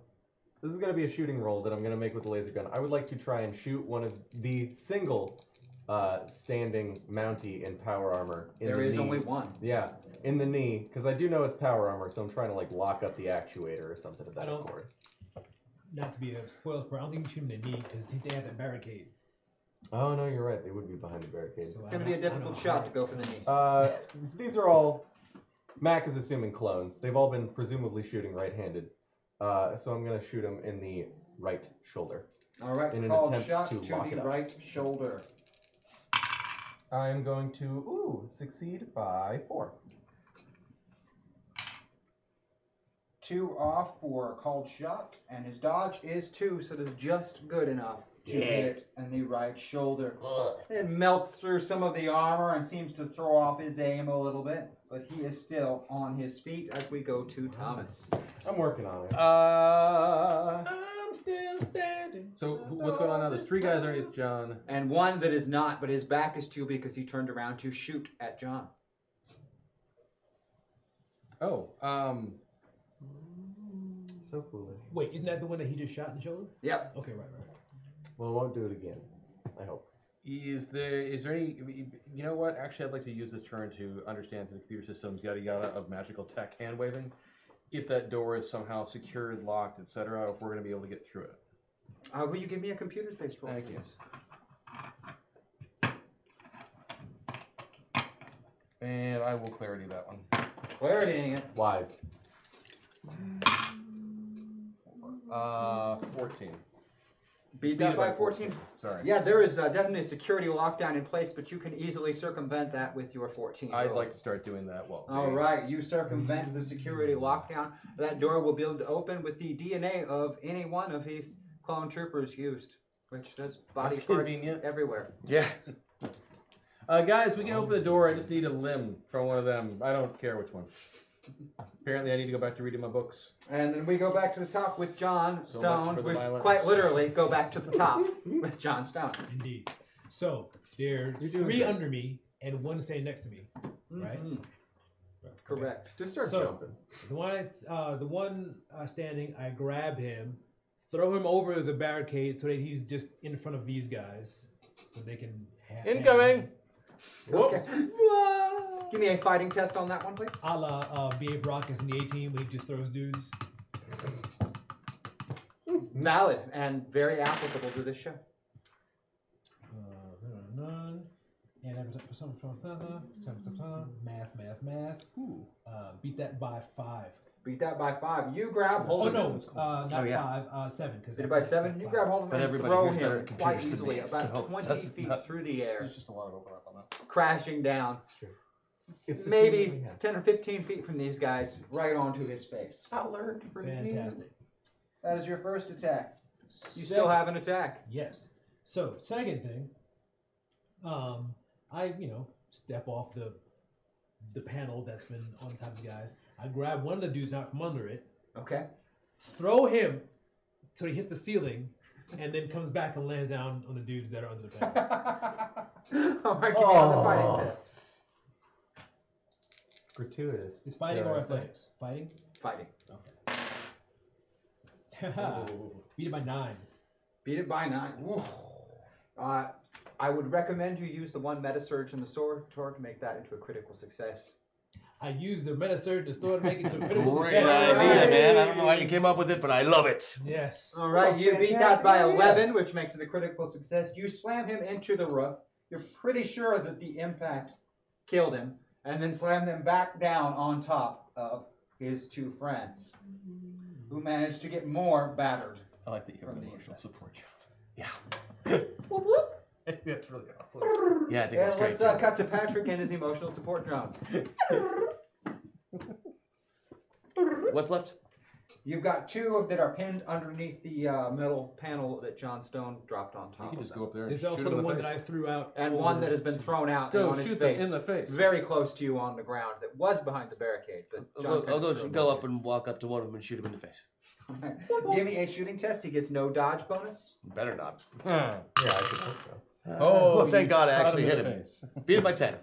This is going to be a shooting roll that I'm going to make with the laser gun. I would like to try and shoot one of the single uh, standing Mountie in power armor. In
There
the
is
knee.
only one.
Yeah, in the knee, because I do know it's power armor, so I'm trying to like lock up the actuator or something of
I
that
don't-
accord.
Not to be a spoiler, but I don't think you shoot him in the knee because they have that barricade.
Oh no, you're right. They would be behind the barricade.
So
It's going
I
to
don't-
be
I
a
don't
difficult
know.
shot to go for the knee.
Uh, these are all. Mac is assuming clones. They've all been presumably shooting right-handed, uh, so I'm gonna shoot him in the right shoulder.
All right,
in an
called
attempt
shot
to
to,
lock it
the
up.
right shoulder.
I am going to ooh succeed by four.
Two off for a called shot, and his dodge is two, so that's just good enough to hit in the right shoulder. It melts through some of the armor and seems to throw off his aim a little bit, but he is still on his feet as we go to Thomas.
I'm working on it.
Uh, I'm still standing. So wh- what's going on now? There's three guys underneath John.
And one that is not, but his back is to because he turned around to shoot at John.
Oh, um,
So foolish.
Wait, isn't that the one that he just shot in the shoulder?
Yep.
Okay, right, right. right.
Well, I won't do it again. I hope.
is there is there any? You know what? Actually, I'd like to use this turn to understand the computer systems, yada yada, of magical tech hand waving. If that door is somehow secured, locked, etc., if we're going to be able to get through it.
Uh, will you give me a computer based roll?
Thank you.
please?
And I will clarity that one.
Clarity. it.
Wise.
Uh, fourteen. Beat
Beat that
it
by 14.
Sorry.
Yeah, there is uh, definitely a security lockdown in place, but you can easily circumvent that with your 14.
I'd
roll.
like to start doing that. Well,
All right, you circumvent the security lockdown. That door will be able to open with the DNA of any one of these clone troopers used, which there's body
That's
parts
convenient.
everywhere.
Yeah.
Uh, guys, we can open the door. I just need a limb from one of them. I don't care which one. Apparently, I need to go back to reading my books.
And then we go back to the top with John
So much for
Stone.
the
We
violence.
quite literally go back to the top with John Stone.
Indeed. So there are three under me and one standing next to me. Right.
Mhm, Correct.
Just start
So-
jumping.
The one, that's, uh, the one uh, standing, I grab him, throw him over the barricade so that he's just in front of these guys, so they can. Ha-
Incoming!
Okay. Give me a fighting test on that one, please.
A la uh, B.A. Brock is in the 18 when he just throws dudes.
Valid and very applicable to this show.
Uh, none. And I was like, some- some- some- some- some- some- some. math, math, math. Uh, beat that by five.
Beat that by five. You grab hold
Oh
of him.
no, uh, not
Oh, yeah.
five, uh, seven. Because
Beat it by seven. You grab hold of him
But
and
everybody
throw
here's better
him
at
quite
computers than
easily,
me,
about
so it
20
doesn't
feet
matter.
through the air,
There's just a lot of overlap on that.
crashing down,
It's the team
maybe
we have.
10 or 15 feet from these guys, right onto his face.
I learned from you.
Fantastic.
That is your first attack. You still
Second-
have an attack.
Yes. So second thing, um, I you know step off the the panel that's been on top of the guys. I grab one of the dudes out from under it,
Okay.
throw him till he hits the ceiling, and then comes back and lands down on the dudes that are under the panel.
<laughs> <laughs> All right, give me another
Oh.
fighting test.
Gratuitous.
It's fighting
dare
or
I say.
athletics? Fighting.
Fighting.
Haha. <laughs> Beat it by nine.
Beat it by nine. Uh, I would recommend you use the one meta surge and the sword tour to make that into a critical success.
I used the meta surge to store to make
<laughs>
it to a critical
Great idea,
success.
man. I don't know how you came up with it, but I love it.
Yes.
All right,
Oh,
you beat that
fantastic.
by 11, which makes it a critical success. You slam him into the roof. You're pretty sure that the impact killed him, and then slam them back down on top of his two friends, who managed to get more battered.
I like that you have
From
an
the
emotional support <laughs> job.
Yeah.
I think That's really awesome.
Yeah, I think
And
that's great.
let's uh, cut to Patrick and his emotional support drone.
too. What's left?
You've got two that are pinned underneath the uh, metal panel that John Stone dropped on
You
top
can
of
just
them.
go up there. And
There's
shoot
also
him
the
in
one
face.
that I threw out.
and
Oh,
over
one that has been
to-
thrown out and
Go
on his
shoot them
face,
in the face.
very close to you on the ground. That was behind the barricade, but
I'll
John
go,
kind
I'll
of
go,
threw him
go
over.
up and walk up to one of them and shoot him in the face.
Give me a shooting test. He gets no dodge bonus.
Better not.
Huh.
Yeah, I should hope so.
Oh,
Uh, <laughs> well, thank
you
God I
shot
actually
in
hit
the
him.
face.
Beat him by 10.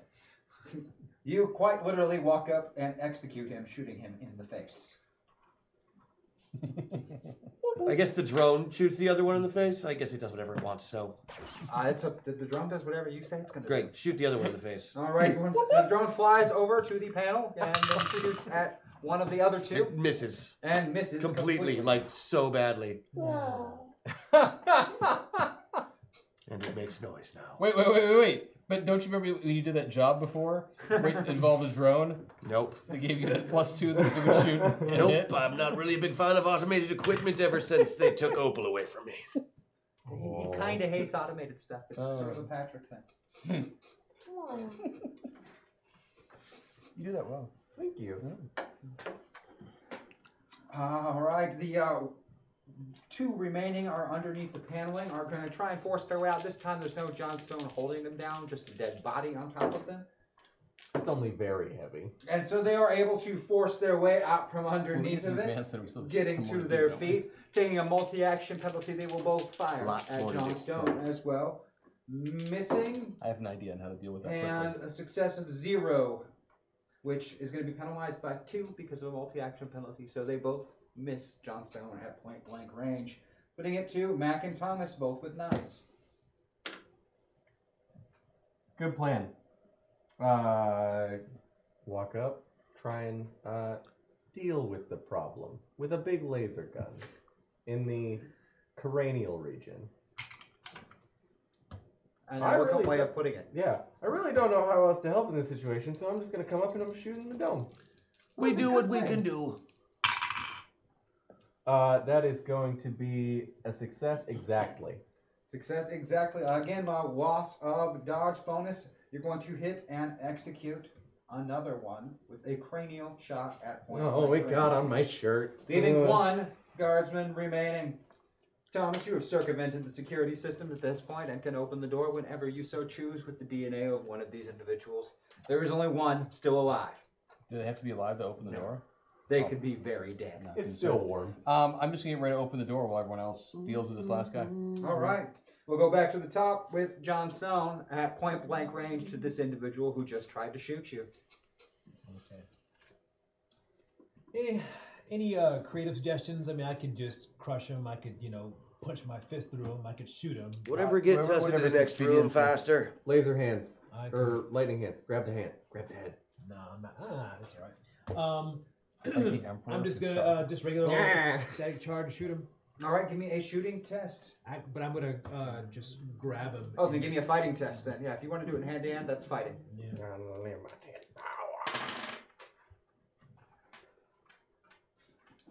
You quite literally walk up and execute him, shooting him in the face.
I guess the drone shoots the other one in the face. I guess it does whatever it wants. So
Uh, it's up. The, the drone does whatever you say it's gonna do.
great, shoot the other one in the face.
All right, once the drone flies over to the panel and then shoots at one of the other two
It misses
and misses
completely, like so badly,
Oh.
and it makes noise now.
<laughs> Wait, wait, wait, wait, wait. But don't you remember when you did that job before? Where
<laughs>
it involved a drone?
Nope.
They gave you that plus two that you could shoot and
Nope,
hit?
I'm not really a big fan of automated equipment ever since they took Opal away from me.
He, he kind of
Oh.
hates automated stuff. It's sort of a Patrick thing.
You do that well.
Thank you.
All right, the uh, two remaining are underneath the paneling. Are going to try and force their way out. This time, there's no Johnstone holding them down, just a dead body on top of them.
It's only very heavy.
And so they are able to force their way out from underneath of it, getting to their feet, taking a multi-action penalty. They will both fire
Lots
at
more to do.
Johnstone as well, missing
I have an idea on how to deal with that
and
quickly.
a success of zero, which is going to be penalized by two because of a multi-action penalty. So they both miss Johnstone and have point blank range, putting it to Mac and Thomas both with nines.
Good plan. Uh, walk up, try and uh, deal with the problem with a big laser gun in the cranial region.
And
I
I look
really
way
don't-
of putting it.
Yeah, I really don't know how else to help in this situation, so I'm just gonna come up and I'm shooting the dome.
We
That's a
do
good
what we
plan.
can do.
Uh, that is going to be a success exactly.
Success exactly. Again, my loss of dodge bonus. You're going to hit and execute another one with a cranial shot at point.
Oh,
blank
it
range.
got on my shirt.
Leaving
Ugh.
one guardsman remaining. Thomas, you have circumvented the security systems at this point and can open the door whenever you so choose with the DNA of one of these individuals. There is only one still alive.
Do they have to be alive to open the door?
They could be very dead.
It's still warm.
Um, I'm just gonna get ready to open the door while everyone else deals with this last guy.
Mm-hmm.
All right. We'll go back to the top with John Stone at point blank range to this individual who just tried to shoot you.
Any, any uh, creative suggestions? I mean, I could just crush him. I could, you know, punch my fist through him. I could shoot him.
Whatever gets
whatever-
us into
whatever
the next
expedient
room
for-
faster.
Laser hands
I can-
or lightning hands. Grab the hand. Grab the head.
No, I'm not. Ah, that's all right. Um,
Like
<clears throat>
the Emperor
I'm just
could
gonna
stop.
uh, just regular old static charge shoot him.
All right, give me a shooting test.
I, but I'm gonna uh, just grab him.
Oh,
and
then give me a
just-
fighting test then. Yeah, if you want to do it hand to hand, that's fighting.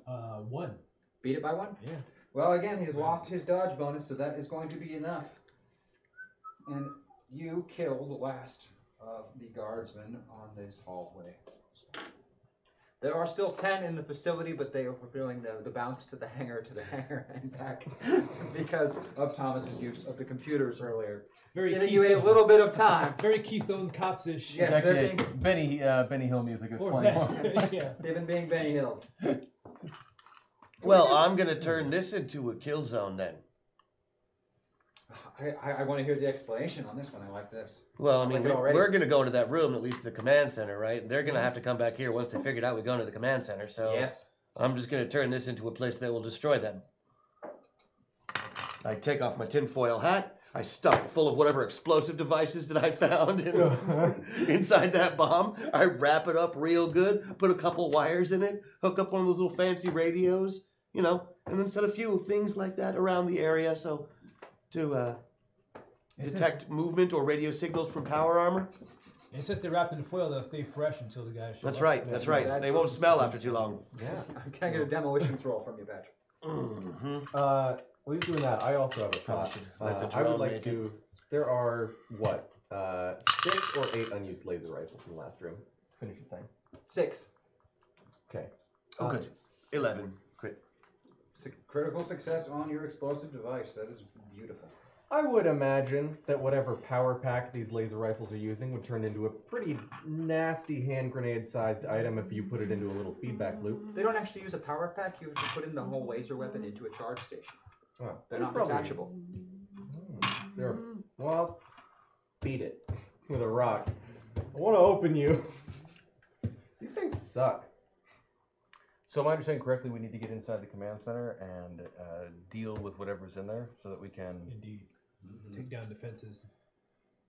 uh, one.
Beat it by one?
Yeah.
Well, again, he's lost his dodge bonus, so that is going to be enough. And you kill the last of the guardsmen on this hallway. There are still ten in the facility, but they are doing the, the bounce to the hangar, to the <laughs> hangar, and back <laughs> because of Thomas's use of the computers earlier.
Very
Giving you a
Keystone-
little bit of time.
Very Keystone Cops ish. <laughs>
Yeah.
It's
they're
actually Benny uh, Benny Hill music is <laughs>
Or
playing.
that. <laughs> yeah.
Even being Benny Hill.
Well, I'm gonna turn this into a kill zone then.
I, I, I want to hear the explanation on this one. I like this.
Well, I mean,
Like it
we-
already. Mm-hmm.
we're gonna go into that room that leads to the command center, right? They're gonna have to come back here once they figured out we go into the command center. So
Yes.
I'm just gonna turn this into a place that will destroy them. I take off my tinfoil hat. I stuff it full of whatever explosive devices that I
<laughs>
found in, <laughs> inside that bomb. I wrap it up real good, put a couple wires in it, hook up one of those little fancy radios, you know, and then set a few things like that around the area so to uh, detect movement or radio signals from power armor.
And since they're wrapped in foil, they'll stay fresh until the guys show
That's
up.
right. That's right. They won't smell after too long.
Can I get a demolitions roll from you, Patrick?
Uh, while he's doing that, I also have a thought.
should let
Uh,
the
I would
drone
like
make it.
to. There are what uh, six or eight unused laser rifles in the last room. Finish your thing.
Six.
Okay.
Oh, good. Eleven. Great.
Su- critical success on your explosive device. That is beautiful.
I would imagine that whatever power pack these laser rifles are using would turn into a pretty nasty hand grenade sized item if you put it into a little feedback loop.
They don't actually use a power pack. You have to put in the whole laser weapon into a charge station.
Oh,
They're
there's
not
probably-
detachable.
There. Well, beat it with a rock. <laughs> I want to open you. These things suck.
So, am I understanding correctly? We need to get inside the command center and uh, deal with whatever's in there, so that we can.
Indeed. Take down defenses.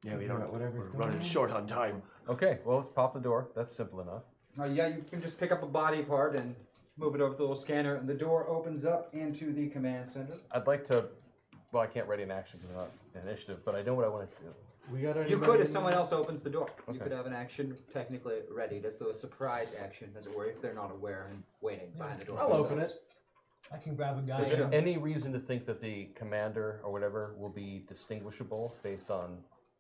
Yeah, we
Figure
don't.
out
We're
whatever's going
running
on.
short on time.
Okay, well, let's pop the door. That's simple enough.
Uh, yeah, you can just pick up a body part and move it over the little scanner, and the door opens up into the command center.
I'd like to. Well, I can't ready an action because I'm not initiative, but I know what I want to do.
We got
You could, if someone else opens the door, you
Okay.
could have an action technically ready. That's the surprise action, as it were, if they're not aware and waiting behind the door.
I'll open it.
I can grab a guy.
Is there
and-
any reason to think that the commander or whatever will be distinguishable based on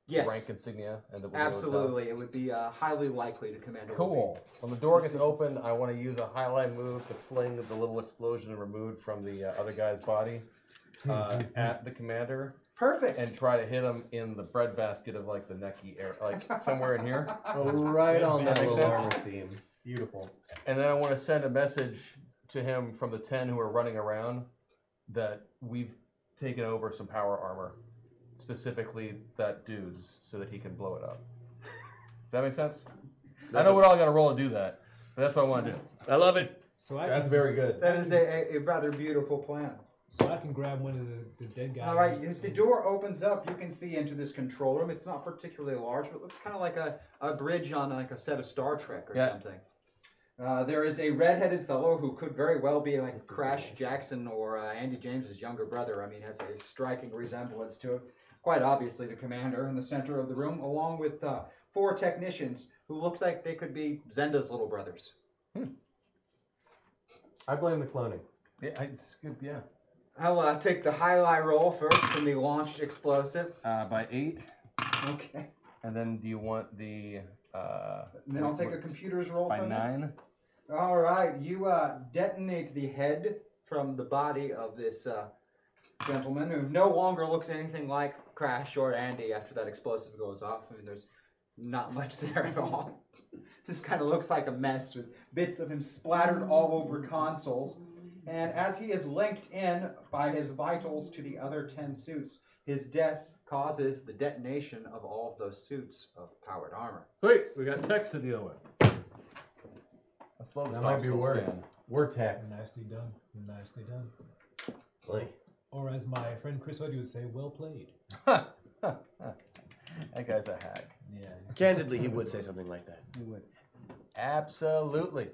Yes,
rank insignia and that we'll be able to tell?
absolutely. It would be uh, highly likely to command. a
Cool. When the door gets open, I want to use a highlight move to fling the little explosion removed from the uh, other guy's body uh, at the commander
Perfect.
and try to hit him in the breadbasket of like the necky air, like somewhere in here.
right on that
Makes
little
sense.
armor seam. Beautiful.
And then I want to send a message to him from the 10 who are running around that we've taken over some power armor, specifically that dude's, so that he can blow it up. <laughs> Does that make sense? I know we're all going to roll to do that, but that's what I want to do.
I love it.
so I
That's
can,
very good.
that is a, a, a rather beautiful plan.
So I can grab one of the, the dead guys.
All right, as the door opens up, you can see into this control room. It's not particularly large, but it looks kind of like a, a bridge on like a set of Star Trek or
Yeah.
something. Uh, there is a redheaded fellow who could very well be
<laughs>
like Crash Jackson or uh, Andy James's younger brother. I mean, has a striking resemblance to it. Quite obviously, the commander in the center of the room, along with uh, four technicians who looked like they could be Zenda's little brothers.
I blame the cloning.
Yeah, I- it's good. Yeah.
I'll uh, take the highlight roll first from the launched explosive. <laughs>
Uh, by eight,
Okay.
and then do you want the uh,
And then I'll
what-
take a
what-
computer's roll
by
from it.
nine?
All right, you uh, detonate the head from the body of this uh, gentleman who no longer looks anything like Crash or Andy after that explosive goes off. I mean, there's not much <laughs> there at all. Just kind of looks like a mess with bits of him splattered all over consoles. And as he is linked in by his vitals to the other 10 suits, his death causes the detonation of all of those suits of powered armor.
Sweet, we got text to deal with. Let's blow this
That might be
console
worse.
stand.
Vortex.
Nicely done. Nicely done. Or as my friend Chris Odie would say, well played.
That guy's a hack.
Yeah.
Candidly, he would say something like that.
Absolutely.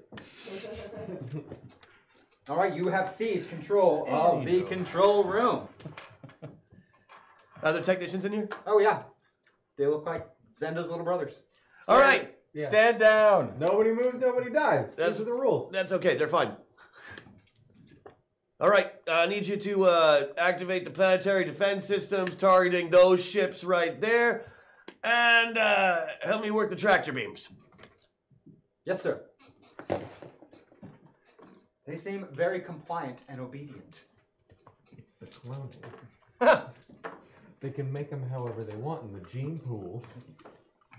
All right, you have seized control of the control room.
Are there technicians in here?
Oh yeah, they look like Zenda's little brothers.
All right.
Yeah.
Stand down.
Nobody moves, nobody dies.
That's-
These are the
<laughs>
rules.
That's okay. They're fine. All right. I need you to uh, activate the planetary defense systems targeting those ships right there. And uh, help me work the tractor beams.
Yes, sir. They seem very compliant and obedient.
It's the cloning. <laughs> they can make them however they want in the gene pools.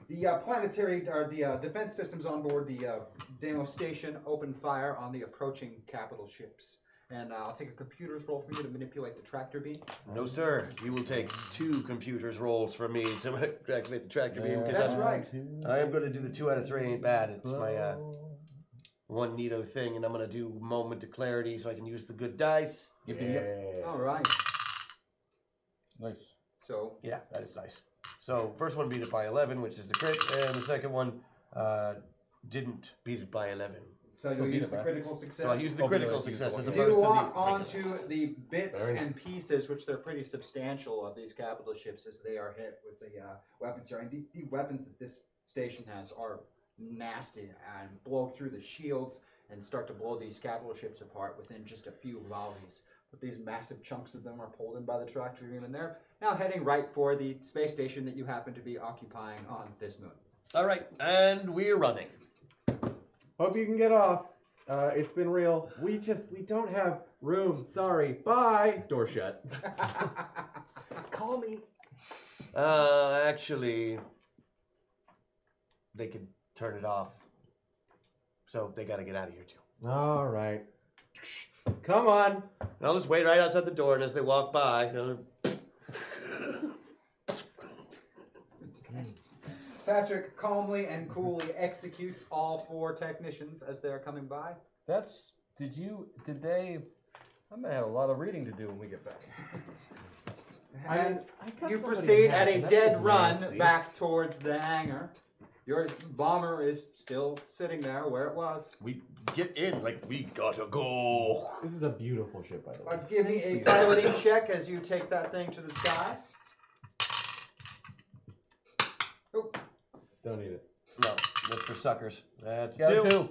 The uh, planetary, or the uh, defense systems on board the uh, demo station open fire on the approaching capital ships. And uh, I'll take a computer's roll for you to manipulate the tractor beam.
No, sir. You will take two computers rolls from me to <laughs> activate the tractor beam. 'cause
That's
I'm,
right.
I am going to do the two out of three. Ain't bad. It's my uh, one neato thing, and I'm going to do moment of clarity so I can use the good dice.
Yep, yep, yep.
All right.
Nice.
So
Yeah, that is nice. So first one beat it by eleven, which is the crit, and the second one uh, didn't beat it by eleven.
so you
beat
use
it
the
back.
critical success.
So I used the
Oh, but
critical
I used
success
the
as
one.
opposed
You
to the
walk
regular.
onto the bits
Very
and pieces, which they're pretty substantial of these capital ships as they are hit with the uh, weapons here. And the, the weapons that this station has are nasty and blow through the shields and start to blow these capital ships apart within just a few volleys. But these massive chunks of them are pulled in by the tractor beam, and they're now heading right for the space station that you happen to be occupying on this moon.
All right, and we're running.
Hope you can get off. Uh, it's been real. We just we don't have room. Sorry. Bye.
<laughs>
Door shut.
Call me.
Uh, actually, they can turn it off. So they got to get out of here too.
All right. Come on.
And I'll just wait right outside the door, and as they walk by, you know,
Patrick calmly and coolly executes all four technicians as they are coming by.
That's Did you? Did they? I'm gonna have a lot of reading to do when we get back.
And
I cut
you
somebody in
proceed
half,
at a
and that was
dead run
nasty.
back towards the hangar. Your bomber is still sitting there where it was.
We get in like we gotta go.
This is a beautiful ship, by the way.
But give me a piloting check as you take that thing to the skies. Oh,
Don't need it.
No, that's for suckers. That's
Got
two.
a two.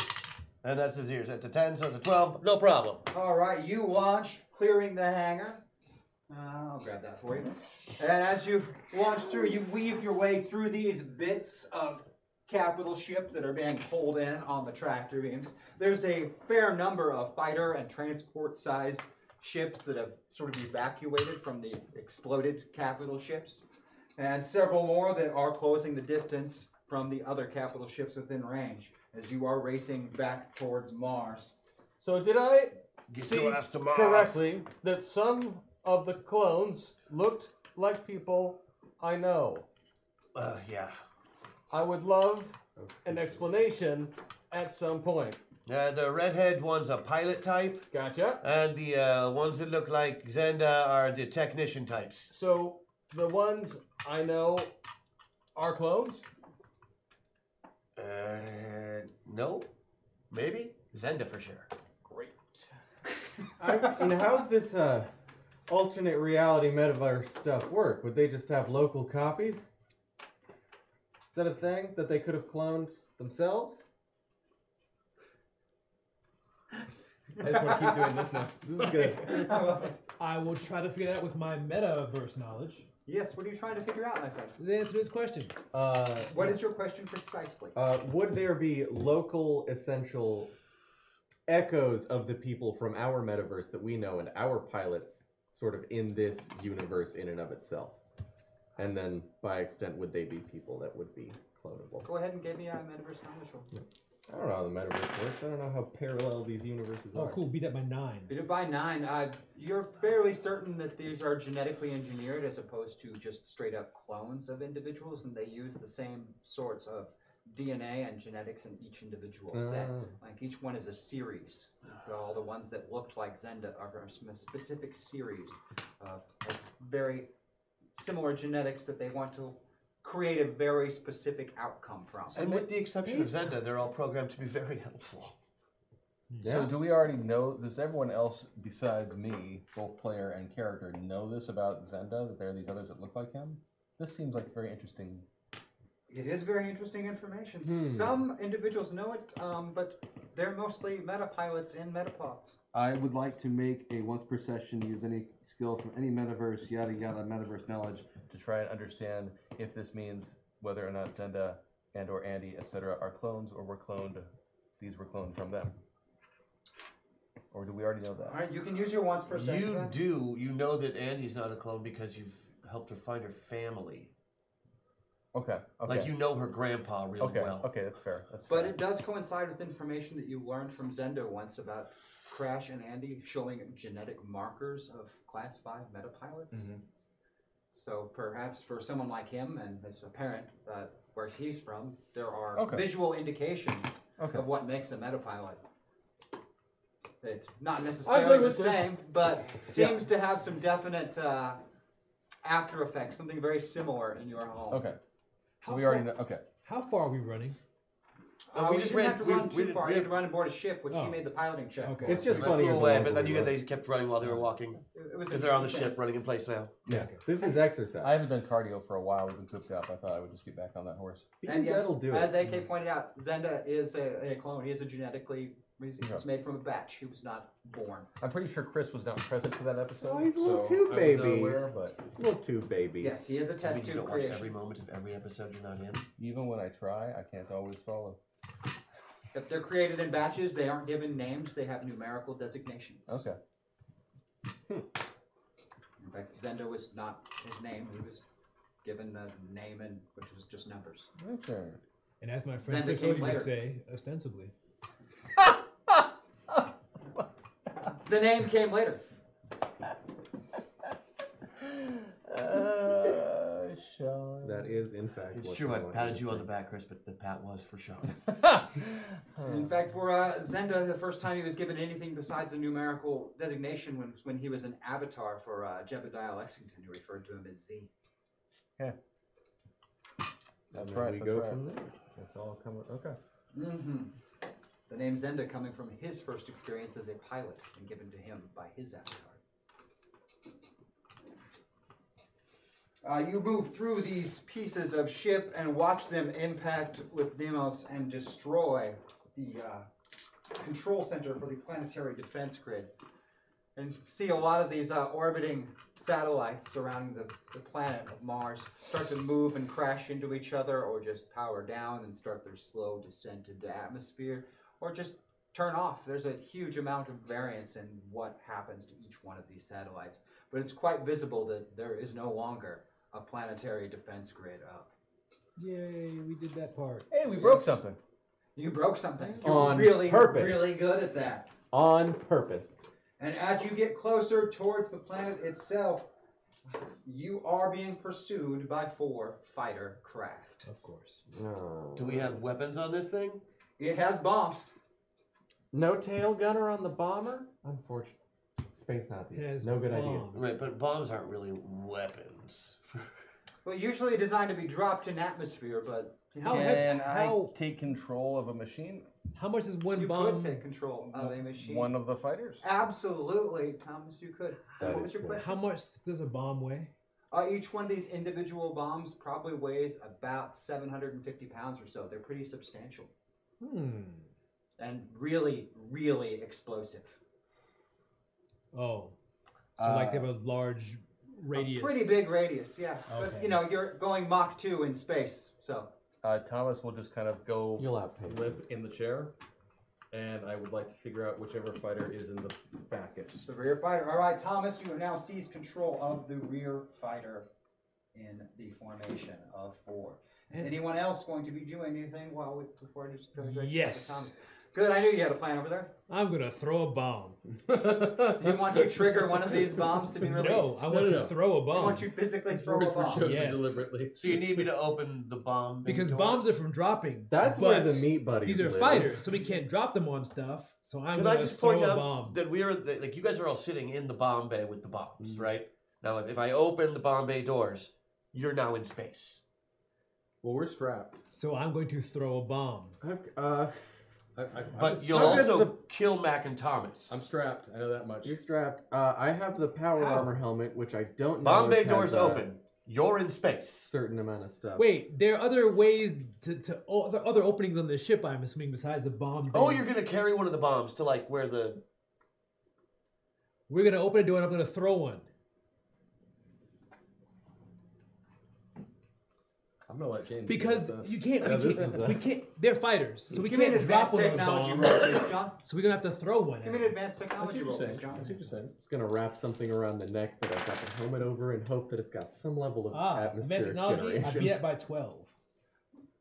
And that's a zero. That's a ten, so it's a twelve. No problem.
all right, you launch, clearing the hangar. Uh, I'll grab that for you. And as you launch through, you weave your way through these bits of capital ship that are being pulled in on the tractor beams. There's a fair number of fighter and transport sized ships that have sort of evacuated from the exploded capital ships, and several more that are closing the distance from the other capital ships within range as you are racing back towards Mars.
So did I
Get
see
your ass to Mars.
correctly that some of the clones looked like people I know?
Uh, yeah.
I would love an explanation at some point.
Uh, the redhead one's a pilot type,
Gotcha.
and the uh, ones that look like Zenda are the technician types.
So the ones I know are clones.
Uh, no, maybe Zenda for sure.
I, and how's this uh, alternate reality metaverse stuff work? Would they just have local copies? Is that a thing that they could have cloned themselves?
I just want to keep doing this now.
This
<laughs>
is good.
<laughs> I will try to figure that out with my metaverse knowledge.
Yes, what are you trying to figure out, my friend?
The answer to this question.
Uh,
What is your question precisely?
uh, would there be local essential echoes of the people from our metaverse that we know and our pilots sort of in this universe in and of itself? And then by extent, would they be people that would be clonable?
Go ahead and give me a metaverse knowledge roll.
I don't know how the metaverse works. I don't know how parallel these universes
Oh,
are.
cool. Beat that by nine.
Beat it by nine. Uh, you're fairly certain that these are genetically engineered as opposed to just straight up clones of individuals, and they use the same sorts of DNA and genetics in each individual set.
Ah.
Like each one is a series. So all the ones that looked like Zenda are from a sm- specific series of of s- very similar genetics that they want to create a very specific outcome from.
And with the exception of Zenda, they're all programmed to be very helpful.
So do we already know? Does everyone else besides me, both player and character, know this about Zenda? That there are these others that look like him? This seems like very interesting.
It is very interesting information. Some individuals know it, um, but they're mostly metapilots in metapods.
I would like to make a once per session use any skill from any metaverse, yada yada, metaverse knowledge to try and understand if this means whether or not Zenda and or Andy, etc., are clones or were cloned. These were cloned from them, or do we already know
All
that?
right, you can use your once per session.
You
then.
do. You know that Andy's not a clone because you've helped her find her family.
Okay, okay,
Like you know her grandpa really
okay,
well.
okay. That's fair. That's
But
fair.
it does coincide with information that you learned from Zendo once about Crash and Andy showing genetic markers of class 5 metapilots.
Mm-hmm.
So perhaps for someone like him and his parent, uh, where he's from, there are
Okay.
visual indications
Okay.
of what makes a metapilot. It's not
agree
necessarily the
with this.
same, but seems to have some definite uh, after effects, something very similar in your home.
okay. So
How
we already
far-
know. Okay.
How far are we running?
Uh,
we
we,
just
didn't
ran-
have to
we-
run
we
too
did-
far.
we
you had
did-
to run aboard a ship, which
Oh.
he made the piloting check.
Okay.
It's just
They
funny.
flew
to
away,
know
but then you
where
get
we
they kept running while they were walking
It was a
because they're on the
good
ship
thing.
running in place now.
Yeah.
were. This is exercise.
I haven't done cardio for a while. We've been cooped up. I thought I would just get back on that horse.
Being
And yes,
dead'll do
as
it.
AK pointed out, Zenda is a, a clone. He is a genetically. He was
Yeah.
made from a batch. He was not born.
I'm pretty sure Chris was not present for that episode.
Oh, he's a little
so
too
I was
baby.
unaware, but
Little tube baby.
Yes, he is a
I
test
mean, you
tube
don't watch
creation.
every moment of every episode you're not in.
even when I try, I can't always follow.
If they're created in batches, they aren't given names. They have numerical designations.
Okay.
In fact, Zenda was not his name. He was given a name and which was just numbers.
Okay.
And as my friend
Xander
Chris
came
Odie
later.
would say, ostensibly.
The name came later.
Uh, shall
That is, in fact,
It's
what
true.
they
I
want
patted
to
you on
do.
the back, Chris, but the pat was for show.
And in fact, for uh, Zenda, the first time he was given anything besides a numerical designation when, was when he was an avatar for uh, Jebediah Lexington, who referred to him as Z.
That's
And then
right.
we
that's
go
right.
from there.
That's all coming. Okay.
hmm The name Zenda coming from his first experience as a pilot and given to him by his avatar. Uh, you move through these pieces of ship and watch them impact with Nemos and destroy the uh, control center for the planetary defense grid. And see a lot of these uh, orbiting satellites surrounding the, the planet of Mars start to move and crash into each other, or just power down and start their slow descent into atmosphere, or just turn off. There's a huge amount of variance in what happens to each one of these satellites, but it's quite visible that there is no longer a planetary defense grid up.
Yay, we did that part.
Hey, we broke
Yes.
something.
You broke something. You're
On
really,
purpose.
really good at that.
On purpose.
And as you get closer towards the planet itself, you are being pursued by four fighter craft.
Of course.
No.
<laughs> Do we have weapons on this thing?
It has bombs.
no tail gunner on the bomber? Unfortunate. Space
It
Nazis.
has
No good idea.
bombs.
Right, but bombs aren't really weapons.
Well, usually designed to be dropped in atmosphere, but
How, heavy-
Can I
how,
take control of a machine?
how much is one
you
bomb?
could take control of a machine.
One of the fighters.
Absolutely, Thomas, you could.
That
what
is
was your
cool.
question?
How much does a bomb weigh?
Uh, each one of these individual bombs probably weighs about 750 pounds or so. They're pretty substantial
Hmm.
and really, really explosive.
Oh. So like they have a large radius.
A pretty big radius, yeah. But
Okay.
you know, you're going Mach 2 in space, so.
Uh, Thomas will just kind of go
You'll outpace. them.
limp in the chair, and I would like to figure out whichever fighter is in the backest.
The rear fighter. All right, Thomas, you have now seized control of the rear fighter in the formation of four. Is anyone else going to be doing anything while we, before I just go to
Yes.
Thomas? Good, I knew you had a plan over
<laughs>
there.
I'm gonna throw a bomb.
You want to trigger one of these bombs to be released?
No, I want
no,
to
no.
throw a
you
bomb.
want to physically throw a
Words were
bomb.
chosen
Yes.
deliberately.
So you need me to open the bomb?
because
door?
bombs are from dropping.
<laughs> That's where
but
the meat buddies
These are
live.
fighters, so we can't drop them on stuff. So I'm
Can I
gonna
just
throw
point
a
out
bomb.
that we are that, like you guys are all sitting in the bomb bay with the
Mm.
bombs, right? Now, if, if I open the bomb bay doors, you're now in space.
Well, we're strapped.
So I'm going to throw a bomb.
I've, uh,
I, I, I'm
But
just-
you'll
How does
also
the-
kill Mac and Thomas.
I'm strapped. I know that much.
you're strapped. Uh, I have the power
How?
armor helmet, which I don't know.
bomb bay
if has
doors
a
open. You're in space.
Certain amount of stuff.
Wait, there are other ways to, to o- there are other openings on the ship. I'm assuming besides the bomb.
Oh,
bay.
you're gonna carry one of the bombs to like where the
We're gonna open a door and I'm gonna throw one.
I'm gonna let James.
Because
deal with this.
you can't,
Yeah,
we
this
can't,
is a-
we can't. They're fighters, so we
Give me an
can't
advanced
drop one on a
technology
bomb.
roll, please, John.
So we're gonna have to throw one.
Give
At <laughs>
me an
it.
advanced
That's
technology
what you're
roll, please,
saying.
John.
That's what you're saying.
It's gonna wrap something around the neck that I've got the helmet over and hope that it's got some level of
Ah, advanced
atmospheric
technology. I <laughs>
generation.
beat it by twelve.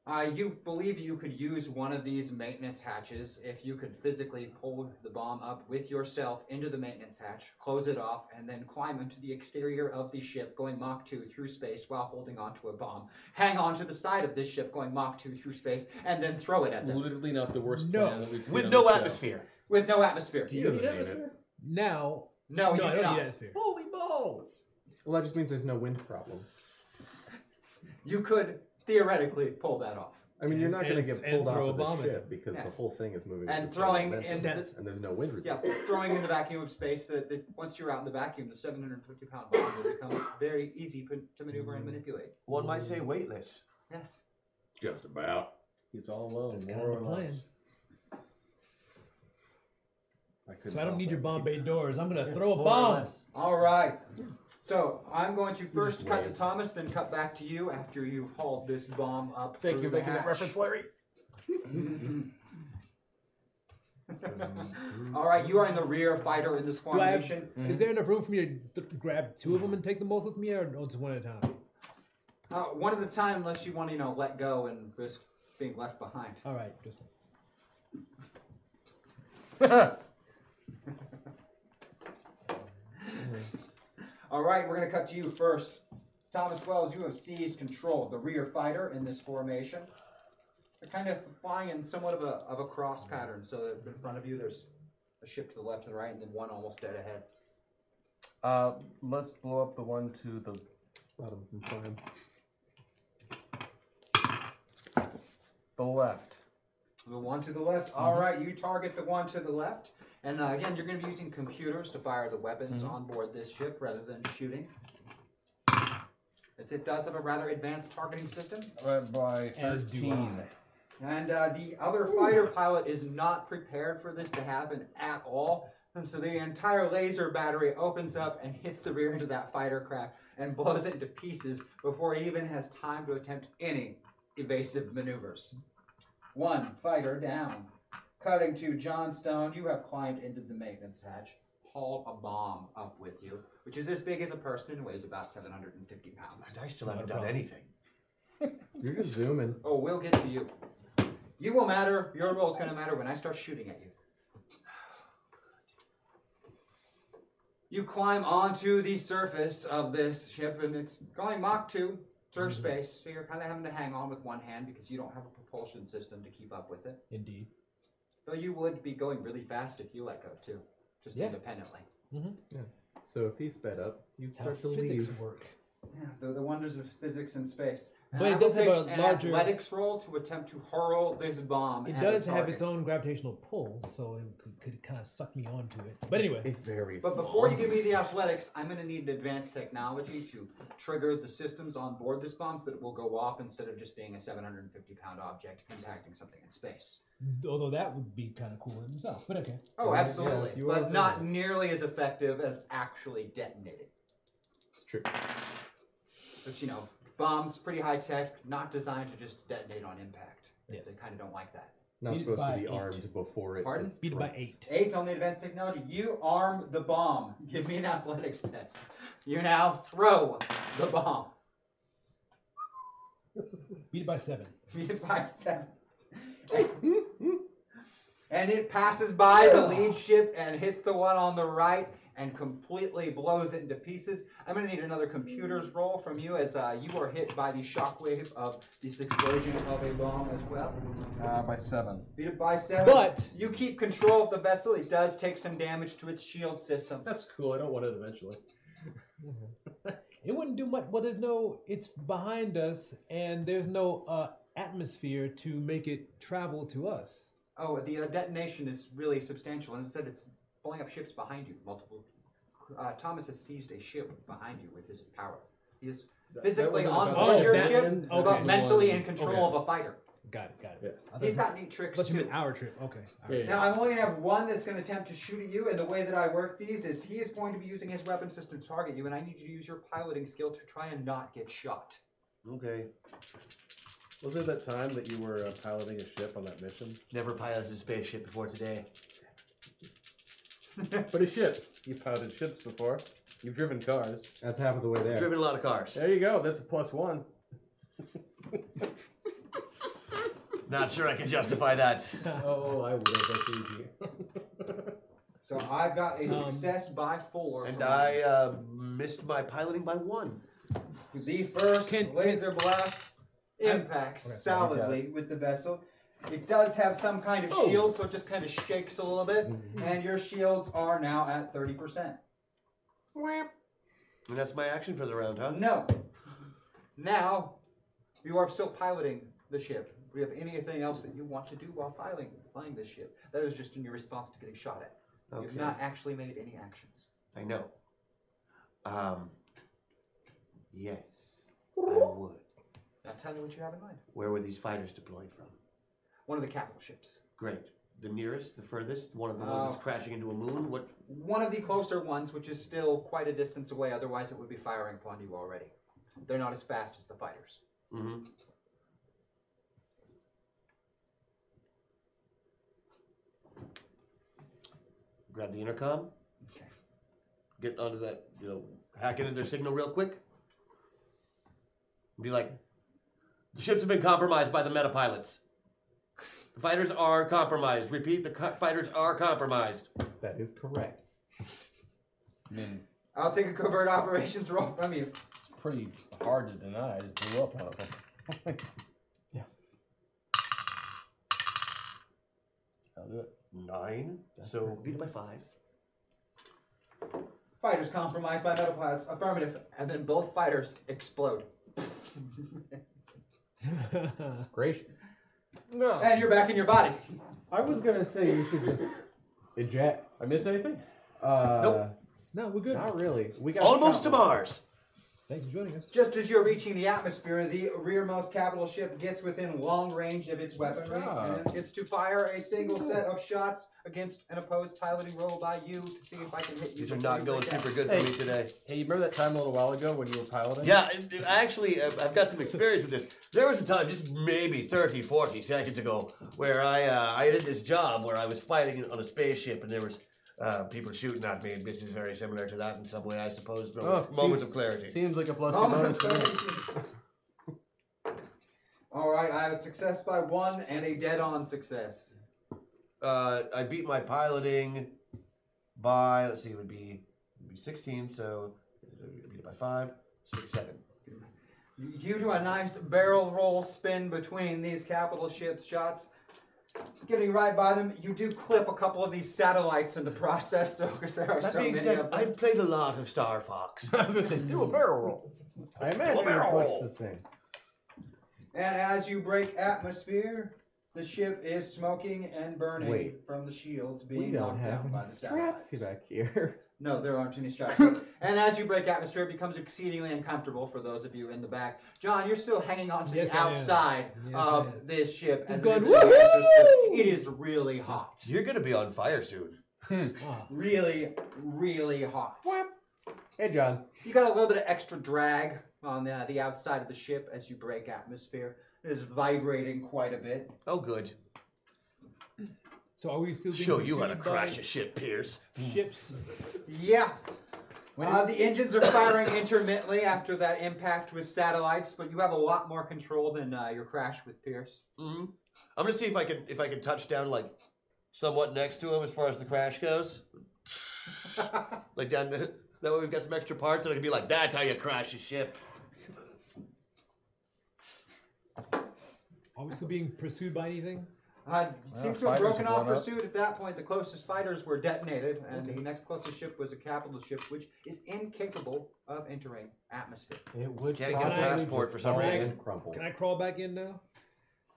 Uh, you believe you could use one of these maintenance hatches if you could physically pull the bomb up with yourself into the maintenance hatch, close it off, and then climb into the exterior of the ship going Mach 2 through space while holding onto a bomb. Hang on to the side of this ship going Mach 2 through space, and then throw it at them
Literally not the worst
No.
plan that we've seen
with
on
no
this show.
atmosphere.
with no atmosphere.
Do you need atmosphere?
Now,
No,
no,
you
I
do
don't
not.
need atmosphere.
Holy balls!
Well, that just means there's no wind problems.
You could theoretically pull that off.
I mean, you're
And-
not going to
and-
get
and
pulled off
throw
of
a bomb
the
at
ship
them.
because the
Yes.
whole thing is moving
And
at the same
throwing
momentum,
in
That's-
and there's no wind
Yeah,
resistance.
throwing in the vacuum of space that, that once you're out in the vacuum, the 750 pound bomb will become very easy put- to maneuver and manipulate.
One might say weightless.
Yes.
Just about.
He's all alone.
That's
more
kind of
or
the plan.
less. I couldn't
So I don't
help
need your
it.
bomb bay doors. I'm gonna throw a
More or
bomb.
less.
All right. So I'm going to first
just
cut to
wave.
Thomas, then cut back to you after you've hauled this bomb up.
Thank you
through
for
the
making that
hatch.
reference, Larry.
<laughs> All right, you are in the rear fighter in this
Do I have-
formation.
Mm-hmm.
Is there enough room for me to th- grab two of them and take them both with me, or no, just one at a time?
Uh, one at a time, unless you want to, you know, let go and risk being left behind.
All right, just one.
All right, we're gonna cut to you first. Thomas Wells, you have seized control of the rear fighter in this formation. They're kind of flying in somewhat of a, of a cross pattern, so that in front of you there's a ship to the left and right, and then one almost dead ahead.
Uh, let's blow up the one to the
bottom and climb.
the left.
The one to the left. All right, you target the one to the left. And uh, again, you're going to be using computers to fire the weapons on board this ship rather than shooting. As it does have a rather advanced targeting system.
Right by
As do
13.
And uh, the other fighter pilot is not prepared for this to happen at all. And so the entire laser battery opens up and hits the rear end of that fighter craft and blows it into pieces before it even has time to attempt any evasive maneuvers. One fighter down. Cutting to Johnstone, you have climbed into the maintenance hatch, hauled a bomb up with you, which is as big as a person and weighs about 750 pounds.
I still haven't done anything.
You're just zooming.
Oh, we'll get to you. You will matter. Your role's gonna matter when I start shooting at you. You climb onto the surface of this ship, and it's going Mach 2 through
Mm-hmm.
space, so you're kind of having to hang on with one hand because you don't have a propulsion system to keep up with it.
Indeed.
Though you would be going really fast if you let go too, just
Yeah.
independently.
So if he sped up, you'd
It's how
start to
physics
leave.
work.
Yeah, the, the wonders of physics and space. And
But
I
it
will
does have
take
a
an
larger-
athletics role to attempt to hurl this bomb.
It
at
does
a
have
target.
its own gravitational pull, so it could, could kind of suck me onto it. But anyway,
He's very
But
small.
before you give me the athletics, I'm going to need an advanced technology to trigger the systems on board this bomb so that it will go off instead of just being a 750 pound object impacting something in space.
although that would be kind of cool in itself. But okay.
Oh,
Yeah,
absolutely.
you are
but not
doing
nearly as effective as actually detonating.
It's true.
But you know, bombs, pretty high tech, not designed to just detonate on impact. They-
Yes.
They kind of don't like that.
Not
Beat it
supposed
by
to be
eight.
armed before it.
Pardon?
gets
Beat it by
dropped.
eight.
Eight on the advanced technology. You arm the bomb. Give me an athletics <laughs> test. You now throw the bomb.
Beat it by seven.
<laughs> Beat it by seven. and it passes by the lead ship and hits the one on the right and completely blows it into pieces. I'm going to need another computer's roll from you as uh, you are hit by the shockwave of this explosion of a bomb as well.
Uh, by 7.
Beat it by seven.
But-
you keep control of the vessel. It does take some damage to its shield systems.
That's cool. I don't want it eventually.
It wouldn't do much. Well, there's no. It's behind us, and there's no uh, atmosphere to make it travel to us.
Oh, the uh, detonation is really substantial, and instead it's blowing up ships behind you. Multiple. Uh, Thomas has seized a ship behind you with his power. He is physically
wasn't
on
about
board
the
your
Batman.
ship,
Okay.
but mentally in
Okay.
control of a fighter.
Got it. Got it.
Yeah.
I thought
He's
you-
got neat tricks
But you
too.
meant our trip. Okay. all right.
Yeah,
Now I'm only gonna have one that's gonna attempt to shoot at you, and the way that I work these is he is going to be using his weapon system to target you, and I need you to use your piloting skill to try and not get shot.
Okay.
Was there that time that you were uh, piloting a ship on that mission?
Never piloted a spaceship before today.
But a ship. You've piloted ships before. You've driven cars.
That's half of the way there.
Driven a lot of cars.
There you go. That's a plus one.
Not sure I can justify that.
<laughs> Oh, I would have. Actually.
So I've got a
Um,
success by four.
And
from
I uh, missed my piloting by one.
The first
Can-
laser blast impacts
Okay, so
solidly with the vessel. It does have some kind
Oh.
of shield, so it just kind of shakes a little bit,
Mm-hmm.
and your shields are now at 30%.
And that's my action for the round, huh?
No. Now, you are still piloting the ship. Do you have anything else that you want to do while piloting, flying this ship? That is just in your response to getting shot at. You've
Okay.
not actually made any actions.
I know. Um. Yes, I would.
Now tell me what you have in mind.
Where were these fighters deployed from?
One of the capital ships.
Great. The nearest, the furthest, one of the ones
Oh.
that's crashing into a moon. What?
One of the closer ones, which is still quite a distance away, otherwise it would be firing upon you already. They're not as fast as the fighters.
Mm-hmm. Grab the intercom.
Okay.
Get onto that. You know, hack into their signal real quick. Be like, the ships have been compromised by the meta pilots. The fighters are compromised. Repeat, the co- fighters are compromised.
That is correct.
<laughs> I'll take a covert operations roll from you.
pretty hard to deny. I just blew up one of them. yeah. I'll do it.
Nine. so beat it by five.
Fighters compromised by metapods. Affirmative. And then both fighters explode.
Gracious.
No.
And you're back in your body. <laughs>
I was gonna say you should just eject.
I miss anything?
Uh,
Nope.
No, we're good.
Not really. We got
Almost to
shot.
Mars.
Thanks for joining us.
Just as you're reaching the atmosphere, the rearmost capital ship gets within long range of its weaponry
job.
and it's to fire a single set of shots against an opposed piloting roll by you to see if I can hit you.
These are
with
not
your
going
great
super
axe.
good for me today.
Hey, you remember that time a little while ago when you were piloting?
Yeah, I- I actually, I've I've got some experience with this. There was a time, just maybe 30, 40 seconds ago, where I uh, I did this job where I was fighting on a spaceship and there was uh, people shooting at me, and this is very similar to that in some way, I suppose. but
Oh,
moments
see-
of clarity.
Seems like a plus
Oh,
two bonus to me.
All right, I have a success by one and a dead-on success.
Uh, I beat my piloting by, let's see, it would be, it would be 16, so I beat it by 5, 6, 7.
You do a nice barrel roll spin between these capital ship shots. Getting right by them, you do clip a couple of these satellites in the process, so because there are
That
so
being
many
said,
of them.
I've played a lot of
<laughs>
Star Fox.
I was gonna say, do a barrel roll.
I imagine it's much the same.
And as you break atmosphere, the ship is smoking and burning
Wait.
from the shields
We
being
don't
knocked
have
down by
any
the
straps
satellites.
back here. <laughs>
No, there aren't any straps. and as you break atmosphere, it becomes exceedingly uncomfortable for those of you in the back. John, you're still hanging on to
Yes,
the
I am.
outside
Yes, I
of
am.
this ship.
Just
as it
going,
is in the
"Woohoo!"
atmosphere. It is really hot.
You're going to be on fire soon.
Ah,
Really, really hot.
Hey, John.
You got a little bit of extra drag on the, the outside of the ship as you break atmosphere. It is vibrating quite a bit.
Oh, good.
so are we still being
Show you how to
pursued by
crash a ship, Pierce.
ships?
Yeah. Uh, the engines are firing intermittently after that impact with satellites, but you have a lot more control than uh, your crash with Pierce.
hmm I'm gonna see if I can if I can touch down like somewhat next to him as far as the crash goes. like down the, that way we've got some extra parts and I can be like, that's how you crash a ship.
Are we still being pursued by anything?
Uh, it seems to have
fighters
broken
have
off
blown up. Mm-hmm.
pursuit at that point. The closest fighters were detonated, and the next closest ship was a capital ship, which is incapable of entering atmosphere.
It would
Can't get a
probably
passport
just
for some
fall
reason.
and crumple.
Can I crawl back in now?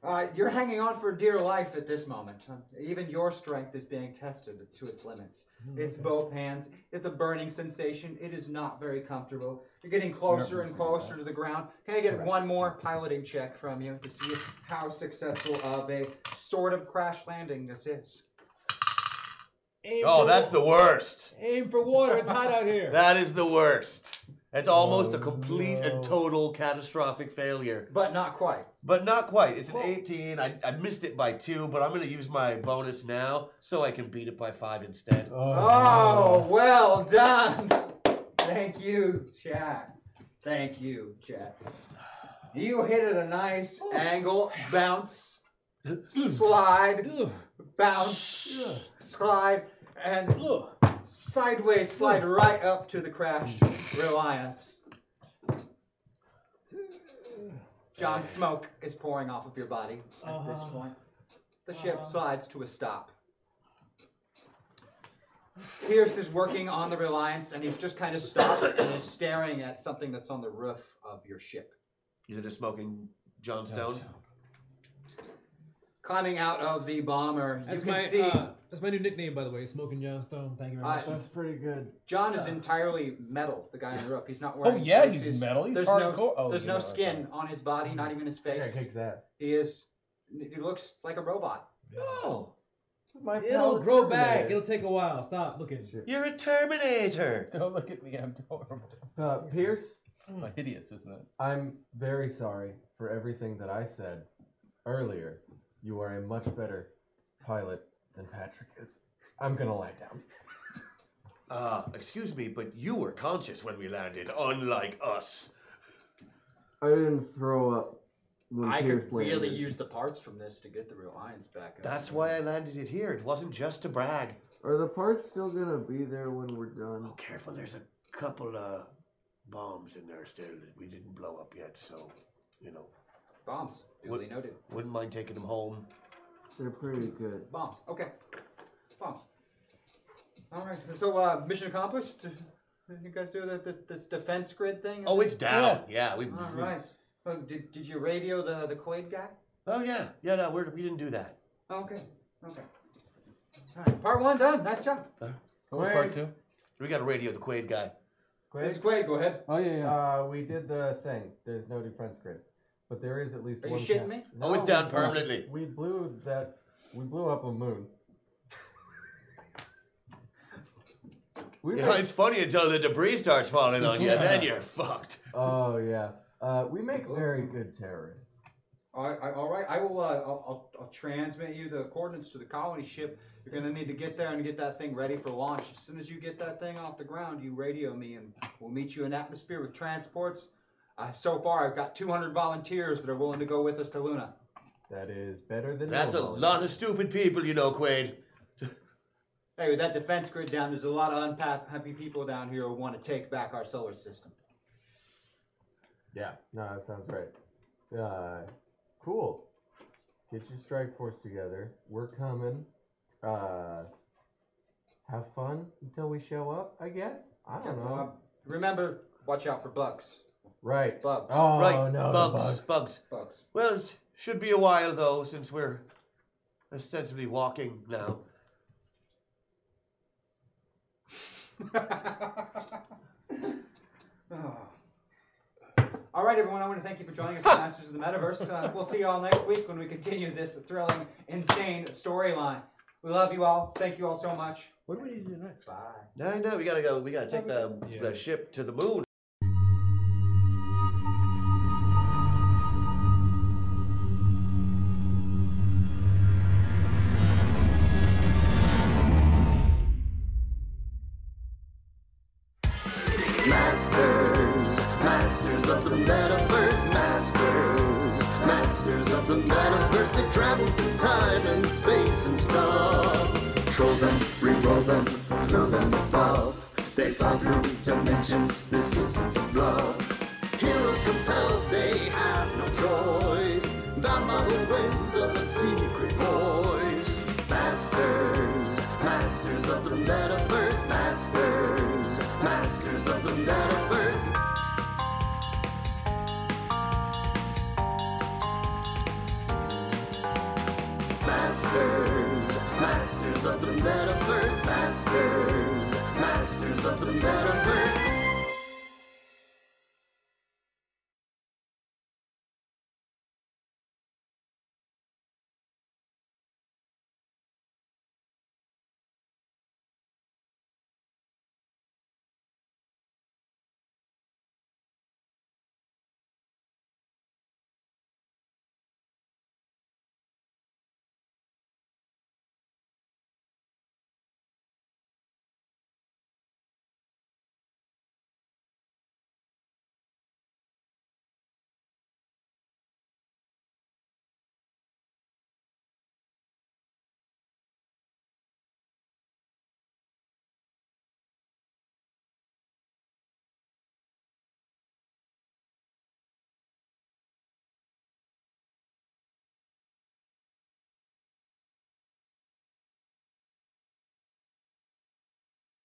Uh, you're hanging on for dear life at this moment. Uh, Even your strength is being tested to its limits.
Mm-hmm.
It's both hands. It's a burning sensation. It is not very comfortable. You're getting closer and closer to the ground. Can I get one more piloting check from you to see how successful of a sort of crash landing this is?
Aim
Oh,
for
that's
wa-
the worst.
aim for water. It's hot out
<laughs>
here.
That is the worst. It's almost a complete and total catastrophic failure.
But not quite.
But not quite. It's an 18. I, I missed it by two, but I'm going to use my bonus now so I can beat it by five instead.
Oh, well done. Thank you, Chad. Thank you, Chad. You hit at a nice angle, bounce, slide,
Ugh.
bounce,
Ugh.
slide, and
Ugh.
sideways slide right up to the crash reliance. John, smoke is pouring off of your body at this
Uh-huh.
point. The ship slides to a stop. Pierce is working on the Reliance and he's just kind of stopped and is staring at something that's on the roof of your ship.
Is it a smoking Johnstone?
Climbing out of the bomber,
That's
you can
my
see
uh, that's my new nickname, by the way. Smoking Johnstone. Thank you very
Uh,
much.
That's pretty good.
John is entirely metal, the guy on the roof. He's not wearing
Oh, yeah, he's
faces.
metal. He's
there's No,
hardcore. Oh, Mm.
there's
you're
no
right,
skin on his body, not even his
Yeah,
face.
kicks ass.
He is. He looks like a robot.
Oh,
My
It'll
palate
grow
terminated.
back. It'll take a while. Stop looking.
you're a Terminator.
Don't look at me. <laughs> I'm adorable.
Uh, Pierce,
I'm hideous, isn't it?
I'm very sorry for everything that I said earlier. You are a much better pilot than Patrick is. I'm gonna lie down.
Uh, excuse me, but you were conscious when we landed, unlike us.
I didn't throw up when
I
Pierce
could really
landed.
use the parts from this to get the Reliance back up.
That's why I landed it here. It wasn't just to brag.
Are the parts still gonna be there when we're done?
Oh, careful, there's a couple, uh, bombs in there still that we didn't blow up yet, so, you know.
Bombs.
Duly
noted.
Wouldn't mind taking them home.
They're pretty good.
Bombs. Okay. Bombs. All right. So uh, mission accomplished. Did you guys do the, this this defense grid thing?
Oh, it's down. Yeah, we-
All
we-
right. Oh, did, did you radio the the Quaid guy?
Oh, yeah. Yeah, no, we're, we didn't do that.
Oh, okay. Okay. All right. Part one done. Nice job.
Uh, part two? We got to radio the Quaid guy.
This is Quaid. Go ahead.
Oh yeah,
yeah. Uh, we did the thing. There's no defense grid, but there is at least
Are you
one.
shitting
ca-
me?
No,
Oh, it's down
we-
permanently.
We blew that. We blew up a moon. <laughs> We
yeah,
made-
it's funny until the debris starts falling on you, and then
Yeah.
you're fucked.
Oh yeah. Uh, we make very good terrorists.
All right, I, all right, I will. Uh, I'll, I'll, I'll transmit you the coordinates to the colony ship. You're gonna need to get there and get that thing ready for launch. As soon as you get that thing off the ground, you radio me, and we'll meet you in atmosphere with transports. Uh, so far, I've got 200 volunteers that are willing to go with us to Luna.
That is better than.
That's a
no
lot of stupid people, you know, Quaid.
Hey, with that defense grid down, there's a lot of unhappy people down here who want to take back our solar system.
Yeah, no, that sounds right. Uh, cool. Get your strike force together. We're coming. Uh, have fun until we show up. I guess. I don't
Yeah,
know.
uh, remember, watch out for bugs.
right.
Bugs.
Oh
right,
no, the
bugs, bugs,
Bugs.
Well, it should be a while though, since we're ostensibly walking now.
<laughs> All right, everyone. I want to thank you for joining us on Masters of the Metaverse. Uh, we'll see you all next week when we continue this thrilling, insane storyline. We love you all. Thank you all so much.
What do we need to do next?
Bye.
No, no, we gotta go. We gotta take the, the ship to the moon.
Masters, masters of the metaverse, masters, masters of the metaverse. They travel through time and space and stuff. Troll them, reroll them, throw them above. They fly through dimensions. This isn't the bluff. Heroes compelled, they have no choice. Bound by the winds of a secret voice. Masters, masters of the metaverse, masters, masters of the metaverse. Masters, masters of the metaverse, masters, masters of the metaverse.